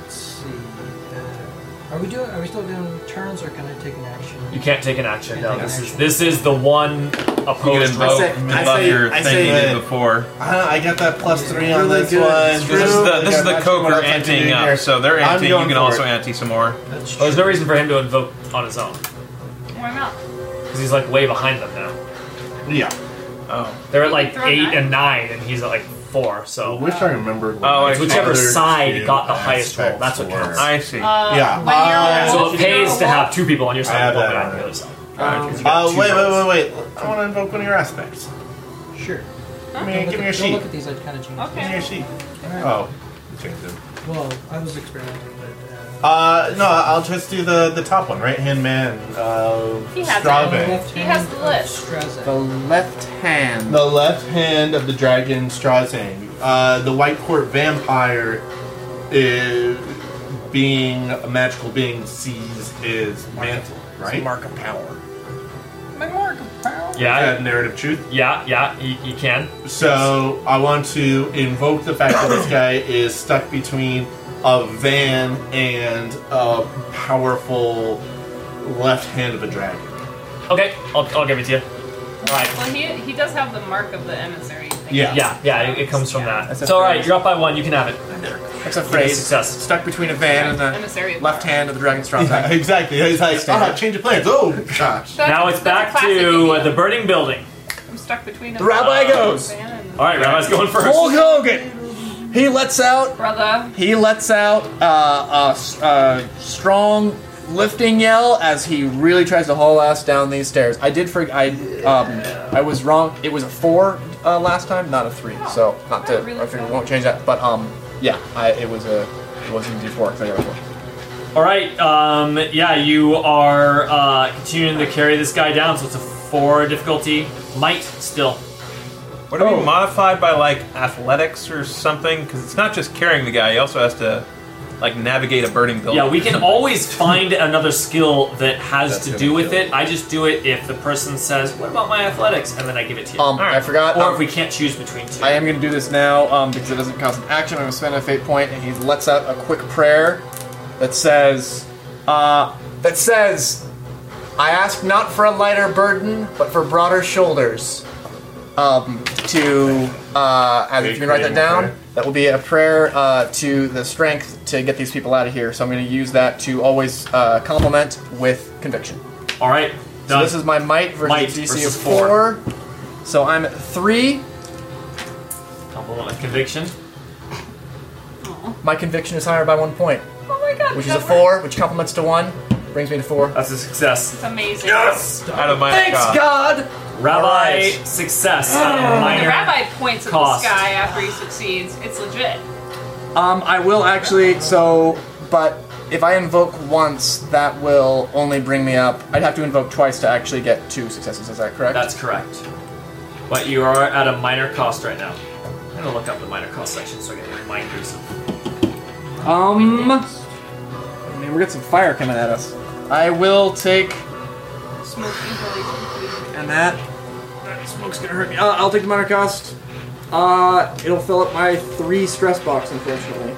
S10: let's see. Uh, Are we doing? Are we still doing turns, or can I take an action?
S1: You can't take an action. No,
S10: Can't take
S1: this
S10: an
S1: is
S10: action.
S1: this is the one
S6: You
S1: opposed
S6: can
S1: route.
S6: invoke,
S8: say- I
S6: invoke
S8: say-
S6: your
S8: I
S6: thing
S8: say-
S6: you did before.
S2: Ah, I got that plus three on
S8: Really
S2: this
S8: good.
S2: one.
S8: True.
S6: This is the this
S2: I got
S6: is the
S2: much more
S6: Coker
S2: left to do
S6: anting up,
S2: here.
S6: so they're
S2: I'm
S6: anting. You
S2: going
S6: can
S2: for
S6: also
S2: it.
S6: ante some more.
S10: That's
S1: Well, there's no reason for him to invoke on his own
S4: Why not?
S1: because he's like way behind them now.
S2: Yeah.
S6: Oh,
S1: They're at like
S4: Throw
S1: eight
S4: nine.
S1: and nine, and he's at like four.
S2: I
S1: So
S2: wish I remembered. what
S6: Oh,
S2: my
S6: it's
S1: whichever
S2: other
S1: side
S2: two
S1: got the highest roll.
S2: aspects
S1: That's what
S2: were.
S1: counts.
S6: I see.
S4: Uh,
S2: Yeah.
S4: When you're
S2: Uh,
S1: so it
S4: when you're
S1: pays to have two people on your
S2: I
S1: side
S2: have
S1: and one
S2: that
S1: guy on
S2: on
S1: the
S2: it.
S1: other side.
S8: Um,
S2: Uh,
S1: Two
S2: wait,
S1: rolls.
S2: wait, wait, wait. I want to invoke one of your aspects.
S10: Sure.
S2: Give
S10: Don't
S2: me,
S10: look
S2: give
S10: at-
S2: me your
S10: Don't
S2: sheet.
S10: look at these. I kind of changed.
S4: Okay.
S2: Give me your sheet.
S10: All right.
S2: Oh, you changed it.
S10: Well, I was experimenting, but uh,
S2: Uh, no, I'll just do the the top one. Right hand man. Uh,
S4: He has
S2: Strave.
S10: left
S4: He
S10: hand
S4: has the
S10: of
S4: list.
S10: Straza.
S8: the left hand.
S2: The left hand of the dragon Strazang. Uh, the White Court vampire is being a magical being sees is mantle, right?
S8: Mark of power.
S10: My mark of power.
S1: Yeah,
S2: Uh, narrative truth.
S1: yeah, yeah. You, you can.
S2: So I want to invoke the fact that *coughs* this guy is stuck between a van and a powerful left hand of a *laughs* dragon.
S1: Okay, I'll, I'll give it to you. All right.
S4: Well, he, he does have the mark of the emissary. Thing.
S2: Yeah.
S1: Yeah, yeah. It, it comes from
S4: Yeah.
S1: that.
S8: That's
S1: It's
S8: a
S1: all right.
S8: phrase.
S1: You're up by one. You can have it.
S8: That's a
S1: Great
S8: phrase.
S1: success.
S8: Stuck between a van and the
S4: Emissary. of
S8: left
S4: power.
S8: hand of the dragon's strong
S2: Yeah, exactly. He's like, ah, change of plans. Oh gosh.
S4: That's-
S1: Now it's
S4: that's a
S1: back
S4: classic
S1: to uh,
S4: idea.
S1: the burning building.
S4: I'm stuck between the
S8: rabbi
S1: goes. All right, Rabbi's going first.
S8: Hulk *laughs* Hogan. He lets out.
S4: Brother,
S8: He lets out uh, a s- a strong lifting yell as he really tries to haul ass down these stairs. I did. For, I um, I was wrong. It was a four uh, last time, not a three. So not to.
S4: Oh, really?
S8: I figured we won't change that. But um, yeah, I it was a it wasn't D four. I got a four.
S1: All right. Um, yeah, you are uh, continuing to carry this guy down, so it's a four difficulty. Might still.
S6: Would
S2: Oh.
S6: it be modified by like athletics or something? Because it's not just carrying the guy; he also has to like navigate a burning building.
S1: Yeah, we can always find another skill that has
S9: That's
S1: to
S9: gonna
S1: do with
S9: kill.
S1: it. I just do it if the person says, "What about my athletics?" and then I give it to you.
S8: Um,
S6: Alright.
S8: I forgot.
S1: or
S8: um,
S1: if we can't choose between two.
S8: I am going to do this now um, because it doesn't cost an action. I'm going to spend a fate point, and he lets out a quick prayer that says, uh, "That says, I ask not for a lighter burden, but for broader shoulders." Um, to uh, as if you can write that down, that will be a prayer uh, to the strength to get these people out of here. So I'm going to use that to always uh, compliment with conviction.
S1: All right,
S8: So
S1: done.
S8: this is my might versus
S1: Might
S8: DC
S1: versus
S8: of
S1: four.
S8: four. So I'm at three.
S1: Compliment with conviction.
S8: My conviction is higher by one point,
S4: oh my god,
S8: which is
S4: that
S8: a four, which complements to one, brings me to four.
S1: That's a success.
S4: works. It's amazing.
S6: out of my
S8: Thanks, God!
S1: Rabbi
S8: Alright.
S1: success. out of
S4: Oh. The
S1: minor.
S4: rabbi points at
S1: Cost.
S4: the sky after he succeeds. It's legit.
S8: Um, I will actually, so, but if I invoke once, that will only bring me up. I'd have to invoke twice to actually get two successes, is that correct?
S1: That's correct. But you are at a minor cost right now. I'm gonna look up the minor cost section so I get reminders of.
S8: um. I mean, we're getting some fire coming at us. I will take,
S4: Smoke easily completed.
S8: and that. that Smoke's gonna hurt me. Uh, I'll take the minor cost. Uh, it'll fill up my three stress box, unfortunately.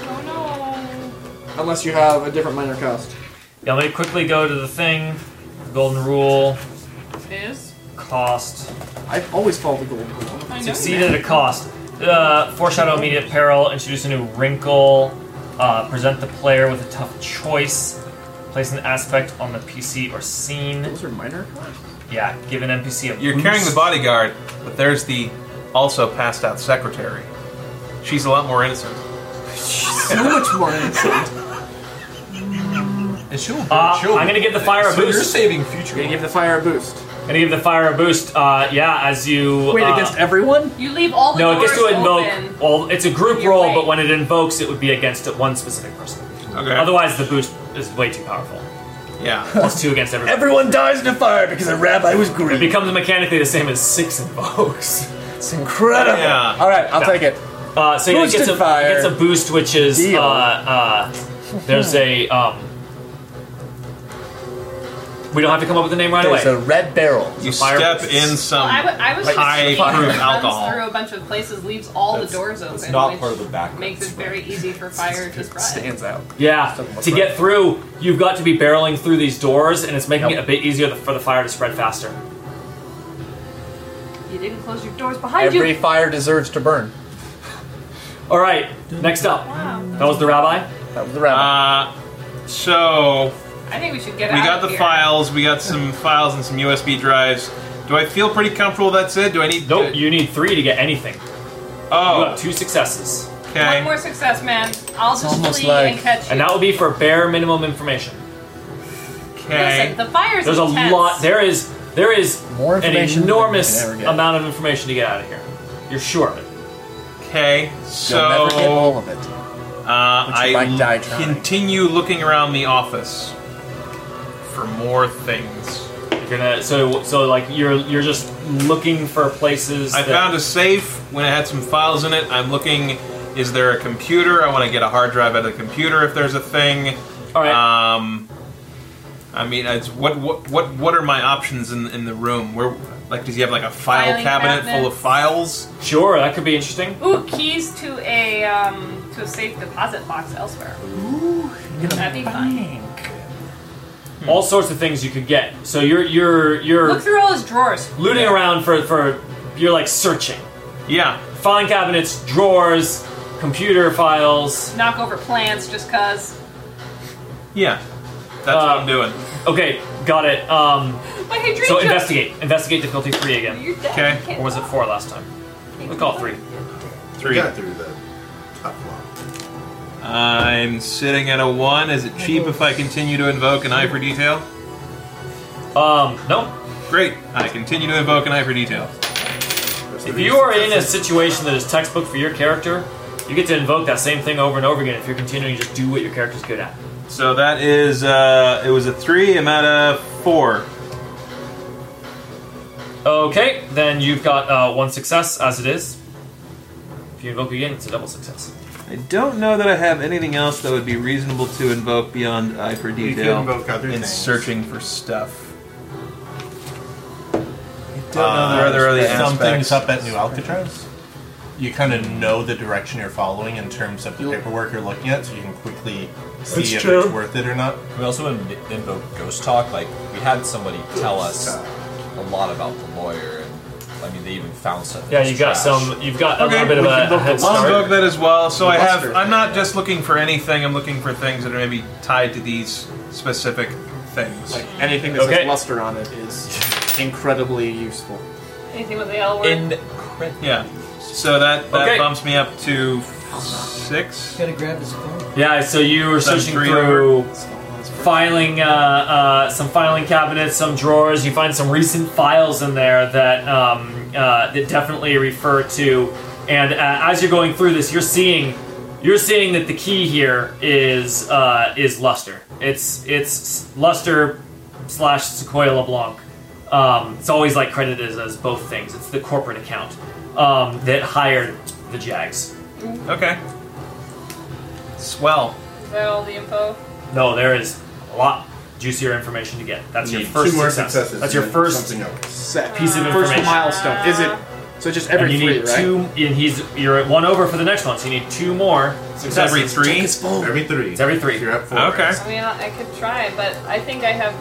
S4: Oh
S8: Unless you have a different minor cost.
S1: Yeah, let me quickly go to the thing. Golden rule,
S4: no. Is?
S1: cost.
S8: I always follow the golden rule.
S4: I know.
S1: Succeed at a cost. Uh, foreshadow immediate peril, introduce a new wrinkle, uh, present the player with a tough choice, place an aspect on the PC or scene.
S8: Those are minor costs?
S1: Yeah, give an NPC a
S6: You're
S1: boost.
S6: carrying the bodyguard, but there's the also passed out secretary. She's a lot more innocent.
S8: So much more innocent.
S9: It should burn
S1: Uh,
S9: children.
S1: I'm gonna give the fire a
S9: So you're
S1: boost.
S9: saving future.
S8: Gonna give the fire a boost.
S1: I'm gonna give the fire a boost. Uh, yeah, as you
S3: Wait,
S1: uh,
S3: against everyone?
S4: You leave all the
S1: No, it
S4: doors
S1: gets to
S4: open.
S1: invoke. Well, it's a group
S4: You're
S1: roll,
S4: right.
S1: but when it invokes, it would be against it- one specific person.
S6: Okay.
S1: Otherwise, the boost is way too powerful. *laughs*
S6: yeah.
S1: Plus two against everybody.
S3: Everyone dies in a fire because a rabbi was
S1: it
S3: greedy.
S1: becomes mechanically the same as six invokes. *laughs*
S3: It's incredible.
S6: Yeah.
S3: All right, I'll
S1: No.
S3: take it.
S1: Uh, so it
S3: Boosted
S1: gets, a,
S3: fire.
S1: it gets a boost, which is uh,
S3: Deal.
S1: uh, there's a. Um, we don't have to come up with a name right away.
S3: There's a red barrel.
S6: You
S1: fire
S6: step
S1: boots.
S6: in
S4: Well,
S6: some.
S4: I, w- I was just
S6: high
S4: thinking
S6: proof
S4: runs
S6: alcohol.
S4: through a bunch of places, leaves all
S9: That's-
S4: the doors open,
S9: that's not
S4: which
S9: part of the background.
S4: makes it very easy for fire to spread.
S3: Stands out.
S1: yeah,
S3: Something
S1: to
S3: like
S1: get through, you've got to be barreling through these doors, and it's making
S3: Yep.
S1: it a bit easier th- for the fire to spread faster.
S4: You didn't close your doors behind
S3: Every
S4: you.
S3: fire deserves to burn.
S1: All right, next up.
S4: Wow.
S1: That was the rabbi.
S3: That was the rabbi.
S6: Uh, so
S4: I think we should get
S6: we
S4: out
S6: got
S4: of
S6: the
S4: here.
S6: files. We got some files and some USB drives. Do I feel pretty comfortable? That's it. Do I need?
S1: Nope, you need three to get anything. You have
S6: Oh,
S1: two successes,
S6: okay.
S4: One more success, man. I'll just
S3: almost
S4: flee
S3: like-
S4: and catch you.
S1: and that would be for bare minimum information.
S6: Okay.
S4: Listen, the fire's
S1: There's a
S4: intense.
S1: lot. There is there is
S3: More
S1: an
S3: information than
S1: enormous
S3: you can ever get.
S1: amount of information to get out of here. You're sure of it.
S3: You'll
S6: Okay.
S3: never get all
S6: So
S3: of it.
S6: uh,
S3: you
S6: I
S3: might die trying.
S6: continue looking around the office for more things.
S1: You're gonna so so like you're you're just looking for places.
S6: I
S1: that,
S6: found a safe when it had some files in it. I'm looking. Is there a computer? I want to get a hard drive out of the computer if there's a thing.
S1: All right.
S6: Um, I mean, it's what what what what are my options in in the room? Where like does he have like a file
S4: Filing
S6: cabinet full of
S4: cabinets.
S6: files?
S1: sure, that could be interesting.
S4: Ooh, keys to a um, to a safe deposit box elsewhere. That'd be fun.
S6: hmm.
S1: All sorts of things you could get. So you're you're you're
S4: Look through all his drawers.
S1: looting around for for you're like searching
S6: Yeah.
S1: filing cabinets, drawers, computer files.
S4: Knock over plants just cause.
S6: Yeah. That's what
S2: Um,
S6: I'm doing.
S1: Okay, got it. Um,
S4: My hey, dream
S1: so
S4: job.
S1: investigate. Investigate difficulty three again.
S4: You're dead.
S6: Okay.
S4: You can't
S1: Or was it
S4: talk.
S1: four last time? We call it three.
S2: We
S6: Three.
S2: got through the top one.
S6: I'm sitting at a one. Is it cheap if I continue to invoke an eye for detail?
S1: Um, no,
S6: Great. I continue to invoke an eye for detail.
S1: If you are in a situation that is textbook for your character, you get to invoke that same thing over and over again if you're continuing to just do what your character's good at.
S6: So that is uh, it was a three. I'm at a four.
S1: Okay, then you've got uh, one success as it is. If you invoke again, it's a double success.
S6: I don't know that I have anything else that would be reasonable to invoke beyond eye for
S2: You
S6: detail.
S2: can invoke other
S6: in
S2: things.
S6: searching for stuff.
S9: Don't
S6: Uh, there are there really aspects?
S2: Something's up at New Alcatraz. You kind of know the direction you're following in terms of the paperwork you're looking at, so you can quickly see if it's worth it or not.
S9: We also in- invoke ghost talk. Like we had somebody tell us a lot about the lawyer, and I mean they even found stuff. in
S1: Yeah,
S9: his
S1: you got
S9: trash.
S1: some. You've got a
S6: Okay,
S1: little bit of
S6: we
S1: a, a head
S6: I'll invoke
S1: start.
S6: that as well. So I have.
S9: Buster.
S6: I'm not just looking for anything. I'm looking for things that are maybe tied to these specific things.
S8: Like anything that
S1: Okay.
S8: says luster on it is incredibly useful.
S4: Anything with the L word.
S9: Incredible.
S6: Yeah. So that that
S1: Okay.
S6: bumps me up to six.
S10: Gotta grab his phone.
S1: Yeah, so you were
S6: Some
S1: searching
S6: three
S1: through filing uh, uh, some filing cabinets, some drawers. You find some recent files in there that um, uh, that definitely refer to. And uh, as you're going through this, you're seeing you're seeing that the key here is uh, is luster. It's it's luster slash Sequoia LeBlanc. Um, it's always like credited as both things. It's the corporate account um, that hired the Jags.
S6: Okay. Swell.
S4: Is that all the info?
S1: No, there is a lot juicier information to get. That's your
S2: Need
S1: first
S2: two more
S1: success.
S2: successes.
S1: That's your
S2: and
S1: first
S2: Something else.
S8: Set.
S1: piece of
S8: First
S1: information.
S8: milestone. Is it? So just
S1: and
S8: every
S1: you
S8: three,
S1: need
S8: right?
S1: two, and he's you're at one over for the next one, so you need two more
S6: It's every
S1: successes.
S6: three.
S2: Every three.
S1: It's every three.
S2: You're at four.
S6: Okay.
S4: I mean, I I could try, but I think I have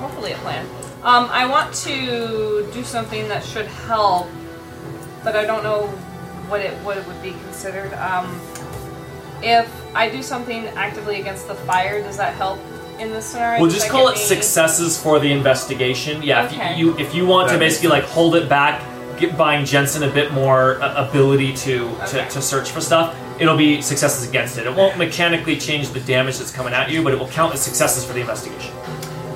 S4: hopefully a plan. Um, I want to do something that should help, but I don't know what it what it would be considered. Um, if I do something actively against the fire, does that help in this scenario?
S1: We'll
S4: Does
S1: just
S4: that
S1: call
S4: give
S1: it
S4: me-
S1: successes for the investigation. Yeah,
S4: Okay.
S1: if you, you if you want to
S2: That makes
S1: basically like hold it back, get buying Jensen a bit more uh, ability to,
S4: Okay.
S1: to to search for stuff. it'll be successes against it. It won't mechanically change the damage that's coming at you, but it will count as successes for the investigation.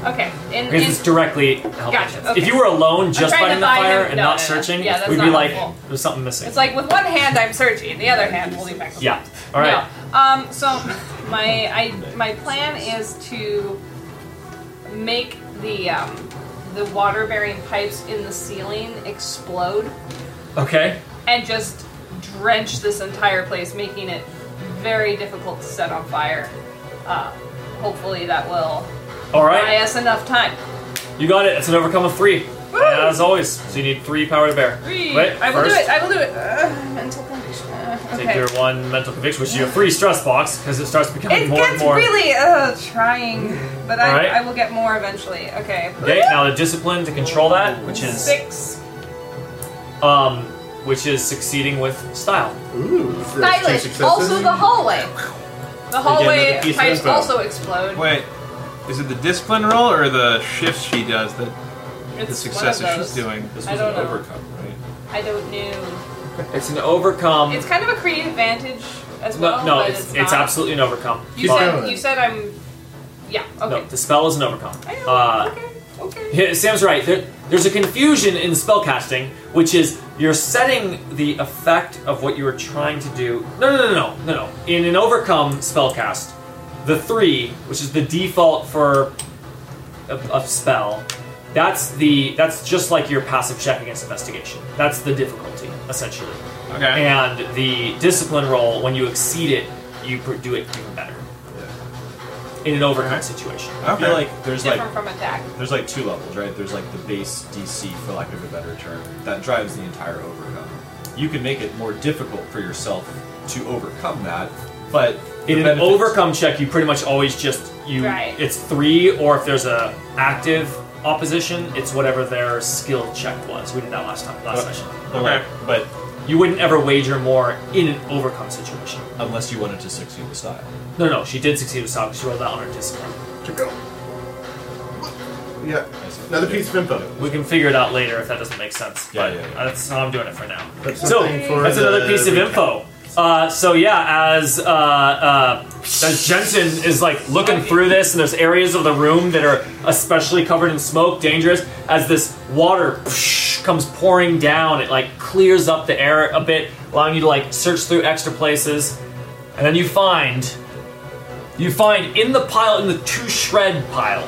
S4: Okay. In,
S1: Because it's
S4: in-
S1: directly helping.
S4: Gotcha, okay.
S1: If you were alone just
S4: trying
S1: fighting
S4: to
S1: the
S4: find
S1: fire
S4: him.
S1: and
S4: No,
S1: not
S4: no, no.
S1: searching,
S4: Yeah, that's
S1: we'd be
S4: not
S1: like,
S4: helpful.
S1: there's something missing.
S4: it's like with one hand I'm searching, the other hand holding back. the
S1: yeah. All right.
S4: No. Um, so *laughs* my I my plan is to make the um, the water bearing pipes in the ceiling explode
S1: Okay.
S4: and just drench this entire place, making it very difficult to set on fire. Uh, hopefully that will
S1: All
S4: buy
S1: right.
S4: us enough time.
S1: You got it. It's an overcome of three.
S4: Woo!
S1: And as always, so you need three power to bear.
S4: Three.
S1: Wait,
S4: I will
S1: first,
S4: do it. I will do it. Uh, mental condition. Uh,
S1: Take
S4: okay.
S1: your one mental conviction, which is your free stress box, because it starts becoming
S4: It
S1: more and
S4: gets
S1: more.
S4: really uh, trying, but I,
S1: Alright.
S4: I will get more eventually. Okay.
S1: Okay, now the discipline to control that, which is
S4: Six.
S1: um, which is succeeding with style.
S2: Ooh, that's two
S4: Stylish.
S2: successes.
S4: Also the hallway. The hallway
S2: piece of
S4: pipes
S2: info.
S4: also explode.
S6: Wait, is it the discipline roll or the shifts she does that
S4: it's
S6: the successes
S4: one of
S6: she's
S4: those.
S6: doing?
S9: This
S4: I
S9: was
S4: don't
S9: an
S4: know.
S9: overcome, right?
S4: I don't know.
S1: It's an overcome.
S4: It's kind of a creative advantage as
S1: Um, no,
S4: well.
S1: no,
S4: but
S1: it's it's,
S4: not.
S1: absolutely an overcome.
S4: You
S1: But-
S4: said
S2: fine.
S4: you said I'm. Yeah. Okay.
S1: No, the spell is an overcome.
S4: I know.
S1: Uh,
S4: okay. Okay.
S1: Yeah, Sam's right. There, there's a confusion in spellcasting, which is you're setting the effect of what you were trying to do. No, no, no, no, no, no. In an overcome spellcast, the three, which is the default for a, a spell, that's the that's just like your passive check against investigation. That's the difficulty essentially.
S6: Okay.
S1: And the discipline roll, when you exceed it, you pr- do it even better. In an overcome situation.
S9: I feel
S6: Okay.
S9: like there's like
S4: Different from attack.
S9: There's like two levels, right? There's like the base DC, for lack of a better term, that drives the entire overcome. You can make it more difficult for yourself to overcome that, but the
S1: In an
S9: benefits-
S1: overcome check, you pretty much always just you.
S4: Right.
S1: It's three, or if there's a active opposition, it's whatever their skill check was. We did that last time, last session.
S9: But, like, but
S1: You wouldn't ever wager more in an overcome situation.
S9: unless you wanted to succeed with style,
S1: No, no, she did succeed with style because she rolled that on her discipline.
S2: To go. Yeah.
S9: I see.
S2: Another piece of info.
S1: We can figure it out later if that doesn't make sense.
S9: Yeah,
S1: but
S9: yeah, yeah.
S1: That's how I'm doing it for now.
S2: That's
S1: so
S2: something for
S1: that's another
S2: the
S1: piece of
S2: recap.
S1: info. Uh, so yeah, as uh, uh, as Jensen is like looking through this, and there's areas of the room that are especially covered in smoke, dangerous. As this water psh, comes pouring down, it like clears up the air a bit, allowing you to like search through extra places, and then you find you find in the pile in the two shred pile.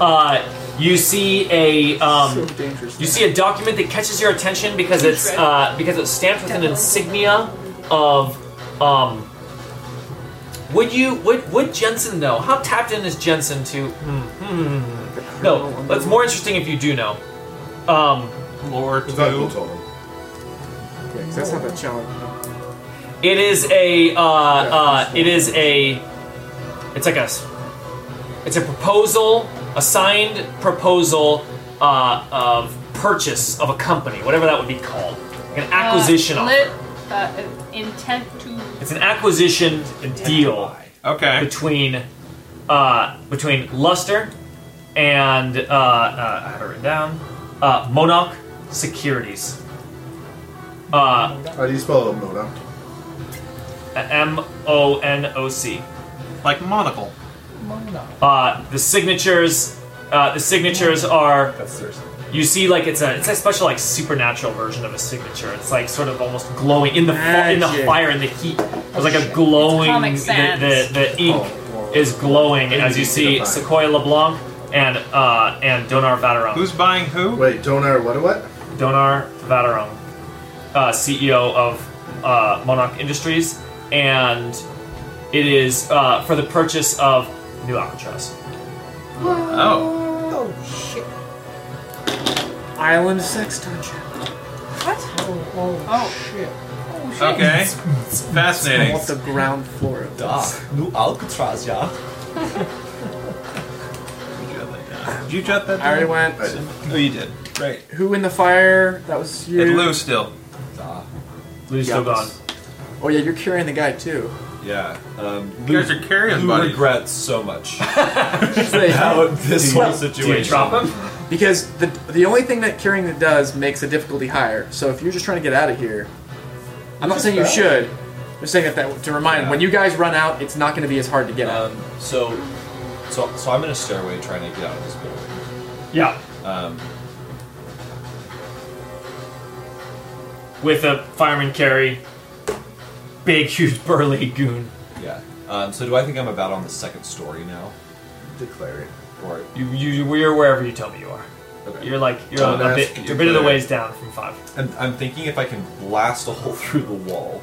S1: Uh, you see a um,
S8: So dangerous.
S1: you see a document that catches your attention because it's uh, because it's stamped with an insignia of. Um, would you would would Jensen know? How tapped in is Jensen to? Hmm, hmm. No, that's more interesting if you do know. Um,
S6: Lore
S2: Is that
S6: two.
S2: total?
S8: Yeah, 'cause that's not that challenging.
S1: it is a uh, uh, it is a it's like a s- it's a proposal, a signed proposal uh, of purchase of a company, whatever that would be called, like an acquisition.
S4: Uh,
S1: offer.
S4: lit, uh, intent to.
S1: It's an acquisition deal
S6: Okay.
S1: between uh, between Luster and uh, uh, I have it written down. Uh, Monarch Securities. Uh,
S2: How do you spell Modoc?
S1: M O N O C.
S6: Like monocle.
S1: Uh, the signatures. Uh, the signatures are
S9: that's Thursday.
S1: you see like it's a it's a special like supernatural version of a signature. It's like sort of almost glowing in the fu- in the
S8: Magic.
S1: fire in the heat. There's like a glowing
S4: Comic
S1: the,
S4: Sans.
S1: the, the ink is glowing as you see Sequoia LeBlanc and uh, and Donar Vaterong.
S6: Who's buying who?
S2: Wait, Donar, what what?
S1: Donar Vaterong, uh, CEO of uh, Monarch Industries, and it is uh, for the purchase of New Alcatraz.
S6: Oh.
S8: Island sex dungeon.
S4: What? Oh,
S10: Oh, oh, shit.
S4: *laughs*
S6: Okay. Fascinating.
S8: What the ground floor of
S9: Ah, new Alcatraz, yeah.
S6: Did you jot that
S8: I already
S6: down?
S8: went.
S6: Oh, you did.
S9: Right.
S8: Who in the fire? That was you.
S6: And Lou still.
S9: Ah,
S1: Lou's still gone.
S8: Oh yeah, you're carrying the guy too.
S9: yeah. Um,
S6: You guys are carrying
S9: Lou
S6: buddies.
S9: regrets so
S6: *laughs*
S9: much *laughs* about this whole
S1: Do
S9: situation.
S1: you drop him?
S8: Because the the only thing that carrying it does makes the difficulty higher. So if you're just trying to get out of here, I'm not saying you should,
S3: Just saying that, that to remind when you guys run out, it's not going to be as hard to get out.
S9: Um, so, so, so I'm in a stairway trying to get out of this building.
S1: *laughs* Yeah.
S9: Um,
S1: With a fireman carry, big, *laughs* huge, burly goon.
S9: yeah. Um, so do I think I'm about on the second story now?
S11: Declare it.
S9: Or
S1: You, you, we're wherever you tell me you are.
S9: okay.
S1: You're like you're
S2: Don't
S1: a
S2: ask
S1: bit,
S2: to
S1: you're a bit of the
S9: declare.
S1: ways down from five.
S9: I'm, I'm thinking if I can blast a hole *laughs* through the wall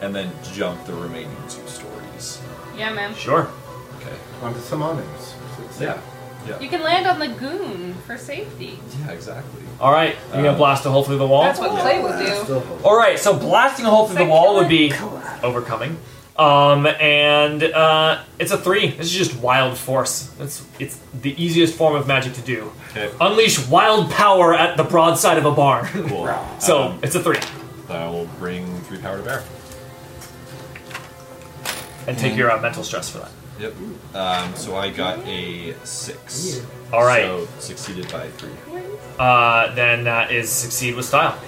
S9: and then jump the remaining two stories.
S4: Yeah, man.
S1: Sure.
S9: Okay.
S11: Onto some onions.
S9: Yeah. Yeah.
S4: You can land on the goon for safety.
S9: Yeah. Exactly.
S1: All right, you're gonna
S9: Uh,
S1: blast a hole through the wall.
S4: That's what Clay would do.
S11: Still hope.
S1: All right, so blasting a hole through the
S4: Say
S1: wall
S4: kill
S1: would
S4: it,
S1: be overcoming. Um, and uh, it's a three. This is just wild force. That's it's the easiest form of magic to do.
S9: Okay.
S1: Unleash wild power at the broadside of a barn.
S9: *laughs*
S1: *laughs*
S9: Cool.
S1: so
S9: Um,
S1: it's a three,
S9: I will bring three power to bear.
S1: and take your uh, mental stress for that.
S9: Yep. Um, so I got a six.
S1: All right.
S9: So succeeded by three.
S1: uh, then that is succeed with style.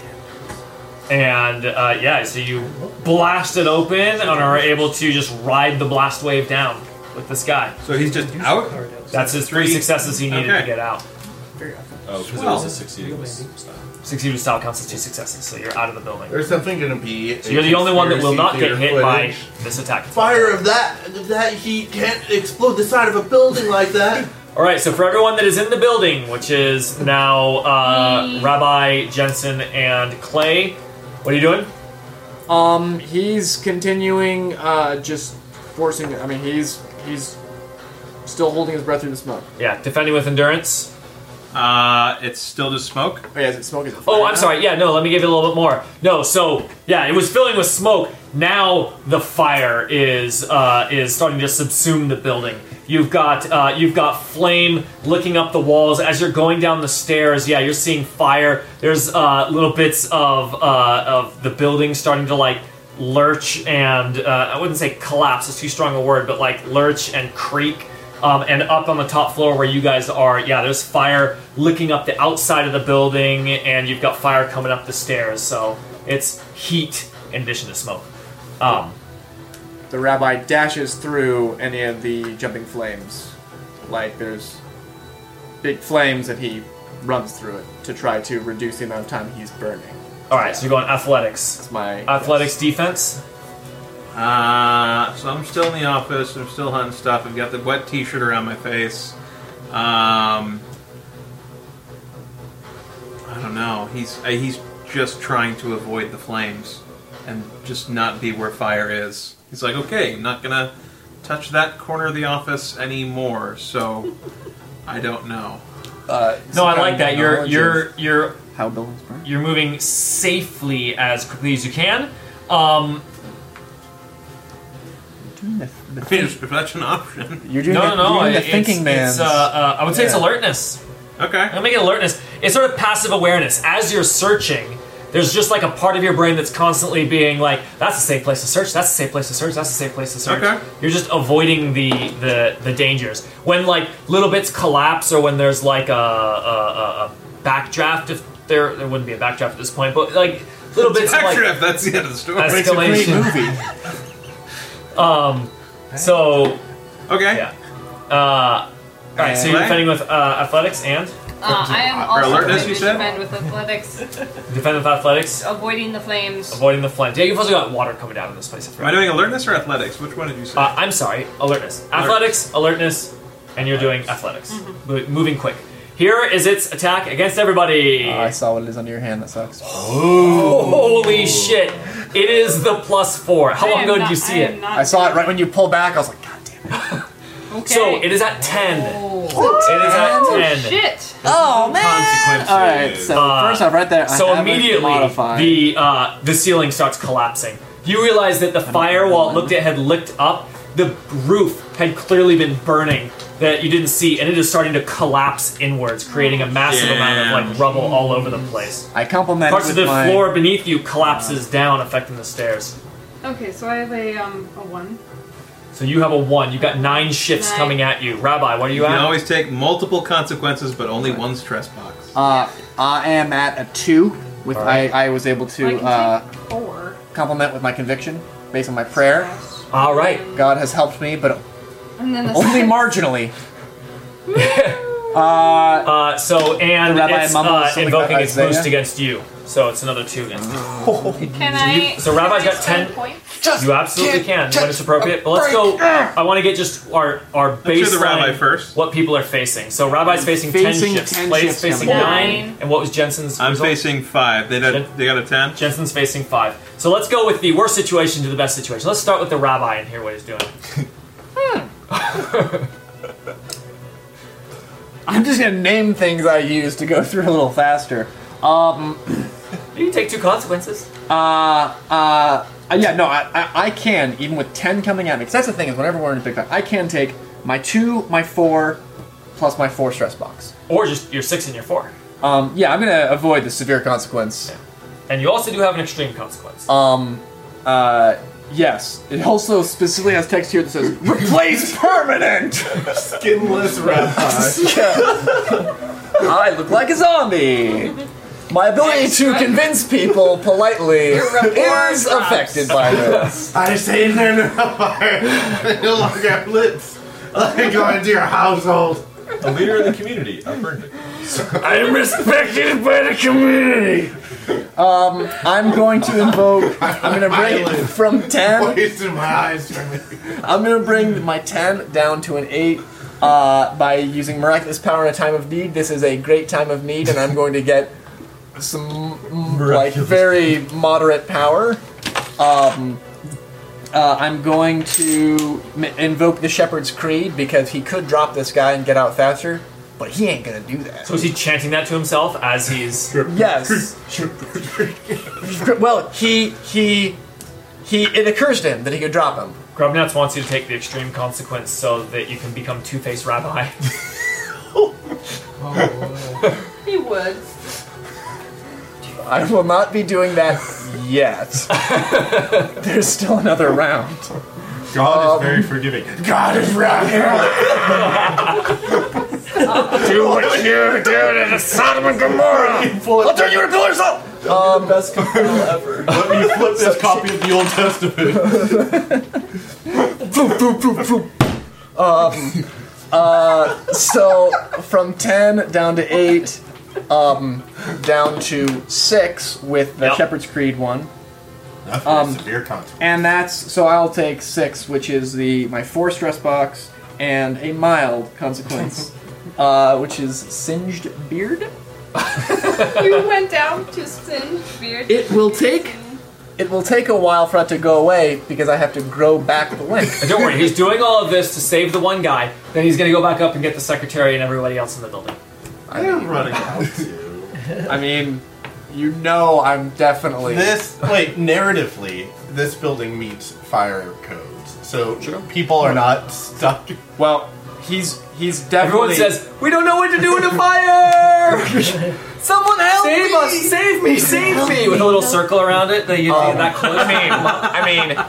S1: And uh, yeah, so you blast it open and are able to just ride the blast wave down with this guy.
S6: So he's just out.
S1: That's his three successes he needed to
S6: Okay.
S1: get out.
S9: Oh, because it was a succeeding with style.
S1: Succeed with style counts as two successes, so you're out of the building.
S2: There's something going to be.
S1: So
S2: a
S1: you're the only one that will not
S2: conspiracy
S1: get hit
S2: theater
S1: by
S2: footage.
S1: this attack.
S2: fire of that. of That heat can't explode the side of a building like that.
S1: All right, so for everyone that is in the building, which is now uh, Rabbi Jensen and Clay, what are you doing?
S3: Um, he's continuing, uh, just forcing. I mean, he's he's still holding his breath through the smoke.
S1: Yeah, defending with endurance.
S6: Uh, it's still just smoke.
S3: Oh, yeah, is it smoke? Is it
S1: Oh,
S3: fire
S1: I'm
S3: now?
S1: sorry. Yeah, no, let me give it a little bit more. No, so yeah, it was filling with smoke. Now the fire is uh, is starting to subsume the building. You've got uh, you've got flame licking up the walls as you're going down the stairs. Yeah, you're seeing fire. There's uh, little bits of uh, of the building starting to like lurch and uh, I wouldn't say collapse. It's too strong a word, but like lurch and creak. Um, and up on the top floor where you guys are, yeah, there's fire licking up the outside of the building, and you've got fire coming up the stairs. So it's heat in addition to smoke. Um,
S3: The rabbi dashes through any of the jumping flames. Like there's big flames, and he runs through it to try to reduce the amount of time he's burning.
S1: all right, so you're going athletics.
S3: That's my
S1: Athletics defense.
S6: Uh, so I'm still in the office. I'm still hunting stuff. I've got the wet T-shirt around my face. Um, I don't know. He's uh, he's just trying to avoid the flames and just not be where fire is. He's like, okay, I'm not gonna touch that corner of the office anymore. So I don't know.
S3: Uh,
S1: No,
S3: some
S1: I
S3: kind
S1: like
S3: of
S1: that. You're
S3: knowledge
S1: you're
S3: of
S1: you're
S3: how buildings burn.
S1: you're moving safely as quickly as you can. Um,
S6: I mean, if if that's an option. *laughs*
S3: You're doing
S1: no,
S3: the,
S1: no, no.
S3: You're doing the
S1: it's-
S3: thinking man.
S1: it's, uh, uh, I would say it's
S3: Yeah.
S1: alertness.
S6: Okay.
S1: I'm making alertness. It's sort of passive awareness. As you're searching, there's just like a part of your brain that's constantly being like, "That's a safe place to search. That's a safe place to search. That's a safe place to search."
S6: Okay.
S1: You're just avoiding the the the dangers. When like little bits collapse, or when there's like a a, a, a backdraft. If there there wouldn't be a backdraft at this point, but like little bits of, like
S6: Actually, if that's the end of the story.
S1: escalation.
S3: movie.
S1: So
S6: Okay.
S1: yeah. Uh, all right. So you're
S6: Right.
S1: defending with uh, athletics and
S4: Uh, I am
S6: Or
S4: also
S6: alertness,
S4: going
S6: you
S4: to
S6: said?
S4: defend with athletics,
S1: defending with athletics,
S4: avoiding the flames.
S1: avoiding the flames. Yeah, you've also got water coming down in this place. I
S6: Am
S1: forgot.
S6: I doing alertness or athletics? Which one did you say?
S1: Uh, I'm sorry, alertness. Athletics, alertness, and you're doing athletics.
S4: Mm-hmm.
S1: Mo- Moving quick. Here is its attack against everybody.
S8: Oh,
S3: I saw what it is under your hand. That sucks.
S1: Holy shit! It is the plus four. How
S4: I
S1: long
S4: am
S1: ago
S4: not-
S1: did you see
S4: I am
S1: it?
S4: not-
S3: I saw it right when you pull back. I was like, God damn it!
S4: Okay.
S1: So it is at ten.
S10: Oh,
S1: It is at ten.
S4: Shit.
S3: Oh
S6: Consequences.
S3: All right. So
S1: Uh,
S3: first off, right there. I
S1: So
S3: haven't
S1: immediately,
S3: modified.
S1: the uh, the ceiling starts collapsing. You realize that the fire while it looked it had licked up. The roof had clearly been burning that you didn't see, and it is starting to collapse inwards, creating a massive amount of like rubble all over the place.
S3: I compliment
S1: Parts of
S3: with
S1: the
S3: my,
S1: floor beneath you collapses down, affecting the stairs.
S12: Okay, so I have a um a one.
S1: So you have a one. You've got nine shifts
S12: Nine.
S1: coming at you. Rabbi, what are you,
S6: You
S1: at?
S6: can always take multiple consequences, but only one stress box.
S3: Uh, I am at a two. With
S1: All right.
S3: I, I was able to
S12: I can
S3: uh,
S12: take four.
S3: compliment with my conviction.
S8: based on my prayer.
S1: All right.
S8: God has helped me, but
S13: And then the
S8: only
S13: second-
S8: marginally. *laughs* uh,
S1: Uh, so and
S8: The rabbi
S1: it's
S8: mumbled
S1: uh,
S8: something about
S1: invoking its
S8: Isaiah.
S1: boost against you, so it's another two against you.
S4: Can I?
S1: so Rabbi's
S4: can I
S1: got
S4: spend
S1: 10
S4: points.
S1: You absolutely can when it's appropriate. But let's go. I want to get just our our
S6: do
S1: baseline.
S6: the rabbi first.
S1: What people are facing. So Rabbi's facing,
S14: Facing
S1: ten shifts.
S14: 10
S1: Blade's
S14: shifts
S1: facing
S4: coming up.
S1: nine.
S4: Nine.
S1: And what was Jensen's?
S6: I'm
S1: result?
S6: facing five. They did,
S1: Shit.
S6: they got a ten.
S1: Jensen's facing five. So let's go with the worst situation to the best situation. Let's start with the rabbi and hear what he's doing.
S8: I'm just gonna name things I use to go through a little faster. Um,
S1: You take two consequences.
S8: uh, uh, yeah, no, I, I, I can even with ten coming at me. Because that's the thing is, whenever we're in a big fight, I can take my two, my four, plus my four stress box.
S1: Or just your six and your four.
S8: Um, yeah, I'm gonna avoid the severe consequence.
S1: And you also do have an extreme consequence.
S8: Um, uh, yes. It also specifically has text here that says replace permanent.
S2: Skinless rabbi.
S8: *laughs* I look like a zombie. My ability to convince people politely is affected by this.
S2: I say no, *laughs* no, no, no longer lips. Let me go into your household.
S3: A leader of
S2: *laughs*
S3: the community, a friend.
S1: I am respected by the community.
S8: Um, I'm going to invoke. I'm going to bring it
S2: Violent.
S8: from ten.
S2: Wasting my eyes for me.
S8: I'm going to bring my ten down to an eight. Uh, by using miraculous power in a time of need, this is a great time of need, and I'm going to get some mm, like
S3: Miraculous.
S8: very moderate power. Um, uh, I'm going to m- invoke the Shepherd's Creed because he could drop this guy and get out faster, but he ain't gonna do that.
S1: So is he chanting that to himself as he's?
S8: Yes. well, he he he. It occurs to him that he could drop him.
S1: Grubnuts wants you to take the extreme consequence so that you can become Two Faced Rabbi.
S4: He would.
S8: I will not be doing that
S2: *laughs*
S8: yet. There's still another round. Um,
S2: God is very forgiving. God is right here.
S1: do what you do to the Sodom and Gomorrah.
S2: Flip-
S8: I'll turn you into pillars up.
S3: Best comparable ever.
S2: Let me flip this copy of the Old *laughs* Testament.
S8: Um, uh, So from ten down to eight, um, down to six with the
S1: Yep.
S8: Shepherd's Creed one,
S2: Nothing severe consequence.
S8: and that's so I'll take six, which is the my four stress box and a mild *laughs* consequence, uh, which is singed beard.
S1: *laughs*
S4: You went down to sin beard.
S8: It will take. It will take a while for it to go away because I have to grow back the length.
S1: And don't worry, he's doing all of this to save the one guy. Then he's gonna go back up and get the secretary and everybody else in the building.
S2: I am running out too.
S8: I mean, you know, I'm definitely.
S2: This, like, narratively, this building meets fire codes. So people are not stuck.
S8: Well, he's he's definitely.
S1: Everyone says, "We don't know what to do with the fire!
S8: *laughs* "Someone help
S1: save
S8: me!"
S1: us! Save me! Save me!" With a little circle around it that you
S8: Um,
S1: that close.
S8: I mean, I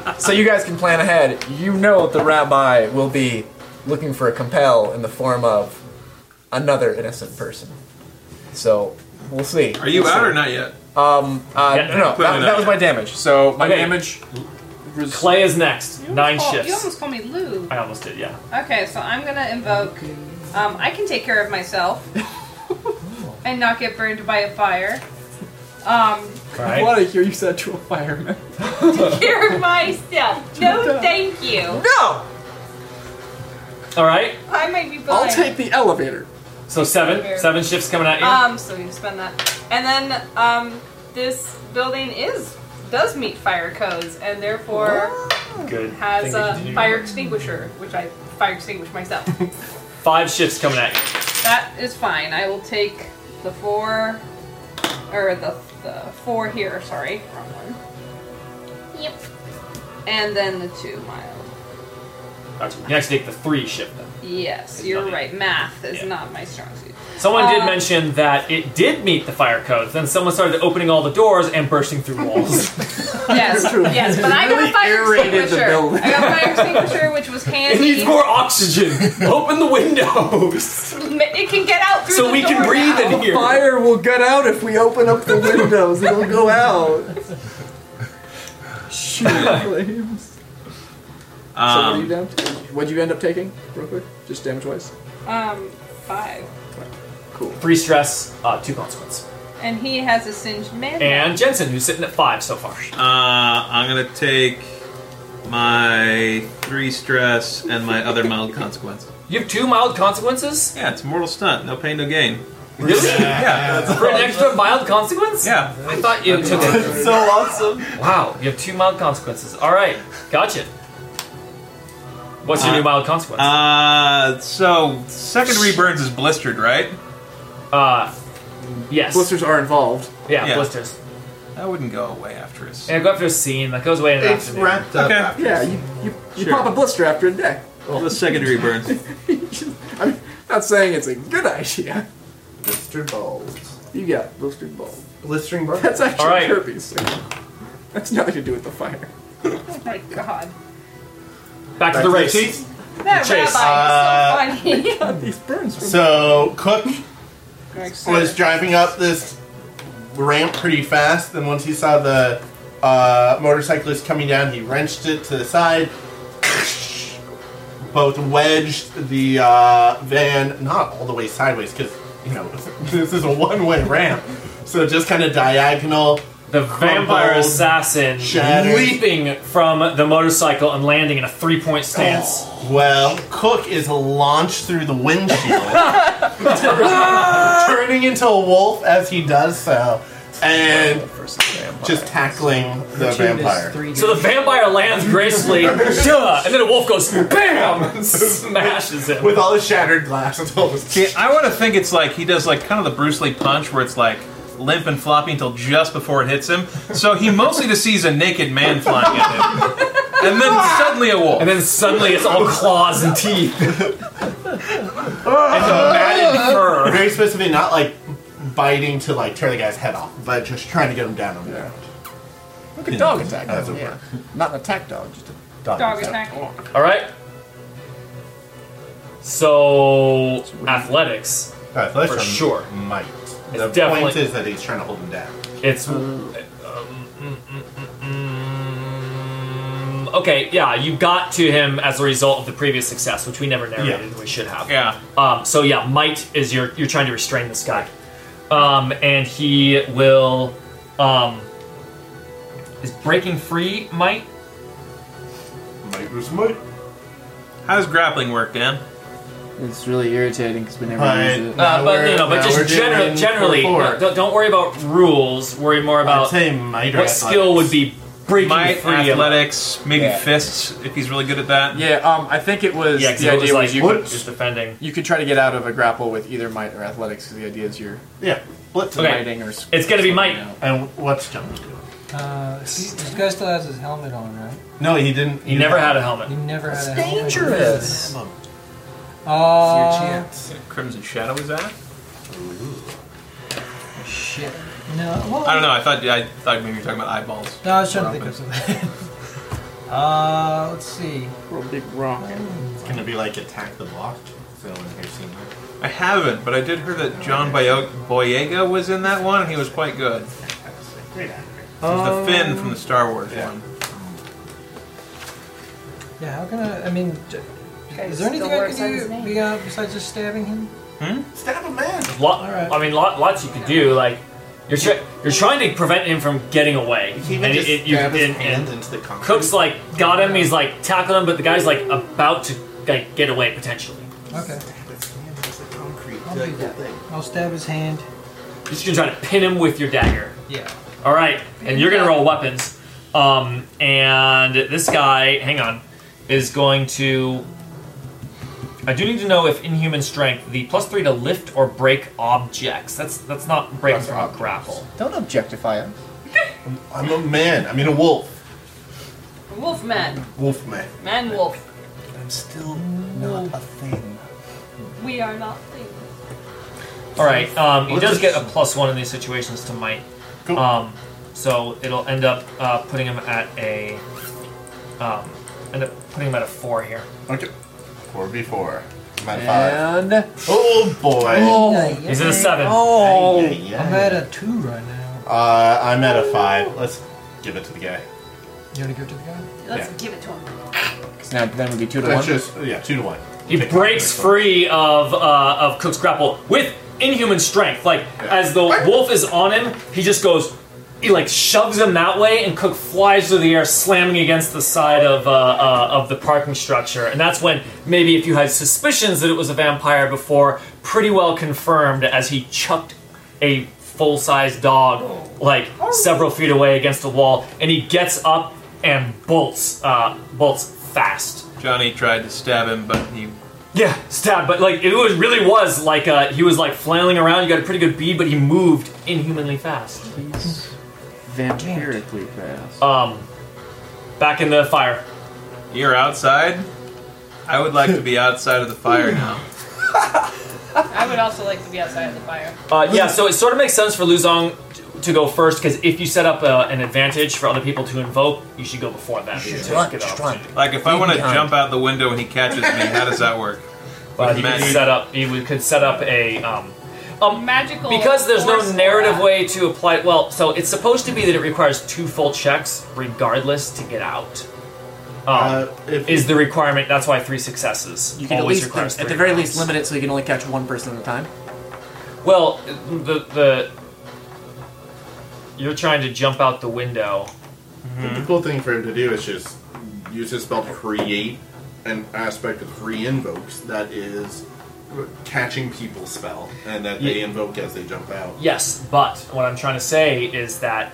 S8: mean. So you guys can plan ahead. You know the rabbi will be looking for a compel in the form of another innocent person. So we'll see.
S6: Are you out or not yet?
S8: Um. Uh,
S1: Yeah,
S8: no, no, that,
S6: clearly
S8: that
S6: not.
S8: was my damage. So my
S1: Okay.
S8: damage. was-
S1: Clay is next.
S4: You almost
S1: Nine
S4: call- You
S1: shifts.
S4: almost called me Lou.
S1: I almost did, yeah.
S4: Okay, so I'm gonna invoke. Um, I can take care of
S8: *laughs*
S4: myself and not get burned by a fire. Um, *laughs*
S8: I
S1: Right?
S8: want to hear you said to a fireman.
S4: cure
S8: *laughs*
S4: myself. No, thank you.
S8: No,
S1: All right.
S4: I might be blind.
S8: I'll take the elevator.
S1: So seven, seven shifts coming at you.
S4: Um, so you spend that, and then um, this building is does meet fire codes, and therefore
S1: Good.
S4: has
S1: thing
S4: a
S1: to do.
S4: fire extinguisher, which I fire extinguish myself.
S1: Five shifts coming at you.
S4: that is fine. I will take the four, or the the four here. Sorry, wrong one. Yep. And then the two mild.
S1: Gotcha. You actually take the three shift then.
S4: Yes,
S1: It's
S4: you're
S1: not-
S4: right. Math is
S1: yeah.
S4: not my strong suit.
S1: Someone did
S4: Um,
S1: mention that it did meet the fire codes. Then someone started opening all the doors and bursting through walls.
S4: Yes,
S8: true.
S4: yes, but I got a
S8: Really
S4: fire
S8: aerated the
S4: extinguisher.
S8: building.
S4: I got a fire extinguisher, which was handy.
S1: it needs more oxygen. Open the windows
S4: It can get out through
S1: so
S4: the
S1: we can
S4: door
S1: breathe
S4: now.
S1: in here.
S8: Fire will get out if we open up the windows. It'll go out.
S10: Shoot flames. so what are you
S6: Um,
S10: down to? What'd you end up taking, real quick? Just damage wise?
S4: Um, five.
S10: Cool.
S1: Three stress, uh, two consequence.
S4: And he has a singed man.
S1: And Jensen, who's sitting at five so far.
S6: uh, I'm gonna take my three stress and my other mild consequence.
S1: You have two mild consequences?
S6: Yeah, it's mortal stunt. No pain, no gain.
S1: Really? *laughs*
S6: Yeah, that's,
S1: For an extra mild consequence?
S6: yeah.
S1: I thought you took it. *laughs*
S9: so awesome.
S1: Wow, you have two mild consequences. All right, gotcha. What's your
S6: Uh,
S1: new mild consequence?
S6: Uh, so secondary burns is blistered, right?
S1: Uh, yes.
S8: Blisters are involved.
S1: Yeah,
S6: Yeah.
S1: blisters.
S6: That wouldn't go away after us.
S1: Yeah, go after a scene. That goes away in an
S2: It's
S1: afternoon.
S2: wrapped up.
S6: Okay.
S2: after
S8: Yeah, you, you, you
S6: Sure.
S8: pop a blister after a day.
S6: The secondary burns.
S8: *laughs* I'm not saying it's a good idea.
S2: Blister balls.
S8: You got blistered balls.
S2: Blistering balls.
S8: That's actually
S1: All right.
S8: herpes. That's nothing to do with the fire.
S4: Oh my god.
S1: Back, to the race.
S4: That
S1: Chase.
S10: uh,
S4: rabbi is so funny.
S10: *laughs*
S8: God, these burns are.
S2: So Cook
S4: Next
S2: was driving up this ramp pretty fast, and once he saw the uh, motorcyclist coming down, he wrenched it to the side, *laughs* both wedged the uh, van not all the way sideways because you know *laughs* this is a one-way ramp, so just kind of diagonal.
S1: The vampire
S2: Crumpled,
S1: assassin
S2: shattered.
S1: leaping from the motorcycle and landing in a three-point stance.
S2: Well, Cook is launched through the windshield, turning into a wolf as he does so, and just tackling the vampire.
S1: So the vampire lands gracefully, duh, and then a wolf goes bam, smashes him.
S2: With all the shattered glass, it's all just-
S6: See, I want to think it's like he does like kind of the Bruce Lee punch where it's like limp and floppy until just before it hits him. So he mostly just sees a naked man flying at him. And then suddenly a wolf.
S1: And then suddenly it's all claws and teeth. it's a matted fur.
S2: very specifically not like biting to like tear the guy's head off, but just trying to get him down on the ground.
S8: Like a dog attack.
S2: As it
S8: Uh, yeah.
S2: were.
S8: Not an attack dog, just a
S4: dog attack.
S10: Oh.
S1: All right. So athletics.
S2: Alright, so that's
S1: For
S2: from
S1: sure.
S2: Might. The point
S1: definitely-
S2: is that he's trying to hold him down.
S1: It's. Um, mm, mm, mm, mm, okay, yeah, you got to him as a result of the previous success, which we never narrated. We should have.
S6: yeah.
S1: Um, so yeah, might is your you're trying to restrain this guy, um, and he will um, is breaking free. Might
S2: Might was might.
S6: How does grappling work, Dan?
S8: It's really irritating because we never
S2: But,
S8: use it.
S2: now
S1: uh, but no,
S2: we're-
S1: no,
S2: now
S1: but
S2: we're
S1: just gener-
S2: doing
S1: generally,
S2: four.
S1: no, don't, don't worry about rules. Worry more
S2: I'd
S1: about
S2: say might or
S1: Uh, what skill would be breaking
S6: Might,
S1: free. of-
S6: athletics, maybe
S8: Yeah.
S6: fists if he's really good at that.
S8: Yeah, um, I think it was
S1: Yeah, 'cause
S8: the
S1: it
S8: idea
S1: was
S8: was,
S1: like
S8: you
S1: you
S8: could,
S1: just defending.
S8: you could try to get out of a grapple with either might or athletics because the idea is you're
S2: Yeah. Blitz
S1: Okay.
S8: mighting or.
S1: It's gonna be might.
S2: And what's John doing?
S10: Uh, he- this guy still has his helmet on, right?
S2: No, he didn't.
S1: You never had a helmet.
S10: He never had a helmet.
S3: Dangerous.
S10: Uh,
S6: Crimson Shadow is that?
S10: shit. No, well,
S6: I don't know. I thought I thought maybe you were talking about eyeballs.
S10: No, I was trying to think of something. *laughs* uh, let's see.
S8: Real big rock.
S2: It's gonna be like attack the block. So in here seen that.
S6: I haven't, but I did hear that John Boy- Boyega was in that one, and he was quite good. He
S2: Great actor.
S6: was the Finn from the Star Wars
S2: Yeah.
S6: one.
S10: Yeah, how can I? I mean, j- is there anything
S12: still
S10: I
S12: works on his
S10: can do
S12: name.
S10: be- uh, besides just stabbing him?
S2: Stab a man.
S1: Lot,
S10: Alright.
S1: I mean, lot, lots you could do. Like you're try you're trying to prevent him from getting away,
S2: He even just
S1: you-
S2: stab his
S1: and- and-
S2: hand into the concrete.
S1: Cook's like got him. He's like tackling him, but the guy's like about to like get away potentially.
S10: Okay,
S2: Stab his hand into the concrete.
S10: I'll
S2: Like
S10: do
S2: that
S10: that.
S2: thing.
S10: I'll stab his hand.
S1: You're just gonna try to pin him with your dagger.
S10: Yeah.
S1: All right, and you're gonna roll weapons. Um, and this guy, hang on, is going to. I do need to know if inhuman strength, the plus three to lift or break objects. That's that's not break
S2: That's
S1: from
S2: not-
S1: grapple.
S8: Don't objectify him.
S2: I'm a man. I mean a wolf.
S4: Wolfman.
S2: Wolf man.
S4: Man wolf.
S9: I'm still not a thing.
S4: We are not things.
S1: All right, um, he
S2: What's
S1: does
S2: it-
S1: get a plus one in these situations to might.
S2: Cool.
S1: Um, so it'll end up uh, putting him at a um, end up putting him at a four here.
S2: okay. Four v four. My five.
S8: And
S2: Oh boy.
S10: Yeah,
S1: He's at a seven.
S2: Oh.
S10: I'm at a two right now.
S2: Uh, I'm at a five. Let's give it to the guy.
S10: You want to give it to the guy?
S4: Let's
S2: Yeah.
S4: give it to him.
S3: So now then would be two to
S2: That's
S3: one.
S2: just yeah, two to one.
S1: He breaks free of uh, of Cook's grapple with inhuman strength. Like as the wolf is on him, he just goes. He like shoves him that way, and Cook flies through the air, slamming against the side of uh, uh, of the parking structure. And that's when maybe if you had suspicions that it was a vampire before, pretty well confirmed as he chucked a full sized dog like several feet away against a wall, and he gets up and bolts uh, bolts fast.
S6: Johnny tried to stab him, but he
S1: Yeah, stab, but like it was really was like uh, he was like flailing around. You got a pretty good bead, but he moved inhumanly fast.
S3: Vampirically fast.
S1: Um, back in the fire.
S6: You're outside? I would like to be outside of
S1: *laughs*
S6: the fire now.
S4: I would also like to be outside of the fire.
S1: Uh, yeah, so it sort of makes sense for Luzong t- to go first because if you set up uh an advantage for other people to invoke, you should go before them. You should
S3: run,
S1: get
S3: just
S1: an
S3: run.
S1: opportunity.
S6: Like, if I want to
S3: behind.
S6: jump out the window and he catches me, how does
S1: *laughs*
S6: that work?
S1: But
S6: With
S1: he could
S6: magic?
S1: set up. He would- could set up a um, um,
S4: Magical.
S1: Because there's no
S4: force
S1: narrative
S4: aura.
S1: way to apply. Well, so it's supposed to be that it requires two full checks regardless to get out. Um,
S2: Uh, if
S1: is the requirement. That's why three successes
S3: You can at
S1: always
S3: least,
S1: requires
S3: at the
S1: three
S3: very
S1: rounds.
S3: least, limit it so you can only catch one person at a time.
S1: Well, the the you're trying to jump out the window.
S2: the cool thing for him to do is just use his spell to create an aspect of free invokes that is catching people spell and that they
S1: Yeah.
S2: invoke as they jump out.
S1: Yes, but what I'm trying to say is that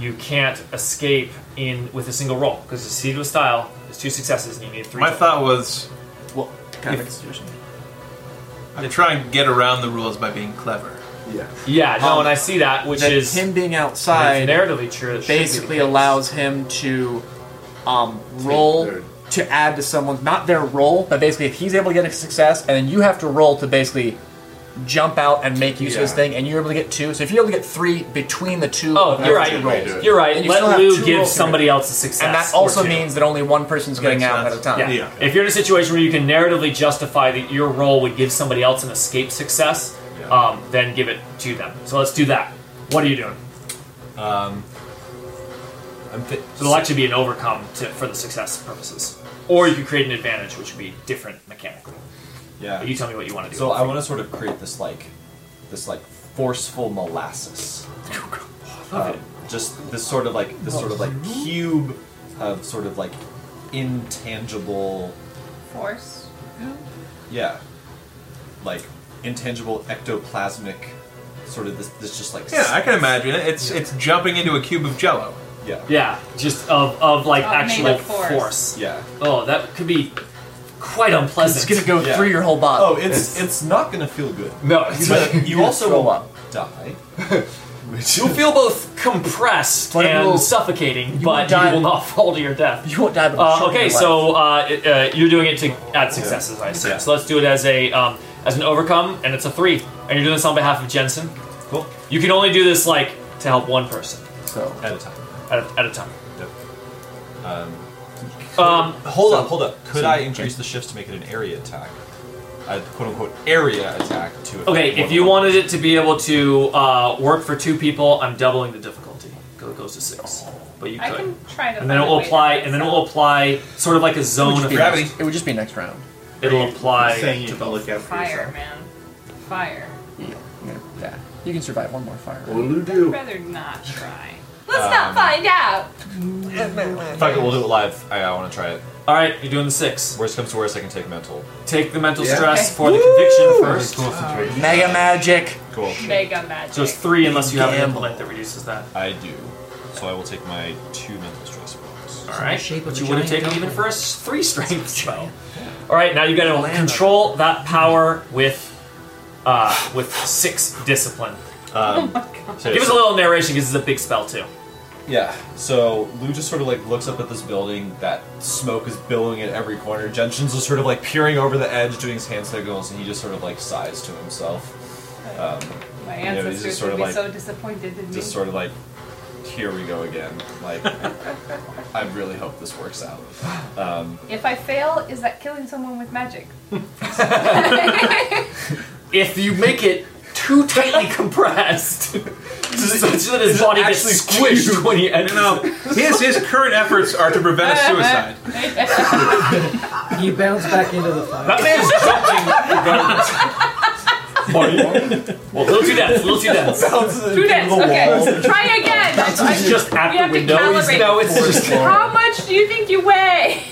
S1: you can't escape in with a single roll because the seed with style is two successes and you need three.
S6: My
S1: total.
S6: thought was
S3: Well, kind of a situation.
S6: to try and get around the rules by being clever.
S2: Yeah.
S1: Yeah, no,
S3: Um,
S1: and I see that, which
S3: That
S1: is
S3: him being
S1: is
S3: outside
S1: narratively true. It should be the
S3: basically
S1: case.
S3: allows him to um, roll
S2: third.
S3: to add to someone's not their roll, but basically if he's able to get a success, and then you have to roll to basically jump out and make use of his
S2: Yeah.
S3: thing, and you're able to get two. So if you're able to get three between the two,
S1: Oh, you're right.
S3: rolls,
S2: way to do it.
S1: You're right.
S3: And you still
S1: Let
S3: have
S1: Lou
S3: two
S1: give
S3: rolls to
S1: somebody else a success,
S3: and that also
S2: two.
S3: means that only one person's getting
S6: makes
S3: out
S6: sense.
S3: at a time.
S1: Yeah.
S2: Yeah.
S1: If you're in a situation where you can narratively justify that your role would give somebody else an escape success, um, then give it to them. So let's do that. What are you doing?
S9: Um, I'm thi-
S1: So it'll actually be an overcome to, for the success purposes. Or you could create an advantage, which would be different mechanically.
S9: yeah.
S1: But you tell me what you want to do.
S9: So I want to sort of create this like, this like forceful *laughs* molasses. Um, just this sort of like this sort of like cube of sort of like intangible,
S4: Force.
S9: yeah, like intangible ectoplasmic, sort of this this just like
S6: Yeah, I can imagine it. It's it's jumping into a cube of jello.
S9: yeah
S1: yeah, just of, of like
S4: Of
S1: actual
S4: made-up force.
S9: yeah.
S1: Oh, that could be quite unpleasant.
S3: It's gonna go
S9: Yeah.
S3: through your whole
S9: Oh, *laughs*
S3: body.
S9: it's it's not gonna feel good.
S3: *laughs*
S1: No, it's
S9: But you also
S3: throw
S9: will
S3: up.
S9: die.
S1: You'll feel both compressed
S3: But it
S1: and
S3: will-
S1: suffocating, but
S3: die-
S1: you will not *laughs* fall to your death.
S3: you won't die. But
S1: Uh,
S3: you'll
S1: okay,
S3: shorten your life.
S1: so uh, it- uh, you're doing it to add successes, I assume.
S9: Yeah.
S1: So let's do it as a um, as an overcome, and it's a three, and you're doing this on behalf of Jensen.
S9: Cool.
S1: You can only do this like to help one person
S3: so
S9: At a time.
S1: at a, at a time. Um,
S9: Hold
S3: So-
S9: up, hold up. Could
S3: so-
S9: I increase the shifts to make it an area attack? A quote unquote area attack to affect
S1: okay, if
S9: more than
S1: you
S9: one.
S1: wanted it to be able to uh, work for two people, I'm doubling the difficulty because it goes to six. But you
S4: I
S1: could,
S4: can try to.
S1: and then it
S4: find a
S1: will
S4: way to
S1: apply,
S4: fix
S1: and then it
S4: that.
S1: will apply sort of like a zone of
S6: Gravity.
S3: it would just be next round.
S1: It'll apply
S2: saying
S1: to
S2: you can
S1: both.
S2: look out for
S4: Fire,
S2: yourself.
S4: man. Fire.
S3: I'm gonna- Yeah, you can survive one more fire.
S2: What will you
S4: I'd
S2: do?
S4: rather not try. Let's
S1: Um,
S4: not find out.
S9: Fuck it, we'll do it live. I, I want to try it.
S1: All right, you're doing the six.
S9: Worst comes to worst, I can take mental.
S1: Take the mental
S2: Yeah.
S1: stress for the conviction first.
S3: Mega magic.
S9: Cool.
S4: Mega magic.
S1: So it's three unless you have an
S3: Gamble.
S1: implement that reduces that.
S9: I do. So I will take my two mental stress points.
S1: All right,
S10: shape of
S1: but
S10: a
S1: you would have
S10: giant
S1: taken even
S10: dumpling.
S1: for a s- three strength spell. All right, now you got to control that power with uh, with six discipline.
S9: So
S1: Give us a little narration because it's a big spell too.
S9: Yeah. So Lou just sort of like looks up at this building that smoke is billowing at every corner. Jensen's just sort of like peering over the edge, doing his hand signals, and he just sort of like sighs to himself.
S4: My
S9: you know,
S4: ancestors
S9: he's just sort
S4: would
S9: of
S4: be
S9: like-
S4: so disappointed in me.
S9: Just sort of like, here we go again. Like, *laughs* I really hope this works out.
S4: If I fail, is that killing someone with
S1: *laughs*
S4: magic?
S1: *laughs* If you make it too tightly compressed, so that his body gets squished when he enters.
S6: No, his his current efforts are to
S1: *laughs*
S6: prevent a suicide.
S10: You bounce back into the fire.
S1: That man's jumping regardless. *laughs* well, a little too dense, a little too dense.
S4: Two days. Okay. Try again.
S1: He's just at
S4: We
S1: the
S4: have to
S1: window. He's-
S4: calibrate.
S1: no, it's just.
S4: *laughs* How much do you think you weigh? *laughs*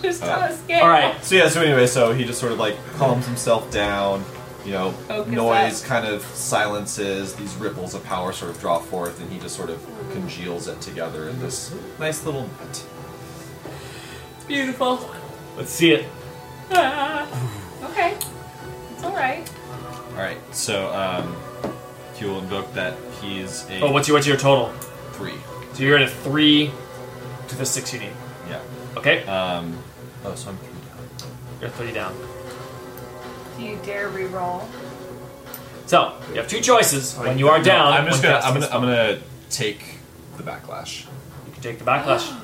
S4: Just on a scale.
S1: All right.
S11: So yeah, so anyway, so he just sort of like calms himself down. You know,
S4: Focus
S11: noise kind of silences these ripples of power sort of draw forth, and he just sort of congeals it together in this nice little net.
S4: It's beautiful.
S1: Let's see it.
S4: Ah. Okay. It's all right.
S11: All right, so um, he will invoke that he's a
S1: Oh, what's your what's your total?
S11: three.
S1: So you're at a three to the six you need.
S11: Yeah.
S1: Okay,
S11: Um, oh, so I'm three down.
S1: you're three down.
S4: Do you dare re-roll?
S1: So you have two choices when you are down.
S11: I'm just
S1: when
S11: gonna.
S1: cast
S11: I'm
S1: this
S11: gonna. I'm gonna take the backlash.
S1: You can take the backlash.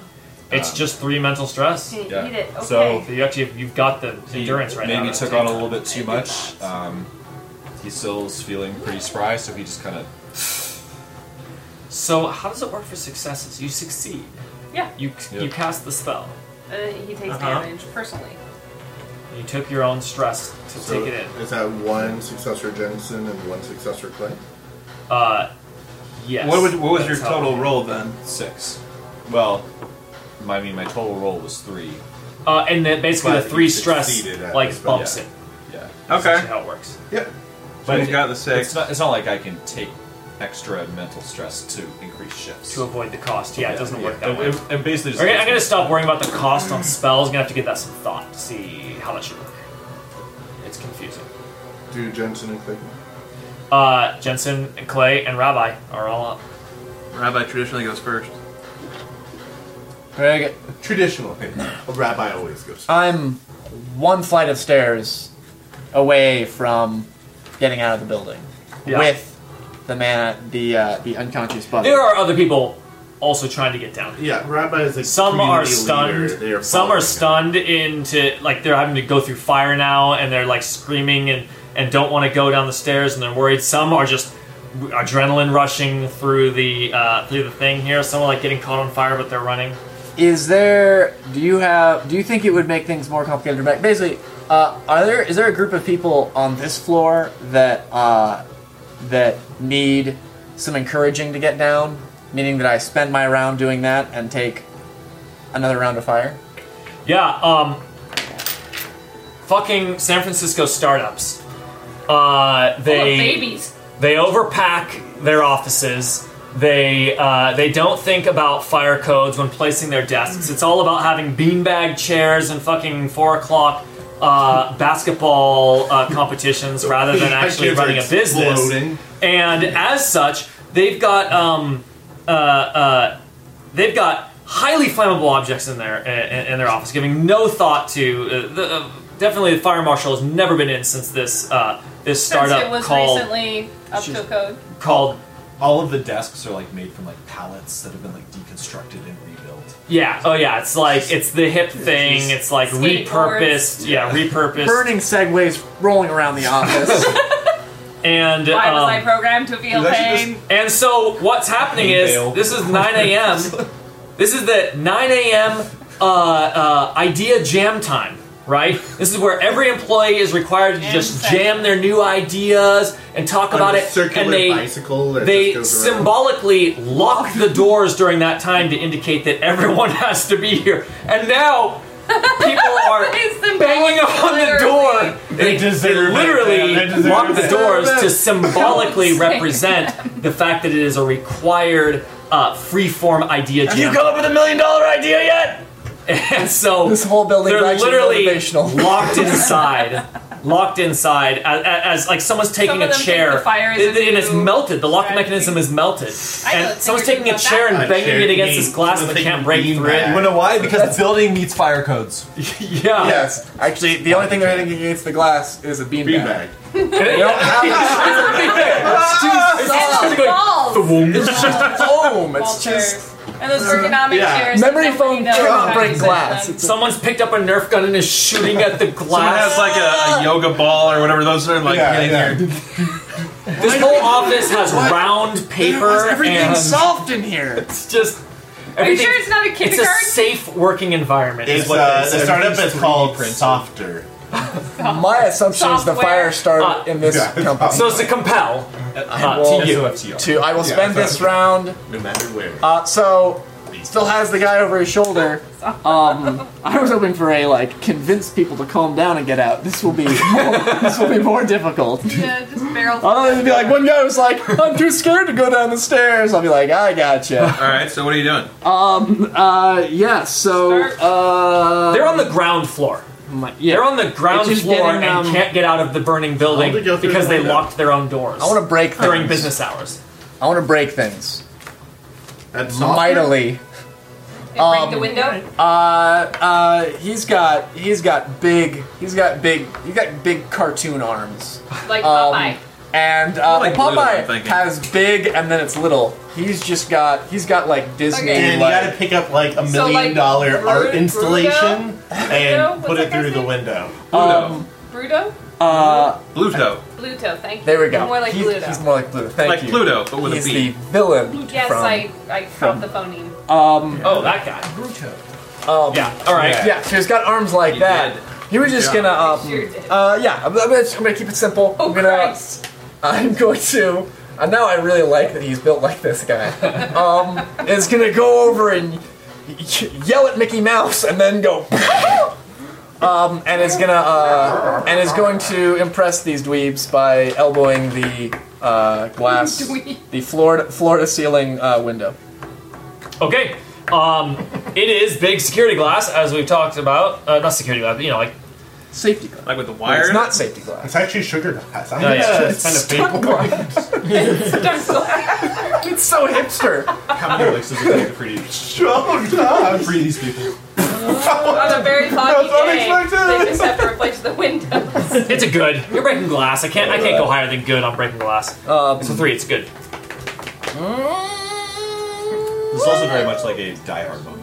S1: it's just three mental stress.
S4: Can you
S11: Yeah.
S4: eat it? Okay.
S11: So-
S1: So you actually you've got the
S11: He
S1: endurance right now.
S11: maybe
S1: to
S11: took
S1: take
S11: on a
S1: that.
S11: little bit too much. Um, he still is feeling pretty spry, so he just kind of.
S1: So how does it work for successes? You succeed.
S4: yeah.
S1: You you
S11: Yep.
S1: cast the spell.
S4: Uh, he takes
S1: Uh-huh.
S4: damage personally.
S1: You took your own stress to
S2: So
S1: take it in.
S2: Is that one successor Jensen and one successor Clay?
S1: Uh, yes.
S6: What, would, what was your
S1: That's how it
S6: total
S1: works.
S6: roll then?
S11: Six. Well, my- I mean, my total roll was three.
S1: Uh, and then basically
S2: But
S1: the three
S2: you
S1: stress
S2: succeeded at
S1: like
S2: this, but
S1: bumps
S11: yeah.
S1: it.
S11: Yeah.
S1: That's
S6: Okay,
S1: how it works.
S2: Yep.
S6: but
S11: But
S6: he's got the
S11: It's
S6: six.
S11: not, it's not like I can take extra mental stress to increase shifts.
S1: To avoid the cost. Yeah, it doesn't work that
S11: And-
S1: way.
S11: and- And basically, just
S1: Okay, I'm gonna stop worrying about the cost on spells. I'm gonna have to give that some thought to see how that should work. It's confusing.
S2: Do Jensen and Clay?
S1: Uh, Jensen and Clay and Rabbi are all up.
S6: Rabbi traditionally goes first.
S3: Greg,
S2: Traditionally, a rabbi always goes.
S3: I'm one flight of stairs away from getting out of the building
S1: Yeah.
S3: with the man, the uh, the unconscious body.
S1: There are other people also trying to get down.
S2: Yeah, rabbi is a
S1: Some
S2: community
S1: are
S2: leader.
S1: stunned.
S2: They are
S1: Some are
S2: following him.
S1: stunned into like they're having to go through fire now, and they're like screaming and and don't want to go down the stairs, and they're worried. Some are just adrenaline rushing through the uh, through the thing here. Some are like getting caught on fire, but they're running.
S3: Is there? Do you have? Do you think it would make things more complicated? But basically, uh, are there? Is there a group of people on this floor that uh, that need some encouraging to get down? Meaning that I spend my round doing that and take another round of fire.
S1: Yeah, um fucking San Francisco startups. Uh
S4: Full of
S1: they
S4: babies.
S1: they overpack their offices. They uh, they don't think about fire codes when placing their desks. It's all about having beanbag chairs and fucking four o'clock uh, basketball uh, competitions rather
S2: *laughs*
S1: than actually
S2: Kids are
S1: running a business.
S2: exploding.
S1: And as such, they've got um, uh, uh, they've got highly flammable objects in their in, in their office, giving no thought to uh, the. Uh, definitely, the fire marshal has never been in since this uh, this
S4: Since
S1: startup
S4: it was
S1: called
S4: recently up to code.
S1: called
S11: All of the desks are like made from like pallets that have been like deconstructed and rebuilt.
S1: yeah oh yeah it's like it's the hip thing it's like
S4: Skateboards.
S1: repurposed yeah repurposed
S3: Burning segways rolling around the office.
S1: and
S4: Why was
S1: um,
S4: I programmed to feel
S11: There's actually
S4: pain?
S1: And so what's happening is
S11: Email.
S1: this is 9 a.m. this is the 9 a.m. Uh, uh, idea jam time, right? This is where every employee is required to
S4: Jam
S1: just
S4: session.
S1: jam their new ideas and talk
S2: On
S1: about
S2: the
S1: it,
S2: circular
S1: and they
S2: bicycle that
S1: they
S2: just goes around.
S1: symbolically lock the doors during that time to indicate that everyone *laughs* has to be here. And now people are
S4: They
S1: banging on the
S4: symbolically-
S1: door. They,
S2: deserve it,
S1: literally
S2: man. They deserve
S1: lock the
S2: it.
S1: doors to symbolically
S4: Don't say
S1: represent the fact that it is a required uh, free-form idea. Have
S3: you come
S1: up with a million-dollar idea yet? *laughs* And so
S3: this whole building
S1: they're
S3: is actually
S1: literally *laughs*
S3: motivational.
S1: locked inside, locked inside as, as like someone's taking
S4: Some of
S1: a
S4: them think
S1: chair
S4: the fire is
S1: and,
S4: a
S1: and it's
S4: new
S1: melted. The lock
S4: strategy.
S1: mechanism is melted,
S4: I know,
S1: and
S4: it's
S1: someone's taking
S4: figured
S1: a
S4: about
S1: chair
S4: that.
S1: and
S2: A
S1: banging
S2: chair
S1: it against
S2: being-
S1: this glass that
S2: something
S1: can't break
S2: being
S1: through
S2: bad.
S1: it.
S2: You
S11: You
S2: wanna
S11: wanna know why? Because the building needs fire codes.
S1: *laughs* Yeah.
S2: Yes,
S3: Actually, the only thing they're hitting against the glass is a beanbag. *laughs*
S2: beanbag.
S3: They don't have
S9: *laughs*
S4: And those balls.
S3: It's just foam. It's
S4: Balls
S3: just
S4: chairs. and those ergonomic
S2: yeah.
S4: chairs.
S3: Memory
S4: that
S3: foam
S4: nobody knows
S3: cannot
S4: how to
S3: break
S4: use
S3: glass.
S4: them.
S1: Someone's picked up a Nerf gun and is shooting at the
S6: Someone has
S1: glass.
S6: like a, a yoga ball or whatever. Those are like
S2: Yeah,
S6: hitting
S2: yeah.
S6: your
S1: This whole office has round paper
S15: everything
S1: and
S15: soft in here.
S1: *laughs* it's just.
S4: Are you
S1: everything-
S4: sure it's not a
S1: It's a
S4: kindergarten?
S1: safe working environment.
S2: It's,
S1: is what
S2: uh,
S1: it is.
S2: the startup is called Softer.
S8: My assumption is the
S4: Software.
S8: fire started
S1: Ah.
S8: in
S2: *laughs*
S8: this
S2: Yeah.
S8: company.
S1: So it's a compel uh,
S8: will-
S1: to you.
S8: Two. I will
S2: Yeah,
S8: spend this
S2: exactly.
S8: round.
S2: No matter where.
S8: Uh, so still has the guy over his
S4: *laughs*
S8: shoulder. Um, I was hoping for a like convince people to calm down and get out. This will
S6: *laughs*
S8: be more, this will be more difficult.
S4: yeah, *laughs* just barrel.
S8: I'll be like one guy was like, I'm too scared to go down the stairs. I'll be like, I gotcha.
S6: All right, so what are you doing?
S8: Uh, yeah. So
S4: Start.
S8: uh,
S1: They're on the ground floor.
S8: my- yeah.
S1: They're on the ground
S8: It's just
S1: floor
S8: getting, um,
S1: and can't get out of the burning building
S2: How do they go through
S1: because
S2: the
S1: they
S2: window?
S1: locked their own doors
S8: I want to break things.
S1: during business hours.
S8: I want to break things
S2: That's
S8: mightily.
S4: It break the window.
S8: Uh, uh, he's got he's got big he's got big he's got big cartoon arms.
S4: Like
S8: Um,
S4: Popeye.
S8: And uh,
S6: Like
S8: well,
S6: little, I'm
S8: Popeye
S6: thinking.
S8: has big and then it's little. He's just got he's got like Disney.
S4: Okay.
S2: And you
S8: like-
S2: gotta pick up like a
S4: So, like,
S2: million dollar
S4: Bru-
S2: art
S4: Bruno?
S2: installation and
S4: What's
S2: put
S4: that
S2: it
S4: guy's
S2: through the
S4: name?
S2: window.
S6: Bluto.
S4: Bruto?
S8: uh,
S6: Bluto.
S4: Bluto, thank you.
S8: there we go.
S4: More like
S8: he's,
S4: Bluto.
S8: he's more like Pluto. Thank
S6: Like
S8: you.
S6: Pluto, but with a
S8: he's
S6: B.
S8: the villain.
S4: yes,
S8: from,
S4: I, I caught
S8: from-
S4: the phoneme.
S8: Um,
S1: Oh, that guy.
S10: Bruto.
S8: um,
S1: Yeah. All right.
S8: Yeah, so he's got arms like
S6: He
S8: that.
S6: did.
S8: He was just
S6: Yeah.
S8: gonna, um,
S4: Sure did.
S8: uh, yeah. I'm, I'm, gonna, I'm gonna keep it simple.
S4: Oh,
S8: I'm gonna,
S4: Christ.
S8: I'm going to. And now I really like that he's built like this
S6: *laughs*
S8: guy. Um, is gonna go over and y- y- yell at Mickey Mouse and then go. *laughs* um, and is gonna uh, and is going to impress these dweebs by elbowing the uh, glass,
S4: *laughs* Dweeb.
S8: the floor floor to ceiling uh, window.
S1: Okay. Um, it is big security glass, as we've talked about. Uh, not security glass, but you know, like
S8: Safety glass.
S6: Like with the wire.
S8: It's not safety glass.
S2: It's actually sugar glass. I'm
S1: Oh, yeah.
S2: gonna
S1: It's
S2: spend a
S8: stuck
S2: big
S8: glass.
S4: *laughs* Don't go-
S8: It's so *laughs* hipster.
S16: How many licks does it take to free
S2: *laughs*
S16: these, free these people?
S8: *laughs*
S4: on a very foggy day,
S2: unexpected.
S4: they just have to replace the
S8: *laughs*
S4: windows.
S1: it's a good. You're breaking glass. I can't. I can't go higher than good on breaking glass.
S8: Um,
S1: So three. It's good.
S16: This is also very much like a Die Hard moment.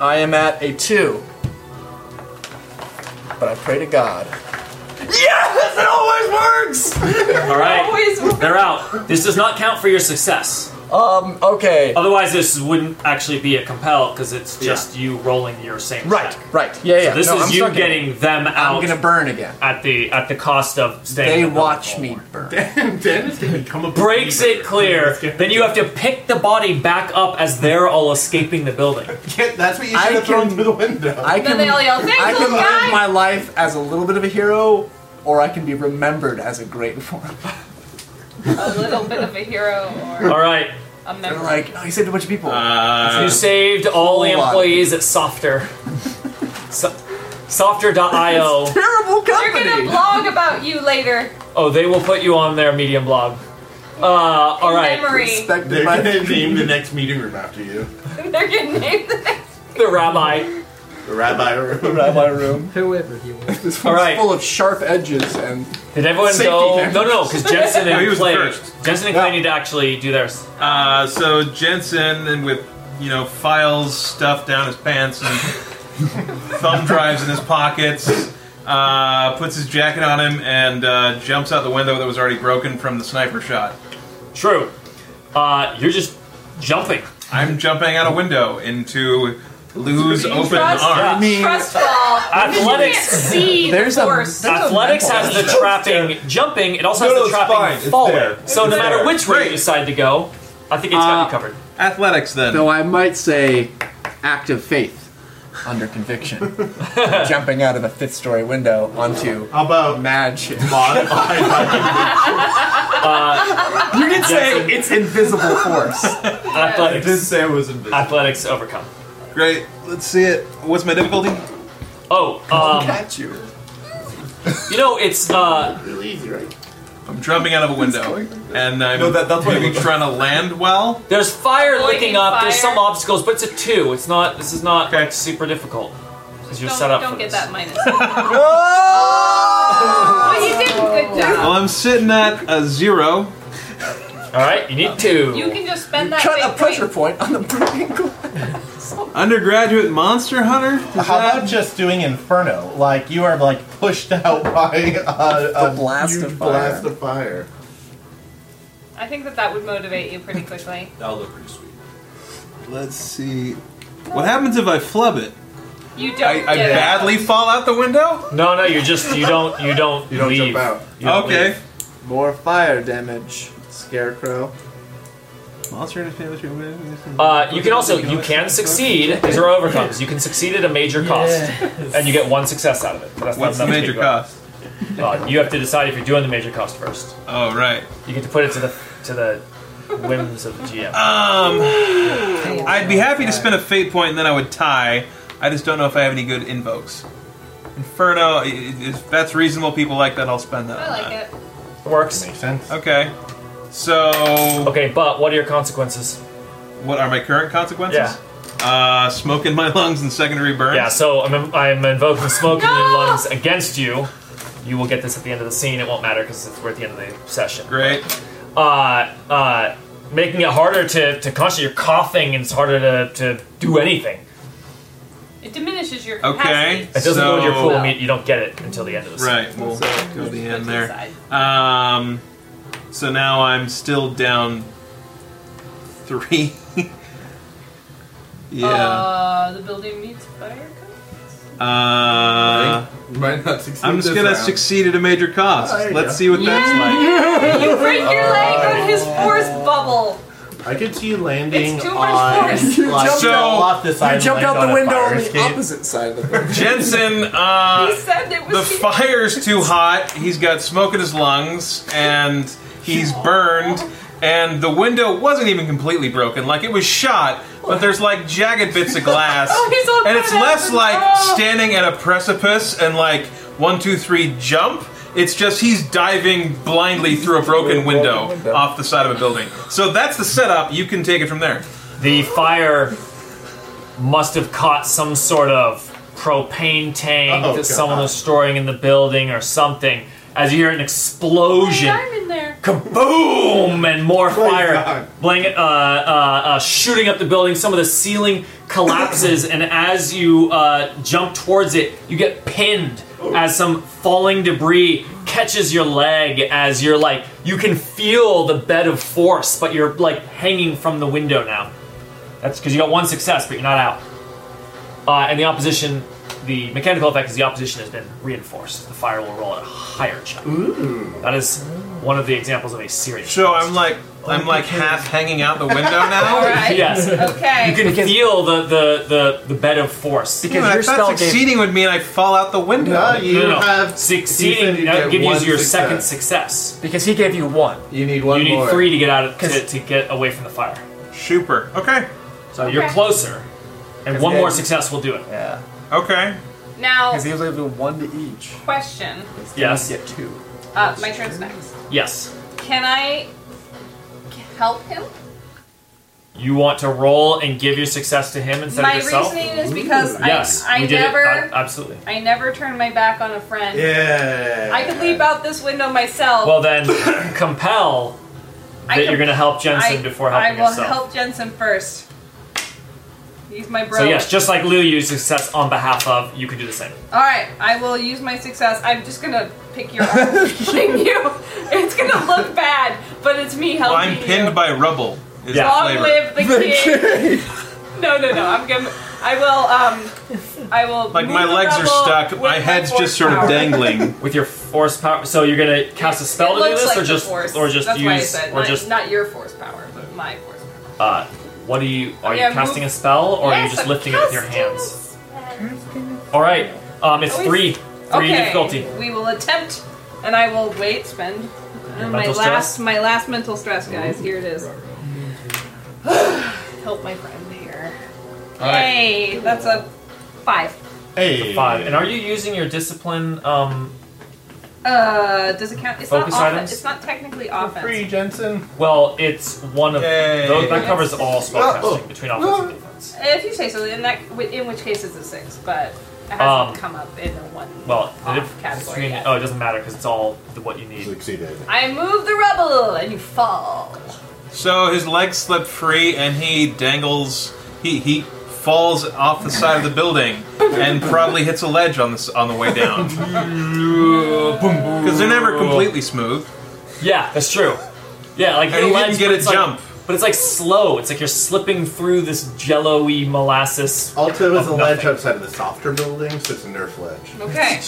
S8: I am at a two. But I pray to God. Yes, it always works.
S1: All right.
S4: Always
S1: They're out. This does not count for your success.
S8: Um. Okay.
S1: Otherwise, this wouldn't actually be a compel because it's just you rolling your same.
S8: Right.
S1: check.
S8: Right. Yeah. Yeah.
S1: So this
S8: No,
S1: is
S8: I'm
S1: you
S8: stuck in-
S1: getting them
S8: I'm
S1: out
S8: gonna burn again.
S1: at the at the cost of staying. in
S8: They
S1: the building.
S8: watch me burn.
S2: and then it's gonna become a
S1: Breaks it clear. Then you have to pick the body back up as they're all escaping the building.
S2: Get- That's what you
S8: I
S2: should have thrown
S8: can-
S2: through the window.
S8: I
S4: Then
S8: can.
S4: they all yell, "Thanks,
S8: I can
S4: little
S8: live
S4: guy!"
S8: my life as a little bit of a hero, or I can be remembered as a great *laughs* one.
S4: a little bit of a hero
S1: *laughs*
S4: or
S1: All right.
S4: a
S8: They're
S4: member.
S8: like, oh, he saved a bunch of people.
S1: You
S6: Uh,
S1: saved all the
S8: Hold on.
S1: employees at
S8: *laughs*
S1: Softer. so- Softer.io.
S8: Terrible
S4: They're gonna
S8: company.
S4: blog about you later.
S1: Oh, they will put you on their Medium blog. Uh, all
S4: in
S1: right.
S4: Memory.
S2: They're
S8: Respected by
S2: gonna name the next meeting room after you.
S4: They're gonna name the next.
S1: The rabbi.
S2: The rabbi room.
S8: my room.
S10: Whoever he
S8: *laughs*
S10: was.
S8: *laughs* This
S1: All
S8: one's
S1: right.
S8: full of sharp edges and
S1: Did everyone
S8: Safety
S1: go?
S8: measures.
S1: No, no, no, because
S8: *laughs*
S1: Jensen
S6: No, he
S1: and
S6: was
S1: Clay.
S6: first.
S1: Jensen and
S8: Yeah.
S1: Clay need to actually do theirs.
S6: uh, so Jensen, and with you know files stuffed down his pants and thumb drives in his pockets, uh, puts his jacket on him and uh, jumps out the window that was already broken from the sniper shot.
S1: True. Uh, you're just jumping.
S6: I'm jumping out a window into Lou's open
S4: Trust,
S6: arms.
S4: *laughs* trust fall. You can't
S1: Athletics.
S4: see
S8: There's
S4: the
S8: a-
S4: force.
S8: there's a-
S1: Athletics has the trapping jumping. It also has
S16: No, no,
S1: the
S16: it's
S1: trapping
S16: fine. It's
S1: falling.
S16: there.
S1: So no
S6: It's
S1: matter
S6: there.
S1: which way you
S6: Great.
S1: decide to go, I think it's got
S8: Uh,
S1: you covered.
S6: Athletics then.
S15: Though I might say act of faith.
S8: under conviction, *laughs* jumping out of a fifth story window onto
S2: How about
S8: magic.
S2: modified by
S8: You can
S1: say
S8: it's invisible force.
S1: Athletics.
S16: say it was invisible.
S1: Athletics overcome.
S6: Great. Let's see it. What's my difficulty?
S1: Oh, um,
S8: Catch you.
S1: you know it's uh,
S2: really easy, right?
S6: I'm jumping out of a window, and I'm
S16: No, that- that's what I
S6: maybe
S16: mean.
S6: trying to land well.
S1: there's fire
S4: Lightning
S1: licking up. There's
S4: fire.
S1: some obstacles, but it's a two. It's not. This is not
S6: Okay.
S1: like, super difficult. Because you're
S4: don't
S1: set up
S4: don't
S1: for
S4: get
S1: this.
S4: that minus. Oh,
S6: Oh!
S4: But you did a good job. Oh.
S6: Well, I'm sitting at a zero.
S1: All right, you need two.
S4: You can just spend that
S3: Cut
S4: fate
S3: a pressure
S4: point.
S3: point on the broken glass.
S6: Undergraduate monster hunter? Does
S2: How
S6: that-
S2: about just doing Inferno? Like you are like pushed out by uh, a
S3: blast
S2: huge
S3: of fire.
S2: blast of fire.
S4: I think that that would motivate you pretty quickly.
S11: That'll look pretty sweet.
S17: Let's see.
S6: What happens if I flub it?
S4: You don't
S6: I, I
S4: get it.
S6: badly fall out the window?
S1: No, no, you just you don't you don't
S2: You don't
S1: leave.
S2: jump
S8: Oh.
S2: out.
S1: You don't
S6: okay.
S1: leave.
S8: More fire damage, Scarecrow.
S6: Monster
S1: Uh, you can also you can succeed. These are overcomes. You can succeed at a major cost, and you get one success out of it. But that's not
S6: What's the
S1: enough to
S6: major
S1: keep going.
S6: cost?
S1: Uh, you have to decide if you're doing the major cost first.
S6: Oh, right.
S1: You get to put it to the to the whims of the GM.
S6: Um, I'd be happy to spend a fate point and then I would tie. I just don't know if I have any good invokes. Inferno, i- i- if that's reasonable, people like that, I'll spend that.
S4: I
S6: on
S4: like
S6: that.
S4: it.
S1: It works.
S2: Makes sense.
S6: Okay. So,
S1: Okay, but what are your consequences?
S6: what are my current consequences? Uh, smoke in my lungs and secondary burns.
S1: Yeah, so I'm, I'm invoking smoke in your
S4: No!
S1: lungs against you. You will get this at the end of the scene. It won't matter because we're at the end of the session.
S6: Great.
S1: Uh, uh, making it harder to, to concentrate. You're coughing and it's harder to, to do anything.
S4: It diminishes your
S6: Okay.
S4: capacity.
S1: It doesn't go to your
S6: So-
S1: pool. imme- You don't get it until the end of the scene.
S6: Right. We'll go to the end there.
S4: Inside.
S6: Um, so now I'm still down three. *laughs* yeah.
S4: Uh, the building needs fire. code?
S6: Uh,
S2: You might not succeed.
S6: I'm just
S2: this
S6: gonna
S2: round.
S6: succeed at a major cost.
S2: Oh, there you
S6: Let's
S2: go.
S6: see what that's like.
S4: You break your leg on his force bubble.
S2: I could see you landing
S4: It's too much
S2: on
S4: force.
S3: You
S2: like,
S3: jumped
S2: so,
S6: out-
S2: off this
S3: You
S2: island,
S3: jumped
S2: like,
S3: out the
S2: a
S3: window
S2: fire
S3: on the
S2: escape.
S3: opposite side of the building.
S6: Jensen,
S4: He
S6: uh,
S4: said it *laughs*
S6: the
S4: was
S6: fire's too hot. He's got smoke in his lungs, and he's burned. And the window wasn't even completely broken; like it was shot, but there's like jagged bits of
S4: *laughs*
S6: glass.
S4: Oh, he's all
S6: and it's
S4: bent
S6: less
S4: up.
S6: like
S4: Oh.
S6: standing at a precipice and like one, two, three, jump. It's just he's diving blindly through a broken window off the side of a building. So that's the setup. You can take it from there.
S1: The fire must have caught some sort of propane tank
S2: Oh,
S1: that someone
S2: God.
S1: was storing in the building or something. As you hear an explosion.
S4: I'm in there.
S1: Kaboom! And more fire
S2: God.
S1: bling, uh, uh, uh, shooting up the building. Some of the ceiling collapses, and as you uh, jump towards it, you get pinned as some falling debris catches your leg. As you're like, you can feel the bed of force, but you're like hanging from the window now. That's because you got one success, but you're not out. Uh, and the opposition, the mechanical effect is the opposition has been reinforced. The fire will roll at a higher check. That is one of the examples of a serious.
S6: So I'm like, I'm like half hanging out the
S4: *laughs*
S6: window now.
S4: All
S1: *laughs*
S4: right.
S1: Yes.
S4: Okay.
S1: You can feel the, the, the, the bed of force.
S6: Dude, I thought succeeding would mean I fall out the window.
S2: No, you
S1: No, no, no.
S2: have you said
S1: Succeeding
S2: you
S1: that
S2: get
S1: gives
S2: one
S1: you your
S2: success.
S1: second success.
S3: Because he gave you one.
S17: You need one
S1: you need
S17: more.
S1: three to get out of, to, to get away from the fire.
S6: Super. Okay.
S1: So you're
S4: Okay.
S1: closer, and one
S3: yeah.
S1: more success will do it.
S3: Yeah.
S6: Okay.
S4: Now,
S3: Because he was able to do one to each.
S4: question.
S1: Yes,
S3: Get two.
S4: Uh, my turn's next.
S1: yes.
S4: Can I help him?
S1: You want to roll and give your success to him instead
S4: my
S1: of yourself.
S4: reasoning is because
S1: yes,
S4: I, I
S1: we did
S4: never,
S1: it. Uh, absolutely.
S4: I never turn my back on a friend.
S2: Yeah.
S4: I could leap out this window myself.
S1: Well then, *coughs* compel
S4: Oh. I
S1: that
S4: can-
S1: you're going to help Jensen
S4: I,
S1: before
S4: I
S1: helping
S4: will
S1: yourself.
S4: help Jensen first. He's my bro.
S1: so yes, just like Lou used success on behalf of, you could do the same.
S4: All right, I will use my success. I'm just gonna pick your
S6: *laughs*
S4: arm, fling you. It's gonna look bad, but it's me
S6: Well,
S4: helping
S6: I'm
S4: you.
S6: pinned by rubble. Is
S1: Yeah.
S6: the
S4: Long *laughs* live
S6: flavor.
S4: the king. *laughs* no, no, no. I'm gonna. I will. Um. I will.
S6: Like
S4: move
S6: my
S4: the
S6: legs are
S4: rubble
S6: stuck.
S4: with
S6: My head's
S4: force
S6: just sort
S4: power.
S6: of dangling.
S1: With your force power, so you're gonna cast a spell
S4: It
S1: to do
S4: looks
S1: this,
S4: like
S1: or
S4: the
S1: just
S4: force.
S1: or just
S4: That's
S1: use
S4: why I said,
S1: or
S4: not,
S1: just
S4: not your force power, but my force power.
S1: uh, what are you? Are
S4: Yeah,
S1: you casting
S4: move-
S1: a spell, or are you
S4: Yes,
S1: just
S4: I'm
S1: lifting it with your
S4: casting
S1: hands? All right, um, it's
S4: Always-
S1: three, three
S4: okay.
S1: difficulty.
S4: We will attempt, and I will wait. Spend. And my
S1: mental
S4: last,
S1: stress?
S4: my last mental stress, guys. Here it is. *sighs* Help my friend here. Hey, that's a five.
S2: Hey.
S1: Five. And are you using your discipline? Um,
S4: Uh, does it count? It's
S1: Focus
S4: not offense.
S1: items?
S4: It's not technically
S2: For
S4: offense.
S2: free, Jensen.
S1: well, it's one of
S6: Yay.
S1: those, that covers all spell
S2: Oh, oh.
S1: casting between offense and defense.
S4: If you say so, in that in which case it's a six, but It hasn't
S1: Um,
S4: come up in the one.
S1: Well, the
S4: off
S1: difference
S4: category.
S1: between
S4: yet.
S1: oh, it doesn't matter because it's all the, what you need.
S18: Succeeded.
S4: I move the rubble and you fall.
S6: So his legs slip free and he dangles. He he falls off the side of the building and probably hits a ledge on this on the way down. uh, Because they're never completely smooth.
S1: Yeah, that's true. Yeah, like your
S6: And he didn't
S1: legs,
S6: get
S1: but
S6: a
S1: it's like-
S6: jump.
S1: but it's like slow. It's like you're slipping through this jello-y molasses.
S2: Alto is
S1: of
S2: a ledge
S1: nothing.
S2: outside of the softer building, so it's a nerf ledge.
S4: Okay.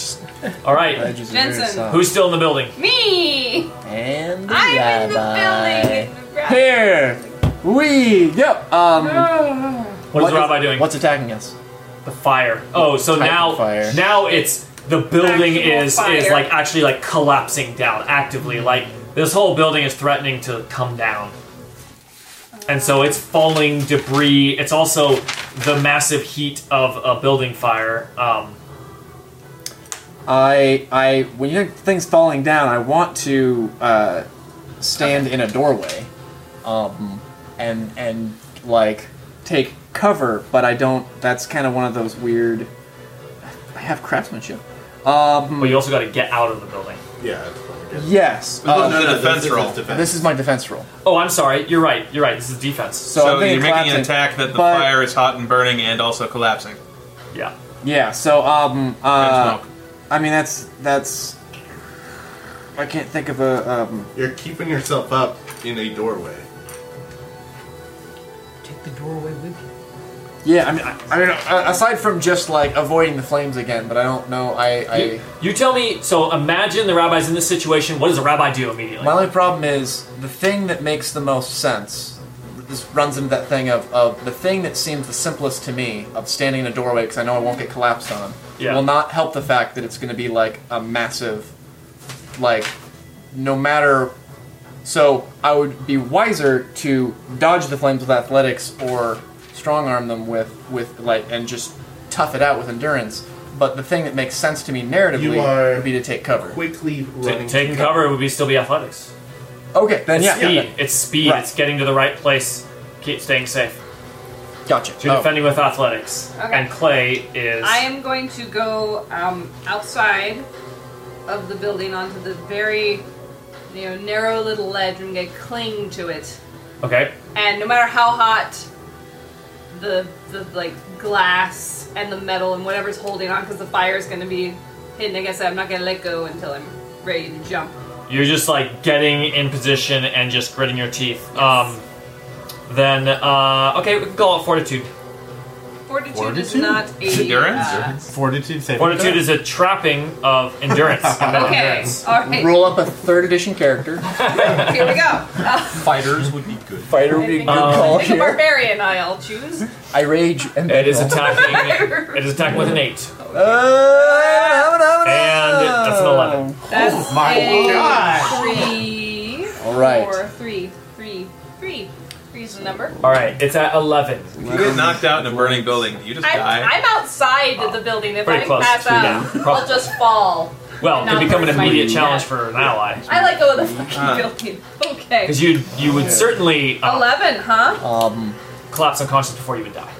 S1: All right,
S3: Edges are very
S4: Jensen.
S3: soft.
S1: who's still in the building?
S4: Me!
S3: And the
S4: I'm in the
S3: rabbi.
S4: building! in the rubble.
S3: Here we go. Um,
S1: What is the rabbi doing?
S3: What's attacking us?
S1: The fire. Oh, so
S3: Titan
S1: now
S3: fire.
S1: now it's the building
S4: Actual
S1: is is
S4: fire. Mm-hmm.
S1: like actually like collapsing down actively. Like this whole building is threatening to come down. And so it's falling debris. It's also the massive heat of a building fire. Um,
S3: I I when you think things falling down, I want to uh, stand in a doorway, um, and and like take cover, but I don't. That's kind of one of those weird. I have craftsmanship. Um,
S1: but you also got to get out of the building.
S2: Yeah, it's probably good.
S3: yes.
S6: But
S3: Uh,
S6: this is a defense roll.
S3: this is my defense roll.
S1: Oh, I'm sorry. You're right. You're right. This is defense.
S3: So, I'm
S6: So
S3: thinking
S6: you're making an
S3: collapsing,
S6: attack that the
S3: but-
S6: fire is hot and burning and also collapsing.
S1: Yeah.
S3: Yeah. So um
S6: And
S3: uh,
S6: smoke.
S3: I mean that's that's. I can't think of a um.
S2: You're keeping yourself up in a doorway.
S10: Take the doorway with you.
S3: Yeah, I mean, I, I don't know. A- Aside from just like avoiding the flames again, but I don't know. I, I
S1: You, you tell me. So imagine the rabbi's in this situation. What does the rabbi do immediately?
S3: My only problem is the thing that makes the most sense. This runs into that thing of, of the thing that seems the simplest to me of standing in a doorway because I know I won't get collapsed on.
S1: Yeah.
S3: Will not help the fact that it's going to be like a massive, like, no matter. So I would be wiser to dodge the flames with athletics or strong arm them with with like and just tough it out with endurance. But the thing that makes sense to me narratively
S2: You are-
S3: would be to take cover.
S2: Quickly
S1: Ta-
S2: running.
S1: Taking cover would be still be athletics.
S3: Okay, then
S1: It's
S3: yeah,
S1: speed.
S3: yeah,
S1: It's speed.
S3: Right.
S1: It's getting to the right place. Keep staying safe.
S3: gotcha.
S1: So you're
S3: Oh.
S1: defending with athletics.
S4: Okay.
S1: And Clay is.
S4: I am going to go um, outside of the building onto the very you know narrow little ledge and get cling to it.
S1: Okay.
S4: And no matter how hot the the like glass and the metal and whatever's holding on, because the fire is going to be hidden against it, I'm not going to let go until I'm ready to jump.
S1: You're just like getting in position and just gritting your teeth. Um, then, uh, okay, we can call it fortitude.
S4: Fortitude, is
S2: Fortitude?
S4: not a
S6: Endurance?
S4: uh,
S2: Fortitude saving.
S1: Fortitude is a trapping of endurance. *laughs* mental
S4: uh, okay,
S3: Uh,
S1: endurance.
S4: all right,
S3: Oh. Roll up a third edition character.
S4: here we go. Uh,
S9: Fighters would be good.
S3: Fighter
S4: I *laughs*
S3: would be a
S4: think,
S3: good call
S4: I think a
S3: here. Oh
S4: barbarian I'll choose.
S3: I rage and
S1: It is
S3: battle.
S4: *laughs*
S1: attacking. it is attacking with an eight,
S3: Uh,
S1: and that's an eleven.
S4: That's
S2: my
S4: a
S2: God.
S4: Three.
S3: All right.
S4: Four, three, three, three. Three's the number.
S1: All right, it's at eleven.
S6: If you get knocked out in a burning building, you just
S4: I'm,
S6: die.
S4: I'm outside the building. If
S1: Pretty
S4: I
S1: close.
S4: pass out,
S1: Yeah,
S4: I'll
S1: probably.
S4: just fall.
S1: Well, it
S4: Not
S1: could become an
S4: worth my
S1: immediate
S4: death.
S1: challenge for an ally
S4: I let go of
S2: Mm-hmm.
S4: the fucking
S2: Ah.
S6: Uh.
S4: building. Okay.
S1: because you you would certainly uh,
S4: Eleven, huh?
S3: um,
S1: collapse unconscious before you would die.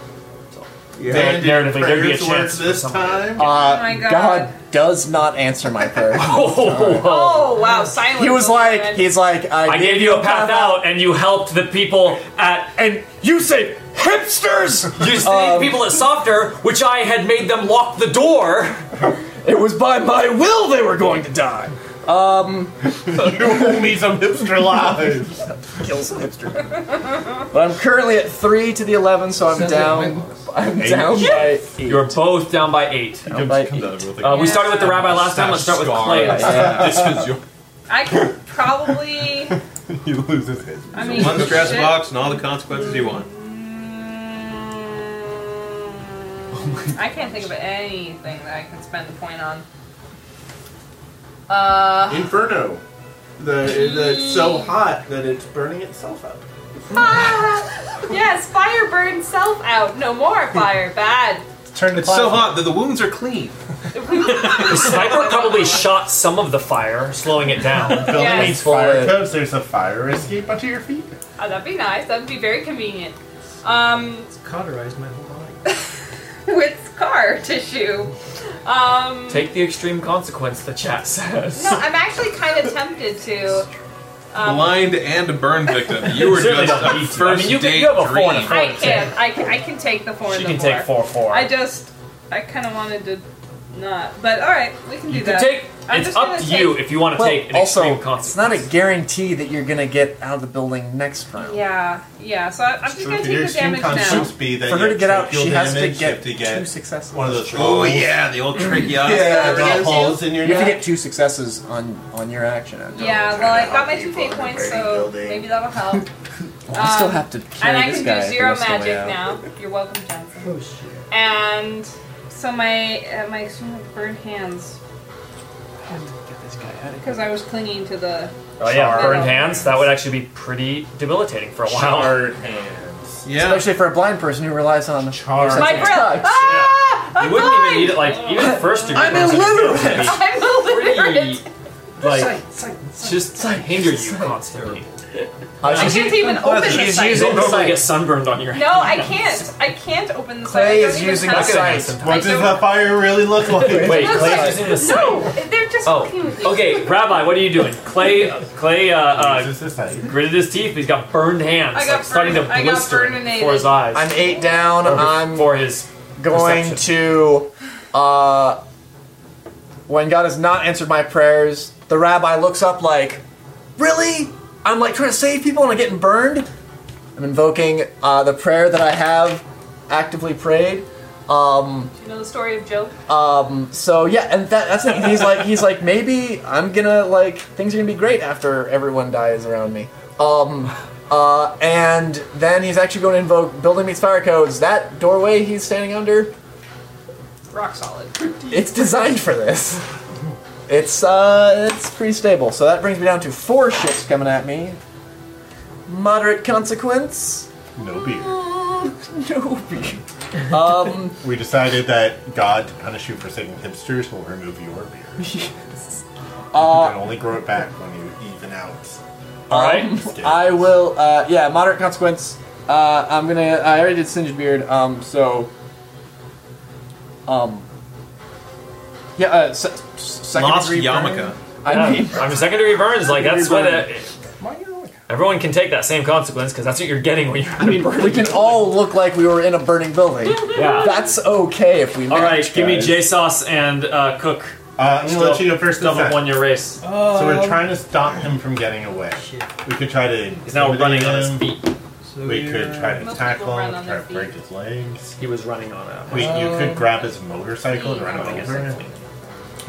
S2: Bandit
S1: Narratively, there'd be a
S2: prayers work
S1: chance for
S2: this
S1: somebody. *laughs*
S2: time.
S3: uh,
S4: my God.
S3: God. does not answer my prayer.
S4: Oh wow, silence.
S3: he was
S4: was
S3: like,
S4: good.
S3: he's like, I,
S1: I gave you a path out, and you helped the people at.
S3: and you say hipsters.
S1: You saved
S3: Um,
S1: people at Softer, which I had made them lock the door.
S3: It was by my will they were going to die.
S2: You owe me some hipster lives.
S3: Kills the hipster. but I'm currently at three to the eleven, so I'm
S10: Sounds like
S3: down.
S10: my boss.
S3: I'm down by eight.
S1: You're both down by eight.
S3: down by eight.
S1: Uh, we started with the rabbi last time. Let's start with Clay.
S2: *laughs*
S3: Yeah.
S9: This is your.
S4: I could probably.
S2: *laughs* he loses his.
S4: I mean,
S6: One
S4: *laughs*
S6: stress
S4: shit.
S6: box and all the consequences you want.
S4: Mm, I can't think of anything that I can spend the point on. Uh,
S2: Inferno. The, the it's so hot that it's burning itself up.
S4: ah, yes, fire burn self out. No more fire. Bad.
S17: Turn the
S6: It's so hot that the wounds are clean.
S1: The sniper probably
S4: *laughs*
S1: shot some of the fire, slowing it down.
S2: Building
S4: Yes.
S2: needs fire
S3: Fire.
S2: codes. There's a fire escape onto your feet.
S4: Oh, that'd be nice. That'd be very convenient. Um,
S10: Cauterized my whole body.
S4: *laughs* with scar tissue. Um,
S1: Take the extreme consequence, the chat says.
S4: no, I'm actually kind of tempted to. Um,
S6: Blind and a burn victim. You were
S1: Certainly
S6: just
S1: don't need
S6: a
S1: to. I
S6: first
S1: mean, you can-
S6: date
S1: you have a four and a
S6: dream.
S1: five.
S4: I can, I can, I can take the four.
S1: she
S4: and the
S1: can take four four.
S4: I just, I kind of wanted to not, but all right, we can do
S1: you can
S4: that.
S1: take.
S4: I'm
S1: it's
S4: just
S1: up
S4: gonna
S1: to you
S4: take-
S1: if you want to
S3: Well,
S1: take an
S3: also,
S1: extreme
S3: it's not
S1: consequence.
S3: a guarantee that you're gonna get out of the building next round.
S4: Yeah, yeah. So I, I'm just
S2: So
S4: gonna
S2: if your
S4: take the
S2: extreme
S4: damage
S2: consequence
S4: now.
S2: be that
S3: For her
S2: you
S3: to get out,
S2: have
S3: she has to
S2: damage, you
S3: get,
S2: have to get
S3: two successes.
S2: one of those.
S6: Oh
S2: rolls.
S6: yeah, the old trick. Yeah.
S2: Yeah,
S4: So it
S2: the
S4: gives
S2: holes in your
S3: You have to
S2: neck.
S3: get two successes on on your action. Andrew.
S4: Yeah, well, I got my two
S2: People
S4: fate
S2: in a
S4: points,
S2: burning
S4: so
S2: building.
S4: maybe that'll help.
S3: Well, I still
S4: Um,
S3: have to
S4: and
S3: carry
S4: I
S3: this
S4: can do
S3: guy. the
S4: zero
S3: rest of the way
S4: magic
S3: out.
S4: now. You're welcome, Johnson.
S10: Oh shit.
S4: And so my uh, my extreme burned hands
S3: Get this guy out of here.
S4: because I was clinging to the.
S1: oh yeah,
S4: Charred.
S1: burned hands. That would actually be pretty debilitating for a while.
S3: *laughs*
S2: Charred hands.
S6: Yeah.
S3: Especially for a blind person who relies on
S2: Charred.
S4: My
S3: It's
S4: breath.
S3: tucked.
S4: Ah! I'm
S1: You wouldn't even
S4: blind!
S1: need it. Like *laughs* even first degree.
S3: I'm
S1: burns, like,
S3: illiterate!
S1: it's
S4: I'm
S1: Pretty,
S3: *laughs*
S4: illiterate.
S1: *laughs* like
S10: Sight, sight,
S1: just hinder you constantly.
S3: Uh,
S4: I
S3: she's,
S4: can't even open the
S1: She's using
S4: site.
S1: normally get sunburned on your
S4: No, I can't. I can't open the site.
S3: Clay
S4: I don't
S3: is
S4: even
S3: using
S4: have
S3: the
S4: it.
S3: site.
S2: What does
S4: don't-
S2: the fire really look like?
S1: Wait,
S4: Looks
S1: Clay's
S4: like-
S1: using the site.
S4: No, they're just fucking with me.
S1: Oh, okay, Rabbi, what are you doing? Clay, Clay, uh, uh,
S2: Is this a-
S1: gritted his teeth. He's got burned hands,
S4: I got
S1: like starting to
S4: burned- I got
S1: blister
S4: burninated.
S1: for his eyes.
S3: I'm eight down.
S1: Or
S3: I'm
S1: for his
S3: going
S1: perception.
S3: to. Uh, when God has not answered my prayers, the rabbi looks up like, really? I'm like trying to save people and I'm getting burned. I'm invoking uh, the prayer that I have actively prayed. Um,
S4: You know the story of Job?
S3: um, so yeah, and that, that's it. He's like, he's like, maybe I'm gonna like things are gonna be great after everyone dies around me. Um, uh, and then he's actually going to invoke building meets fire codes. That doorway he's standing under,
S4: Rock solid.
S3: Uh, it's designed for this. It's uh, it's pretty stable. So that brings me down to four ships coming at me. Moderate consequence.
S2: No beer.
S3: *laughs* No. *laughs* um.
S2: We decided that God, to punish you for saving hipsters, will remove your
S3: *laughs*
S2: beer.
S3: Uh,
S2: You can only grow it back when you even out.
S1: All right.
S3: Um, I will. Uh, yeah, moderate consequence. Uh, I'm gonna. I already did singed beard. Um, so. Um. Yeah. Uh, se- s- second
S6: Lost
S3: degree
S6: Yamaka.
S3: burn. I mean,
S1: Yeah, I mean, secondary burns, *laughs* like that's what.
S3: Secondary
S1: Uh, everyone can take that same consequence because that's what you're getting when you're. I
S3: we can all look like we were in a burning building.
S1: Yeah.
S3: That's okay if we.
S1: *laughs* All
S3: match,
S1: right, give me
S3: guys.
S1: J Sauce and uh, Cook.
S2: Uh, I'm going to let you go first this
S1: Still
S2: time.
S1: have won your race.
S2: So we're trying to stop him from getting away. We could try to.
S1: He's now running on his
S2: him.
S1: feet.
S6: So
S2: We could
S6: you're-
S2: try to
S4: Most
S2: tackle
S4: people
S2: him,
S4: run on
S2: try
S4: their
S2: to break
S4: feet.
S2: his legs.
S1: He was running on a.
S2: We, you
S10: Um,
S2: could grab his motorcycle and run him
S1: I guess
S2: over.
S1: that's me.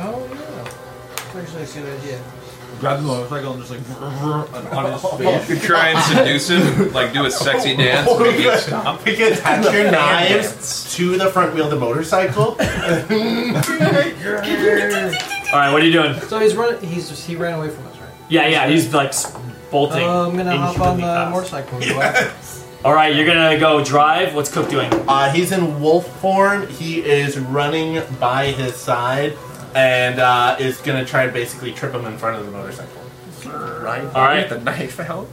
S10: Oh yeah. Actually, that's a good idea.
S9: Grab the motorcycle and just like on his
S6: You could try and seduce him, like do a sexy dance,
S2: Oh,
S6: make it
S2: good.
S6: stop.
S2: We could
S1: *laughs*
S2: attach your knives to the front wheel of the motorcycle.
S1: All right, what are you doing?
S10: So he's running. He's just, he ran away from us, right?
S1: Yeah, yeah, he's like s- bolting.
S10: Uh, I'm gonna hop on
S1: inhumanly
S10: the
S1: fast.
S10: motorcycle. and go after him.
S1: All right, you're gonna go drive. What's Cook doing?
S2: Uh, he's in wolf form. He is running by his side and uh, is going to try to basically trip him in front of the motorcycle.
S3: Right.
S1: All right.
S3: The knife out.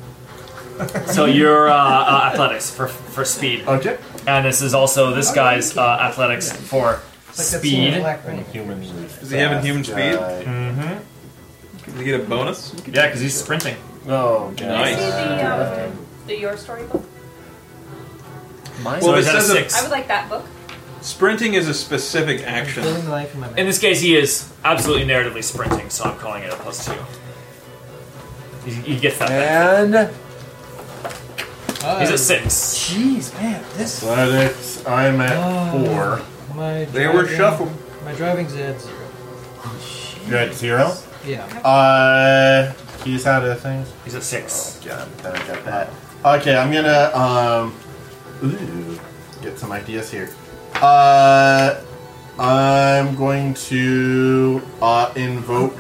S1: *laughs* So your uh, uh, athletics for for speed,
S2: Okay.
S1: and this is also
S10: Oh,
S1: this guy's uh, athletics for
S10: It's like that scene in
S1: speed.
S10: Black Rain.
S2: Human
S6: Does he have inhuman speed?
S1: Mm-hmm.
S6: Does he get a bonus?
S1: Yeah, because he's sprinting.
S2: Oh, God.
S4: Did you see
S6: Nice.
S4: the, um, the Your Story book?
S3: Mine.
S1: So
S6: Well,
S1: he's at
S6: it
S1: a
S6: says a-
S1: six.
S4: I would like that book.
S6: Sprinting is a specific
S10: I'm
S6: action.
S10: feeling the knife in my mouth.
S1: In this case, he is absolutely narratively sprinting, so I'm calling it a plus two. He, he gets that. back.
S3: and
S10: Uh,
S1: He's at six.
S3: jeez, man, this.
S2: Athletics, I'm at
S10: Oh.
S2: four.
S10: My
S6: They were
S10: driving-
S6: shuffled.
S10: My driving's at zero.
S2: You're at zero?
S10: Yeah.
S2: Uh, he's out of things.
S1: He's at six.
S2: God, then I got that. Okay, I'm gonna um, ooh, get some ideas here. Uh, I'm going to uh, invoke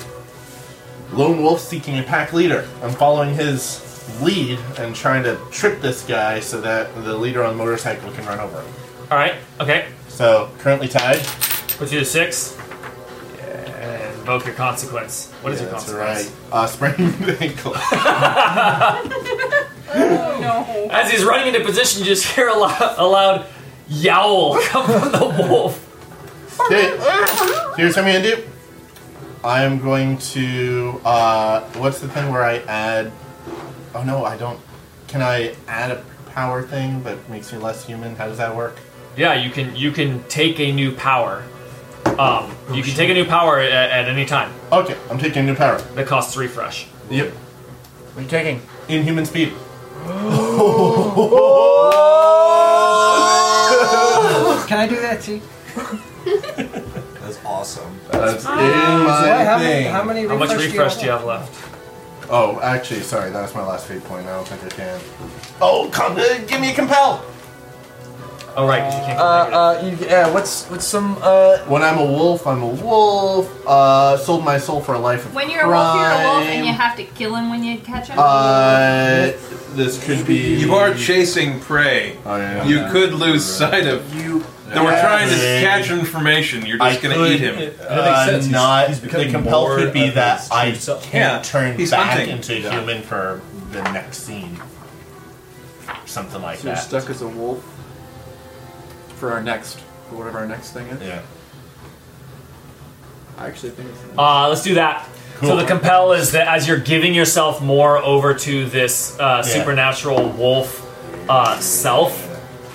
S2: Lone Wolf seeking a pack leader. I'm following his lead and trying to trip this guy so that the leader on the motorcycle can run over him.
S1: All right. Okay.
S2: So currently tied.
S1: Put you to six. And invoke your consequence. What is
S2: Yeah,
S1: your
S2: that's
S1: consequence?
S2: right. Uh, *laughs* sprain the ankle.
S4: Oh no.
S1: *laughs* As he's running into position, you just hear a, lo- a loud yowl come from the wolf.
S2: Okay. Here's what I'm gonna do. I am going to. Uh, what's the thing where I add? Oh no, I don't. Can I add a power thing that makes me less human? How does that work?
S1: Yeah, you can you can take a new power. Um, you can take a new power at, at any time.
S2: Okay, I'm taking new power.
S1: That costs refresh.
S2: Yep.
S3: What are you taking?
S2: Inhuman speed.
S10: Can I do that, too?
S9: That's awesome.
S2: That's
S4: Ah.
S2: in
S10: So
S2: my
S10: I have-
S2: thing.
S10: how many
S1: How much
S10: refresh
S1: refresh do you
S10: have?
S1: have left?
S2: Oh, actually, sorry, that was my last fate point. I don't think I can. Oh, come, uh, give me a compel.
S1: Oh right, 'cause you can't.
S3: Uh, uh, you, yeah. What's what's some uh?
S2: When I'm a wolf, I'm a wolf. Uh, sold my soul for a life of
S4: When you're a wolf, you're a wolf, and you
S2: crime.
S4: have to kill him when you catch him.
S2: Uh, this could be.
S6: You are chasing prey.
S2: Oh, yeah,
S6: You
S2: yeah.
S6: could lose sight of.
S3: You
S6: Then we're trying to
S2: Yeah.
S6: catch information. You're
S2: I
S6: just gonna
S2: could,
S6: eat him.
S2: Uh,
S11: sense. He's-
S2: Not
S11: he's
S2: the
S11: becoming
S2: compel
S11: more
S2: could be
S11: of
S2: that
S11: his true
S2: I
S11: self.
S2: can't
S6: Yeah,
S2: turn
S6: he's
S2: back
S6: hunting.
S2: into
S6: Yeah.
S2: human for the next scene. Something like
S8: So you're
S2: that.
S8: stuck as a wolf for our next, for whatever our next thing is.
S2: Yeah.
S8: I actually think it's
S1: Uh, let's do that. So the compel is that as you're giving yourself more over to this uh,
S2: Yeah.
S1: supernatural wolf uh, self,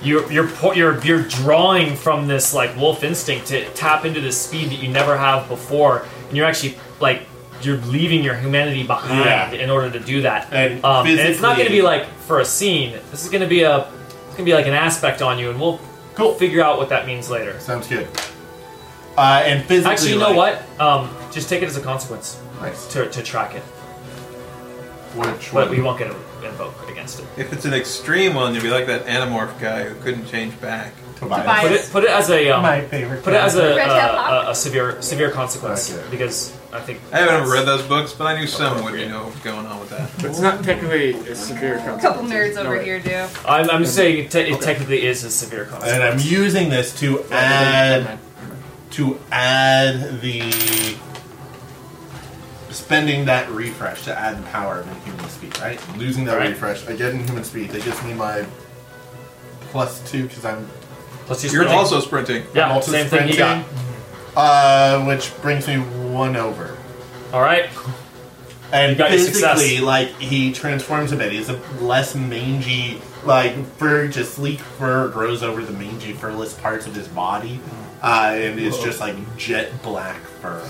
S1: you're you're, po- you're you're drawing from this like wolf instinct to tap into this speed that you never have before, and you're actually like you're leaving your humanity behind
S2: Yeah.
S1: in order to do that.
S2: And
S1: um, and it's not going to
S2: physically-
S1: be like for a scene. This is going to be a it's going to be like an aspect on you, and we'll
S2: Cool.
S1: figure out what that means later.
S2: Sounds good. Uh, and physically,
S1: Actually, you know
S2: like-
S1: what? Um, just take it as a consequence
S2: Nice.
S1: to, to track it.
S2: Which
S1: But
S2: one?
S1: we won't get a invoke against it.
S6: If it's an extreme one, you'd be like that anamorph guy who couldn't change back.
S2: Tobias.
S4: Tobias.
S1: Put it put it as a um,
S2: favorite.
S1: put it as a, uh,
S4: Red Tail Hawk?
S1: a, a, a severe severe consequence
S2: Okay.
S1: because I think
S6: I haven't read those books, but I knew someone would know what's going on with that.
S8: it's not technically a severe
S4: A
S8: consequence.
S4: couple nerds
S8: No,
S4: over
S8: wait.
S4: here do.
S1: I'm, I'm saying it, te- it technically is a severe consequence.
S2: And I'm using this to add to add the spending that refresh to add the power of inhuman speed, right? Losing that
S1: Right.
S2: refresh, I get inhuman speed. That gives me my plus two because I'm
S1: Let's use
S6: You're
S1: sprinting.
S6: also sprinting.
S1: yeah
S2: also
S1: same thing you got.
S2: sprinting. uh, which brings me one over.
S1: All right,
S2: And
S1: You got your success.
S2: physically, like he transforms a bit. He's a less mangy, like fur, just sleek fur grows over the mangy, furless parts of his body, uh, and it's just like jet black
S1: *laughs*
S2: fur.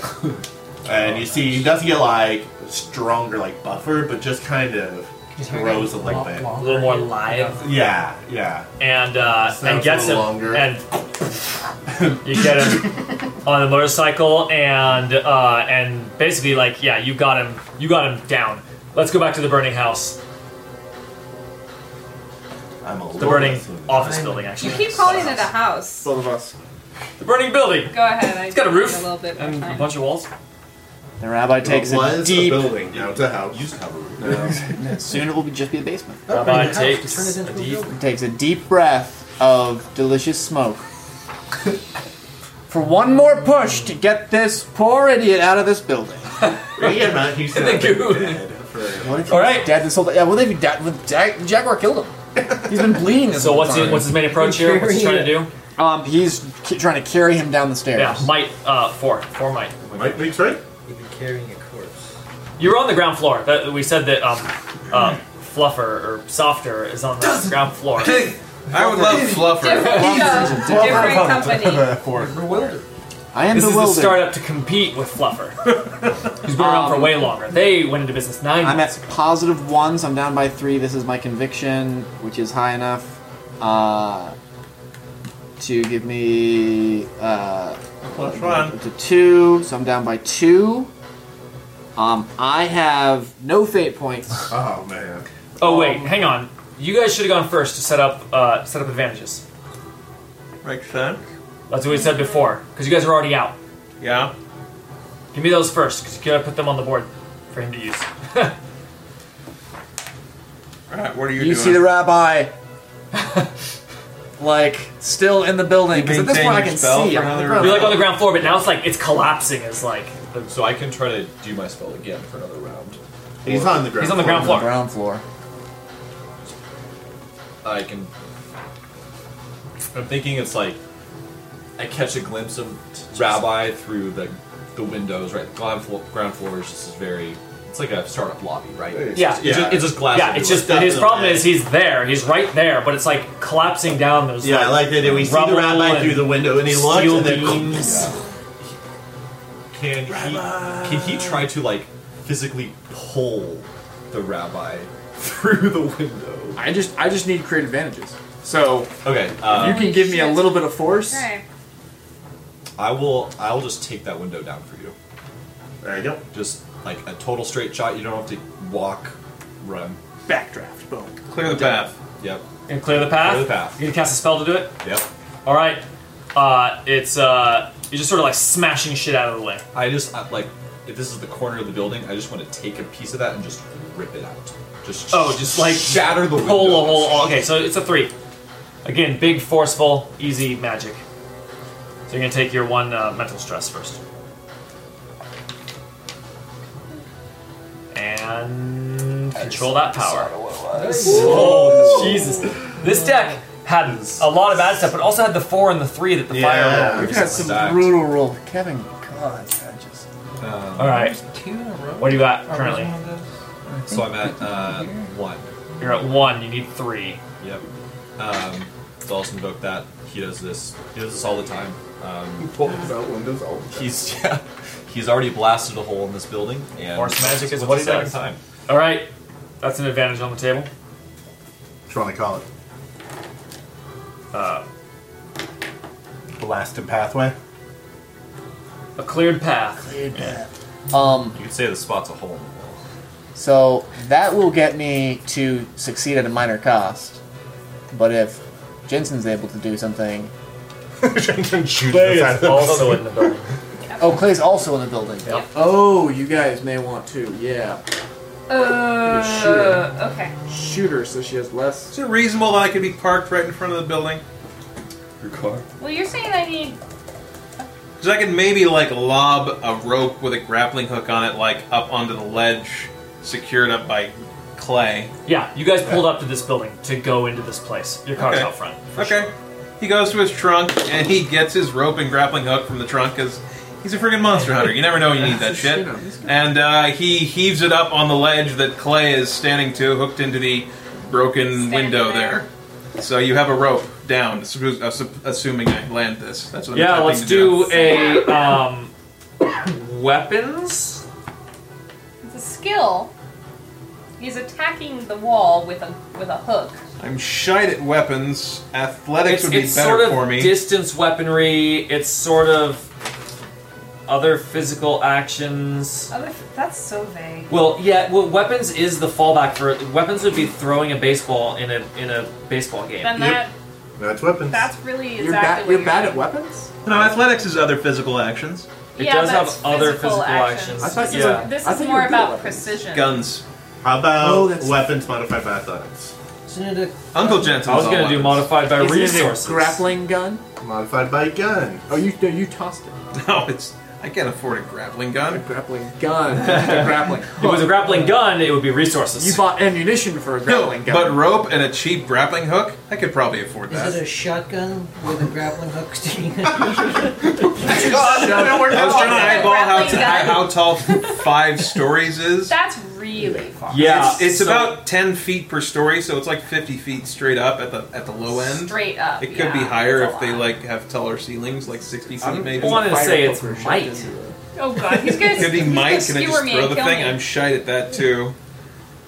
S2: and you see, he doesn't get like stronger, like buffer, but just kind of grows a little bit.
S1: a little more live
S2: Yeah, yeah.
S1: and uh, and
S2: Sounds
S1: gets
S2: a little
S1: him
S2: longer.
S1: and *laughs* you get him on the motorcycle and uh, and basically like yeah you got him you got him down. Let's go back to the burning house,
S2: I'm a
S1: the
S2: little
S1: burning
S2: less than-
S1: office building
S4: You
S1: actually.
S4: keep calling it a house.
S8: Both of us.
S1: The burning building.
S4: Go ahead. I
S1: It's got a roof
S4: need A little bit more
S1: and a
S4: time.
S1: bunch of walls.
S3: the rabbi takes
S2: It was
S3: a deep.
S2: a building. Now it's a house. Used to have a
S3: Soon it will be just be a basement.
S1: Rabbi
S10: Upgrade the house to
S1: takes
S10: turn it into
S1: a
S10: a
S1: deep-
S10: building.
S3: Takes a deep breath of delicious smoke. *laughs* For one more push to get this poor idiot out of this building.
S2: yeah, man. He's
S1: the goon.
S3: What if
S1: All
S3: he's
S1: right.
S3: dead this whole time? Yeah, what if he died? Well, Jag- Jaguar killed him. He's been bleeding this
S1: So
S3: whole
S1: what's
S3: time.
S1: his, what's his main approach here? What's he trying to do?
S3: Um, he's ki- trying to carry him down the stairs.
S1: Yeah, might uh, four, four might.
S2: Might be right.
S17: You've been carrying a corpse.
S1: You were on the ground floor. That, we said that um, uh, fluffer or softer is on the ground floor.
S6: I would love Fluffer.
S4: Different show, different company.
S17: Bewildered.
S3: I am
S1: This is the
S3: bewildered.
S1: startup to compete with fluffer. He's been around for way longer. They went into business 9
S3: I'm
S1: months
S3: at positive one, so I'm down by three. This is my conviction, which is high enough uh, to give me uh,
S6: Plus one.
S3: to two, so I'm down by two. Um, I have no fate points.
S2: Oh man.
S1: ago. Oh wait, hang on. You guys should have gone first to set up uh, set up advantages.
S6: Makes sense.
S1: That's what we said before because you guys are already out.
S6: Yeah.
S1: Give me those first because you gotta put them on the board for him to use. *laughs*
S6: All right. What are you,
S3: You,
S6: doing?
S3: see the rabbi, *laughs* like still in the building. Because at this
S6: maintain
S3: point, I
S6: your
S3: can
S6: spell
S3: see.
S6: for
S3: I'm on the
S6: another
S3: ground.
S1: You're like on the ground floor, but now it's like it's collapsing. It's like
S11: So I can try to do my spell again for another round.
S2: He's on the ground.
S1: he's on the ground
S3: On the
S1: floor.
S3: ground floor.
S11: I can. I'm thinking it's like
S9: I catch a glimpse of Rabbi through the the windows. Right, the ground floor, ground floor is just very. It's like a startup lobby, right? It's
S1: Yeah.
S9: just, it's just, it's just glass.
S1: yeah, it's
S9: everywhere.
S1: just and his problem
S9: Definitely.
S1: is he's there, he's right there, but it's like collapsing down. There's
S2: Yeah, I like that. And we see the
S1: rubble
S2: rabbi
S1: and
S2: through the window, and he looks,
S1: steel
S2: and then *laughs*
S1: beams.
S9: Can he, can he try to like physically pull the rabbi *laughs* through the window?
S3: I just I just need to create advantages. So
S9: Okay, uh,
S3: you can give me a little bit of force.
S19: Okay.
S9: I will. I will just take that window down for you.
S2: there you go.
S9: Just like a total straight shot. You don't have to walk, run.
S2: Backdraft. Boom.
S6: Clear the path.
S9: Yep.
S1: And clear the path.
S9: Clear the path.
S1: You can cast a spell to do it.
S9: Yep.
S1: All right. Uh, it's uh, you're just sort of like smashing shit out of the way.
S9: I just I, like if this is the corner of the building, I just want to take a piece of that and just rip it out. Just
S1: Oh, just like
S9: shatter the
S1: pull
S9: window.
S1: a hole. Okay, so it's a three. Again, big, forceful, easy magic. So you're gonna take your one uh, mental stress first. And control that power. Oh Jesus! This deck had a lot of bad stuff, but also had the four and the three that the
S2: Yeah.
S1: fire rolled.
S3: We've had some
S9: Stacked.
S3: brutal roll, Kevin. God, I just
S9: Um,
S1: All right,
S10: Two in a row.
S1: what do you got currently?
S9: So I'm at uh, one.
S1: You're at one. You need three.
S9: Yep. Um, Dawson invoked that. He does this. He does this all the time. Um,
S2: Pulls out windows. All
S9: he's *laughs* yeah, he's already blasted a hole in this building. And
S1: Force magic is
S9: What's
S1: what
S9: the
S1: he
S9: second
S1: does.
S9: Time.
S1: All right, that's an advantage on the table.
S2: What do you want to call it?
S1: Uh,
S2: Blasted pathway.
S1: a cleared path.
S3: Um.
S9: You could say the spot's a hole in the wall.
S3: So that will get me to succeed at a minor cost. But if Jensen's able to do something,
S1: Clay is also in the building.
S3: oh, Clay's also in the building.
S1: Yep.
S8: Oh, you guys may want to. Yeah,
S4: Uh,
S8: Sure.
S4: Okay.
S8: shoot her so she has less.
S6: Is it reasonable that I could be parked right in front of the building?
S9: Your car.
S4: Well, you're saying I need.
S6: Because I could maybe like lob a rope with a grappling hook on it, like up onto the ledge, secured up by clay.
S1: *laughs* Yeah, you guys pulled up to this building to go into this place. Your car's
S6: Okay.
S1: out front.
S6: Okay. He goes to his trunk and he gets his rope and grappling hook from the trunk because he's a friggin' monster hunter. You never know when you need that shit. And uh, he heaves it up on the ledge that Clay is standing to, hooked into the broken
S4: Standing
S6: window
S4: there.
S6: there. So you have a rope down, assu- assu- assuming I land this. That's what I'm
S1: Yeah,
S6: attempting
S1: let's
S6: to
S1: do a um, *coughs* weapons.
S4: It's a skill. He's attacking the wall with a with a hook.
S6: I'm shied at weapons.
S1: It's,
S6: Athletics would be
S1: it's
S6: better
S1: sort of
S6: for me.
S1: distance weaponry. It's sort of other physical actions.
S4: Other, Oh, that's so vague.
S1: Well, yeah. Well, weapons is the fallback for weapons would be throwing a baseball in a in a baseball game.
S4: Then that
S2: That's weapons.
S4: that's really exactly
S8: You're bad.
S4: what
S8: You're bad at weapons.
S6: no, athletics is other physical actions.
S1: It
S4: Yeah,
S1: does
S4: that's
S1: have other
S4: physical
S1: physical actions.
S4: actions.
S8: I thought you
S1: yeah.
S8: were-
S4: This
S8: I
S4: is
S8: think
S4: more
S8: you're good
S4: about
S8: at weapons.
S4: precision.
S6: Guns.
S2: How about
S8: Oh, that's-
S2: weapons modified by athletics?
S10: Isn't it
S6: Uncle Jensen's
S1: I was
S6: all
S1: gonna do
S6: weapons.
S1: modified by
S3: Isn't it a
S1: resources.
S3: grappling gun.
S2: Modified by gun.
S8: Oh, you no, you tossed it.
S6: *laughs* No, it's I can't afford a grappling gun.
S8: Grappling gun.
S1: *laughs*
S8: grappling.
S1: If it was a grappling gun, it would be resources.
S8: You bought ammunition for a grappling
S6: no,
S8: gun.
S6: but rope and a cheap grappling hook, I could probably afford
S10: Is it
S6: that.
S10: a shotgun with a grappling hook
S6: *laughs*
S10: sticking out?
S6: I was trying to
S4: Is it a
S6: eyeball how,
S4: grappling
S6: t-
S4: gun?
S6: how tall five stories is.
S4: That's really far.
S1: yeah,
S6: It's, it's
S1: so-
S6: about ten feet per story, so it's like fifty feet straight up at the at the low end.
S4: Straight up.
S6: It could
S4: yeah,
S6: be higher
S4: that's a
S6: if they
S4: lot.
S6: like have taller ceilings, like sixty feet
S1: I'm
S6: maybe.
S1: wanting to say it's might.
S4: Oh god, he's gonna.
S6: It could be
S4: he's gonna
S6: Mike. Can I
S4: skewer
S6: just
S4: me
S6: throw
S4: and
S6: the
S4: kill
S6: thing?
S4: me.
S6: I'm shite at that too.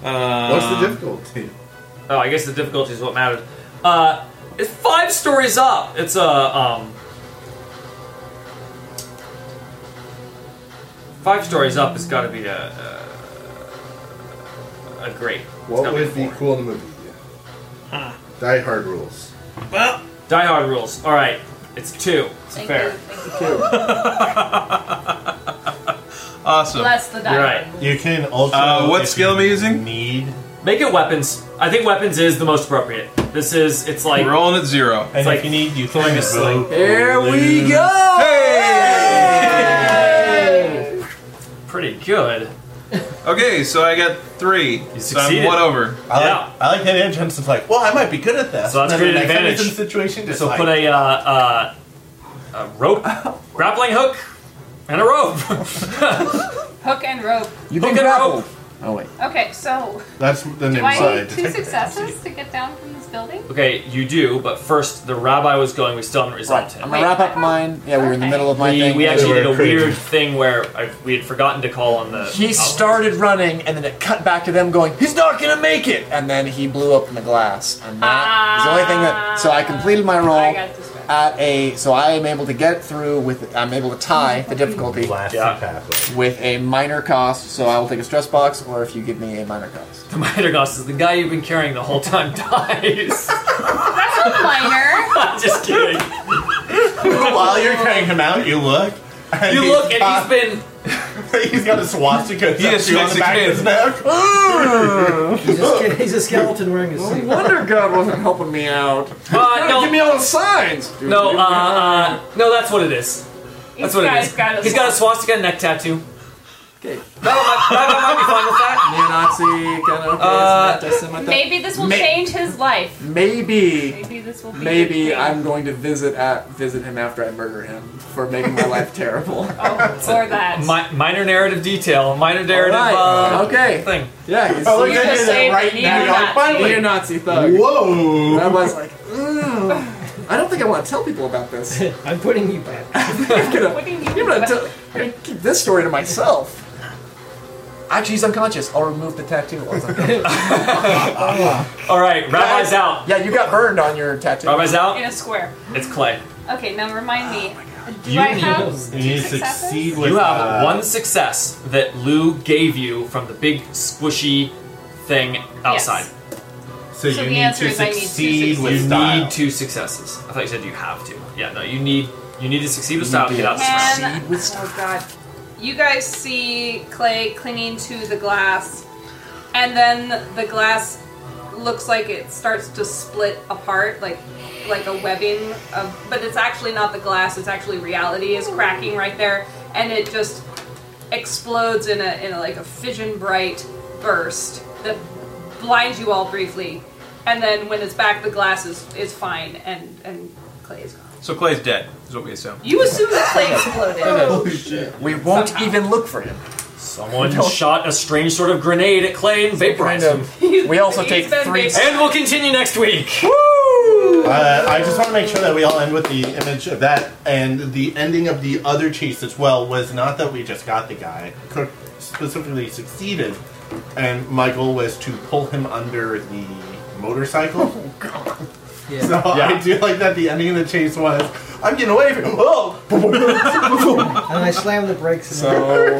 S6: Uh,
S2: What's the difficulty?
S1: Oh, I guess the difficulty is what matters. Uh, it's five stories up. It's a um, five stories up has got to be a, a a great.
S20: What would be cool in the movie? Die Hard rules.
S6: Well,
S1: Die Hard rules. All right, it's two. It's
S4: Thank
S1: fair.
S4: You, thank you.
S6: awesome.
S4: Bless the
S1: You're right.
S4: diamond.
S2: You can also.
S6: Uh, what
S2: if
S6: skill
S2: you
S6: am I using?
S2: Need.
S1: Make it weapons. I think weapons is the most appropriate. This is. It's like.
S6: Rolling at zero.
S2: And
S1: like-
S2: if you need, you can
S1: just like-
S2: invoke
S8: There we go.
S1: *laughs* Pretty good.
S6: Okay, so I got three. So I'm
S1: succeeded.
S6: one over.
S2: I
S1: Yeah.
S2: like, I like that Ian Jensen's like, well, I might be good at that.
S1: So that's
S2: And
S1: great
S2: then the next time
S1: advantage.
S2: he's in a situation, just
S1: So
S2: like,
S1: put a uh, uh, a
S3: *laughs*
S1: rope, grappling hook, and a rope. *laughs*
S4: Hook and rope.
S3: You've
S1: Hook and
S3: been grappled. Oh wait.
S4: Okay, so
S2: That's the
S4: do
S2: name
S4: I need
S2: side.
S4: two successes to get down from this building?
S1: Okay, you do, but first the rabbi was going. We still haven't resolved him.
S3: I'm gonna wrap up mine. Yeah, we were in the
S4: Okay.
S3: middle of my
S1: We,
S3: thing.
S1: we actually did a
S18: were crazy.
S1: weird thing where I, we had forgotten to call on the.
S3: he started running, and then it cut back to them going, "He's not gonna make it!" And then he blew up in the glass, and that is the only thing that. So I completed my roll
S4: I got this one.
S3: at a. So I am able to get through with. I'm able to tie the difficulty
S18: Blasting
S1: Yeah.
S18: pathway.
S3: with a minor cost. So I will take a stress box, or if you give me a minor cost.
S1: The Mitogoss is the guy you've been carrying the whole time *laughs* dies.
S4: That's a minor.
S1: I'm just kidding.
S2: While Oh, you're carrying him out, you look. And
S1: You
S2: *laughs* he's
S1: look and he's
S2: got-
S1: been.
S2: *laughs* he's got a swastika
S6: He is
S2: tattoo on the back of his neck.
S10: He's a, ske- he's a skeleton wearing a suit.
S3: Wonder God wasn't helping me out.
S1: Uh, no,
S3: Give me all the signs.
S1: no, uh, uh, no. That's what it is. That's what it
S4: guy's
S1: is.
S4: got a
S1: He's got a swastika neck tattoo.
S3: Okay.
S1: Rabbi might, Rabbi might be fine with that.
S3: Neo-Nazi kind of.
S1: Uh,
S4: Maybe this will
S3: May-
S4: change his life.
S3: Maybe.
S4: Maybe this will. Be
S3: Maybe
S4: his thing.
S3: I'm going to visit at visit him after I murder him for making my life terrible.
S4: Oh, or that.
S1: Mi- minor narrative detail. Minor narrative.
S3: Alright,
S1: Uh,
S3: okay.
S1: Thing.
S3: Yeah, he's
S2: I Oh, look
S4: You
S2: at
S4: just
S2: you
S4: saved
S2: right
S4: the
S2: now. You're like,
S4: neo-Nazi.
S2: finally.
S3: a Nazi thug.
S2: Whoa!
S3: And I was like, "Ugh, I don't think I want to tell people about this.
S10: I'm putting you back.
S3: *laughs* I'm gonna,
S4: What do you
S3: I'm
S4: mean?
S3: gonna, tell- I'm gonna keep this story to myself. Actually, he's unconscious. I'll remove the tattoo. *laughs* while he's unconscious.
S1: All right. Rabbi's out.
S3: yeah, you got burned on your tattoo.
S1: Rabbi's
S4: In
S1: out.
S4: a square.
S1: It's Clay.
S4: Okay, now remind me. Do
S1: You
S4: I
S1: need-
S4: have
S2: You need
S4: two
S2: to
S4: successes?
S2: succeed with
S1: You have
S2: uh,
S1: one success that Lou gave you from the big squishy thing outside.
S4: Yes.
S2: So,
S4: So
S2: you
S4: the
S2: need
S4: answer
S2: to
S4: is I need two
S2: succeed
S4: successes.
S2: with
S1: You
S2: style.
S1: need two successes. I thought you said you have to. Yeah, no, you need you need to succeed with
S3: You
S1: style to
S3: do.
S1: get out of this round.
S4: Can,
S3: Succeed with
S4: oh god. You guys see Clay clinging to the glass, and then the glass looks like it starts to split apart, like like a webbing of. But it's actually not the glass; it's actually reality is cracking right there, and it just explodes in a in a, like a fission bright burst that blinds you all briefly. And then when it's back, the glass is, is fine, and and Clay is gone.
S6: So Clay's dead, is what we assume.
S4: You assume that Clay exploded.
S3: We won't even look for him.
S1: Someone shot a strange sort of grenade at Clay and vaporized him.
S3: We also
S4: *laughs*
S3: take
S4: He's been
S3: three-
S4: big-
S3: *laughs*
S1: And we'll continue next week.
S2: Uh, I just want to make sure that we all end with the image of that, and the ending of the other chase as well was not that we just got the guy. Cook specifically succeeded, and my goal was to pull him under the motorcycle.
S10: Yeah.
S2: *laughs* So I do like that the ending of the chase was I'm getting away from him. Oh,
S10: And I slam the brakes. And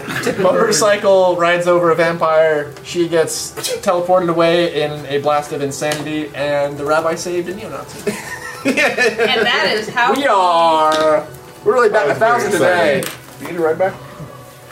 S3: So, motorcycle rides over a vampire. She gets teleported away in a blast of insanity, and the rabbi saved a neo-Nazi.
S4: And that is how
S3: We are we're really batting a
S18: That was
S3: thousand
S18: very
S3: today.
S18: exciting. You need a ride back?